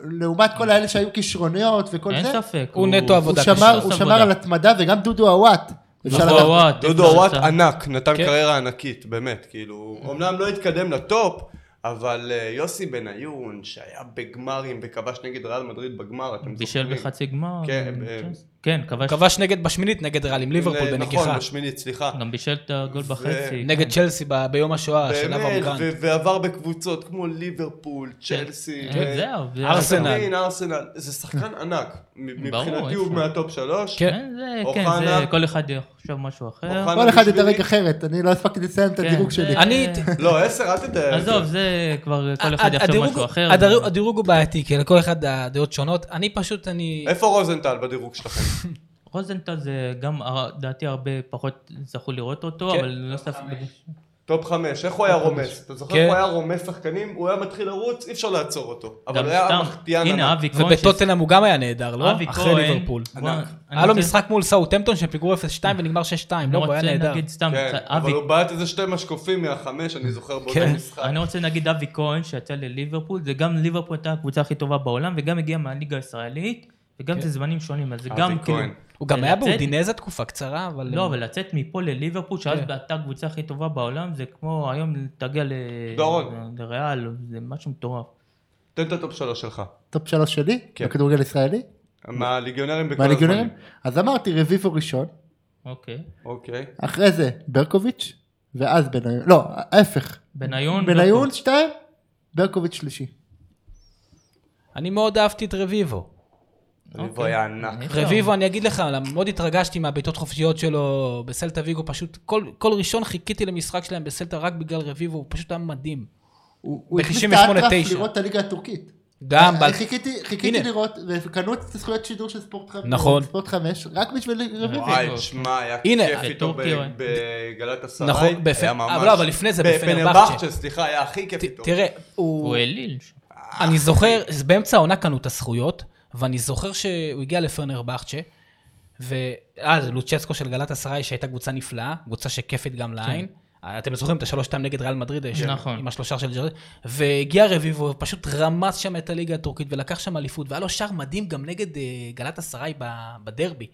[SPEAKER 2] לעומת כל האלה שהיו כישרוניות וכל זה,
[SPEAKER 1] אין ספק.
[SPEAKER 3] הוא נטו
[SPEAKER 2] הוא
[SPEAKER 3] עבודה נכון.
[SPEAKER 2] שמר-
[SPEAKER 3] קשה.
[SPEAKER 2] הוא
[SPEAKER 1] עשה
[SPEAKER 2] שמר
[SPEAKER 1] עבודה.
[SPEAKER 2] על התמדה, וגם דודו עוואט. אפשר
[SPEAKER 1] דודו
[SPEAKER 2] לקחת-
[SPEAKER 1] עוואט.
[SPEAKER 4] דודו
[SPEAKER 1] אפשר
[SPEAKER 4] וואט
[SPEAKER 1] לצאת.
[SPEAKER 4] ענק, נתן
[SPEAKER 3] כן.
[SPEAKER 4] קריירה ענקית, באמת, כאילו, אמנם לא התקדם לטופ, אבל אה, יוסי בניון, שהיה בגמרים וכבש נגד ריאל מדריד בגמר, אתם זוכרים?
[SPEAKER 1] בישל בחצי גמר.
[SPEAKER 4] כן,
[SPEAKER 1] גם-
[SPEAKER 4] אה,
[SPEAKER 1] כן, כבש.
[SPEAKER 3] כבש נגד בשמינית נגד ריאל עם ליברפול
[SPEAKER 4] נכון,
[SPEAKER 3] בנגיחה.
[SPEAKER 4] בשמינית, סליחה.
[SPEAKER 1] גם בישל את הגול בחצי. כן.
[SPEAKER 3] נגד צ'לסי ב- ביום השואה של אברהם
[SPEAKER 4] באמת,
[SPEAKER 3] גרנט.
[SPEAKER 4] ו- ועבר בקבוצות כמו ליברפול, צ'לסי,
[SPEAKER 1] אה,
[SPEAKER 4] ו-
[SPEAKER 1] זהו. זה-
[SPEAKER 3] ארסנל.
[SPEAKER 4] סכנין, ארסנל, זה שחקן ענק, מ-
[SPEAKER 1] ברור,
[SPEAKER 4] מבחינתי
[SPEAKER 1] אין
[SPEAKER 4] הוא
[SPEAKER 1] שם.
[SPEAKER 4] מהטופ שלוש.
[SPEAKER 3] כן.
[SPEAKER 1] כן, זה, כן,
[SPEAKER 4] אוחנה.
[SPEAKER 1] זה, כל אחד יחשוב משהו אחר.
[SPEAKER 4] אוחנה
[SPEAKER 2] כל אחד
[SPEAKER 4] בשבילי-
[SPEAKER 2] ידרג אחרת, אני לא הספקתי לסיים את
[SPEAKER 1] כן,
[SPEAKER 2] הדירוג
[SPEAKER 1] זה-
[SPEAKER 2] שלי.
[SPEAKER 3] אני...
[SPEAKER 4] לא, עשר, אל תתאר. את זה. אה,
[SPEAKER 1] עזוב, זה כבר כל אחד יחשוב
[SPEAKER 3] הדירוג-
[SPEAKER 1] משהו אחר.
[SPEAKER 3] הדירוג- הדירוג הוא בעייתי, כי לכל אחד הדעות שונות. אני פשוט, אני...
[SPEAKER 4] איפה רוזנטל בדירוג שלכם?
[SPEAKER 1] רוזנטל זה גם, אה, דעתי הרבה פחות זכו לראות אותו,
[SPEAKER 3] כן.
[SPEAKER 1] אבל לא ספק.
[SPEAKER 4] טופ חמש, איך הוא היה רומס? אתה זוכר
[SPEAKER 3] כן.
[SPEAKER 4] איך הוא היה רומס שחקנים? הוא היה מתחיל לרוץ, אי אפשר לעצור אותו. אבל
[SPEAKER 1] גם
[SPEAKER 4] הוא היה
[SPEAKER 1] סתם,
[SPEAKER 4] מחטיאן
[SPEAKER 1] הנה,
[SPEAKER 4] ענק.
[SPEAKER 1] אבי כהן.
[SPEAKER 3] ובטוטנאם הוא גם היה נהדר, לא?
[SPEAKER 1] אבי
[SPEAKER 3] אחרי
[SPEAKER 1] כהן.
[SPEAKER 3] ליברפול.
[SPEAKER 1] בוא,
[SPEAKER 4] ענק.
[SPEAKER 1] אני
[SPEAKER 3] היה לו
[SPEAKER 1] רוצה- כן.
[SPEAKER 3] משחק מול סאוטהמפטון שהם פיגרו 0-2 ונגמר 6-2,
[SPEAKER 1] אני
[SPEAKER 3] לא, הוא היה
[SPEAKER 1] רוצה
[SPEAKER 3] נהדר.
[SPEAKER 1] להגיד סתם,
[SPEAKER 4] כן,
[SPEAKER 1] אבי
[SPEAKER 4] אבל הוא בעט איזה שתי משקופים מהחמש, אני זוכר באותו
[SPEAKER 3] כן.
[SPEAKER 4] משחק.
[SPEAKER 1] אני רוצה להגיד אבי כהן שיצא לליברפול, זה גם ליברפול הייתה הקבוצה הכי טובה בעולם, וגם הגיעה מהליגה הישראלית,
[SPEAKER 3] כן.
[SPEAKER 1] וגם זה זמנים שונים, אז זה
[SPEAKER 4] אבי
[SPEAKER 1] גם כאילו...
[SPEAKER 4] כהן.
[SPEAKER 3] הוא גם היה
[SPEAKER 1] לצאת-
[SPEAKER 3] באודינזה תקופה קצרה, אבל...
[SPEAKER 1] לא, אבל לצאת מפה לליברפול, שאז
[SPEAKER 3] כן.
[SPEAKER 1] הייתה הקבוצה הכי טובה בעולם, זה כמו היום תגיע ל...
[SPEAKER 4] דורון.
[SPEAKER 1] לריאל, זה משהו מטורף.
[SPEAKER 4] תן את הטופ שלוש שלך.
[SPEAKER 2] טופ שלוש שלי,
[SPEAKER 4] כן.
[SPEAKER 2] בכדורגל ישראלי,
[SPEAKER 4] מהליגיונרים בכל
[SPEAKER 2] מהליגיונרים.
[SPEAKER 4] הזמנים.
[SPEAKER 2] אז אמרתי רביבו ראשון,
[SPEAKER 1] אוקיי.
[SPEAKER 4] אוקיי.
[SPEAKER 2] אחרי זה ברקוביץ', ואז בניון, לא, ההפך.
[SPEAKER 1] בניון. לא,
[SPEAKER 2] בניון
[SPEAKER 1] ברקוביץ'.
[SPEAKER 2] שתיים, ברקוביץ' שלישי.
[SPEAKER 3] אני מאוד אהבתי את רביבו.
[SPEAKER 4] ריבו היה ענק.
[SPEAKER 1] אי אפשר.
[SPEAKER 3] רביבו, אוקיי. אני אגיד לך, מאוד התרגשתי מהבעיטות חופשיות שלו בסלטה ויגו, פשוט כל, כל ראשון חיכיתי למשחק שלהם בסלטה רק בגלל רביבו, הוא פשוט היה מדהים.
[SPEAKER 2] הוא הוא
[SPEAKER 3] ב-
[SPEAKER 2] הכניס את
[SPEAKER 3] 98,
[SPEAKER 2] האטרף
[SPEAKER 3] תשע.
[SPEAKER 2] לראות את הליגה הטורקית.
[SPEAKER 3] גם, ב...
[SPEAKER 2] אני אה, חיכיתי, חיכיתי
[SPEAKER 3] הנה.
[SPEAKER 2] לראות, וקנו את זכויות שידור של ספורט חמש,
[SPEAKER 3] נכון.
[SPEAKER 2] ספורט חמש, רק בשביל רביבו.
[SPEAKER 4] וואי, שמע, היה
[SPEAKER 3] הנה, אה,
[SPEAKER 4] כיף איתו ב-
[SPEAKER 1] בטורקיה.
[SPEAKER 4] בגלת הסריי.
[SPEAKER 3] נכון, בפ-
[SPEAKER 4] היה
[SPEAKER 3] אבל
[SPEAKER 4] ממש-
[SPEAKER 3] לא, אבל לפני זה בפנרבחצ'ה.
[SPEAKER 4] בפנרבחצ'ה, סליחה, היה הכי כיף
[SPEAKER 3] ת,
[SPEAKER 4] איתו.
[SPEAKER 3] תראה, הוא...
[SPEAKER 1] הוא העליל. שם.
[SPEAKER 3] אני זוכר, זה באמצע העונה קנו את הזכויות, ואני זוכר שהוא הגיע לפרנרבכצ'ה, ואז לוצ'סקו של גלת אסריי, שהייתה קבוצה נפלאה, קבוצה שכיפית גם לעין. אתם זוכרים את השלוש שתיים נגד ריאל מדריד, אה, ש-
[SPEAKER 1] כן. נכון.
[SPEAKER 3] עם השלושה של ג'רד, והגיע רביבו, פשוט רמס שם את הליגה הטורקית ולקח שם אליפות, והיה לו שער מדהים גם נגד אה, גלת אסריי ב- בדרבי.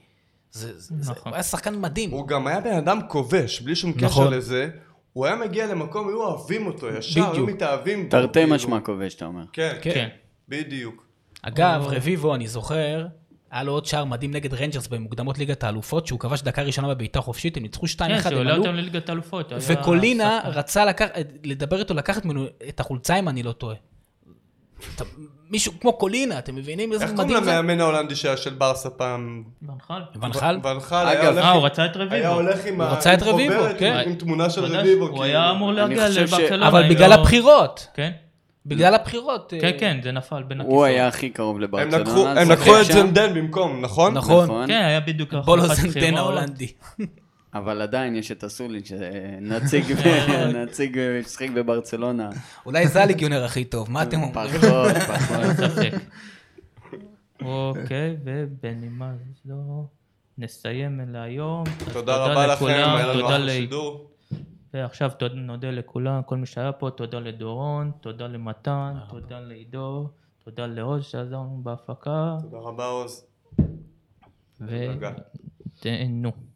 [SPEAKER 3] זה, זה, זה,
[SPEAKER 1] נכון.
[SPEAKER 3] הוא היה שחקן מדהים.
[SPEAKER 4] הוא גם היה בן אדם כובש, בלי שום קשר
[SPEAKER 3] נכון.
[SPEAKER 4] לזה. הוא היה מגיע למקום, היו אוהבים אותו ישר,
[SPEAKER 3] בדיוק.
[SPEAKER 4] היו מתאהבים בו.
[SPEAKER 5] תרתי
[SPEAKER 4] כאילו.
[SPEAKER 5] משמע כובש, אתה אומר.
[SPEAKER 4] כן,
[SPEAKER 3] כן.
[SPEAKER 1] כן.
[SPEAKER 4] בדיוק.
[SPEAKER 3] אגב, רביבו, אני זוכר, היה לו עוד שער מדהים נגד רנג'רס במוקדמות ליגת האלופות, שהוא כבש דקה ראשונה בבעיטה חופשית, הם ניצחו 2-1,
[SPEAKER 1] כן, זה
[SPEAKER 3] הם
[SPEAKER 1] עולה
[SPEAKER 3] עלו,
[SPEAKER 1] אותם לליגת האלופות. היה
[SPEAKER 3] וקולינה
[SPEAKER 1] שחקן.
[SPEAKER 3] רצה לקח, אה, לדבר איתו, לקחת ממנו את החולצה, אם אני לא טועה. אתה- מישהו כמו קולינה, אתם מבינים איזה
[SPEAKER 4] איך קוראים
[SPEAKER 3] מדהים זה?
[SPEAKER 4] למאמן ההולנדי שהיה של ברסה פעם?
[SPEAKER 1] ונחל.
[SPEAKER 3] ונחל?
[SPEAKER 4] ונחל
[SPEAKER 5] אגב,
[SPEAKER 4] היה הולך
[SPEAKER 1] נכון. אה,
[SPEAKER 4] עם-
[SPEAKER 1] הוא רצה את רביבו.
[SPEAKER 4] היה הולך עם
[SPEAKER 3] הוא
[SPEAKER 4] ה-
[SPEAKER 3] רצה
[SPEAKER 4] עם
[SPEAKER 3] את רביבו,
[SPEAKER 4] חוברת,
[SPEAKER 3] כן.
[SPEAKER 4] עם- עם תמונה של
[SPEAKER 1] חדש,
[SPEAKER 4] רביבו.
[SPEAKER 1] הוא
[SPEAKER 4] כאילו.
[SPEAKER 1] היה אמור להגיע
[SPEAKER 5] חושב ש-
[SPEAKER 1] לברצלונה.
[SPEAKER 3] אבל
[SPEAKER 1] היא
[SPEAKER 3] בגלל
[SPEAKER 1] לא-
[SPEAKER 3] הבחירות,
[SPEAKER 1] כן,
[SPEAKER 3] בגלל הבחירות. אה,
[SPEAKER 1] כן, כן, זה נפל בין הכיסאות.
[SPEAKER 5] הוא היה הכי קרוב
[SPEAKER 4] הם
[SPEAKER 5] לברצלונה.
[SPEAKER 4] לקחו-
[SPEAKER 5] אז
[SPEAKER 4] הם
[SPEAKER 5] שיחק
[SPEAKER 4] לקחו את
[SPEAKER 5] שם.
[SPEAKER 4] זנדן במקום, נכון?
[SPEAKER 3] נכון.
[SPEAKER 1] כן, היה בדיוק... אחרי
[SPEAKER 3] בולו
[SPEAKER 1] אחת
[SPEAKER 3] זנדן
[SPEAKER 1] בחירות.
[SPEAKER 3] ההולנדי.
[SPEAKER 5] אבל עדיין יש את אסולין, שנציג נציג משחק בברצלונה.
[SPEAKER 3] אולי זה הליגיונר הכי טוב, מה אתם אומרים?
[SPEAKER 5] פחות, פחות.
[SPEAKER 1] אין ספק. אוקיי, ובנימה זו נסיים להיום. אז
[SPEAKER 4] תודה רבה לכם,
[SPEAKER 1] לכולם,
[SPEAKER 4] היה לנו
[SPEAKER 1] תודה
[SPEAKER 4] אחלה
[SPEAKER 1] ל-
[SPEAKER 4] שידור.
[SPEAKER 1] ועכשיו תודה- נודה לכולם, כל מי שהיה פה, תודה לדורון, תודה למתן, תודה לעידו, תודה לעוז שעזר לנו בהפקה, אה.
[SPEAKER 4] תודה רבה עוז. תודה.
[SPEAKER 1] ותהנו.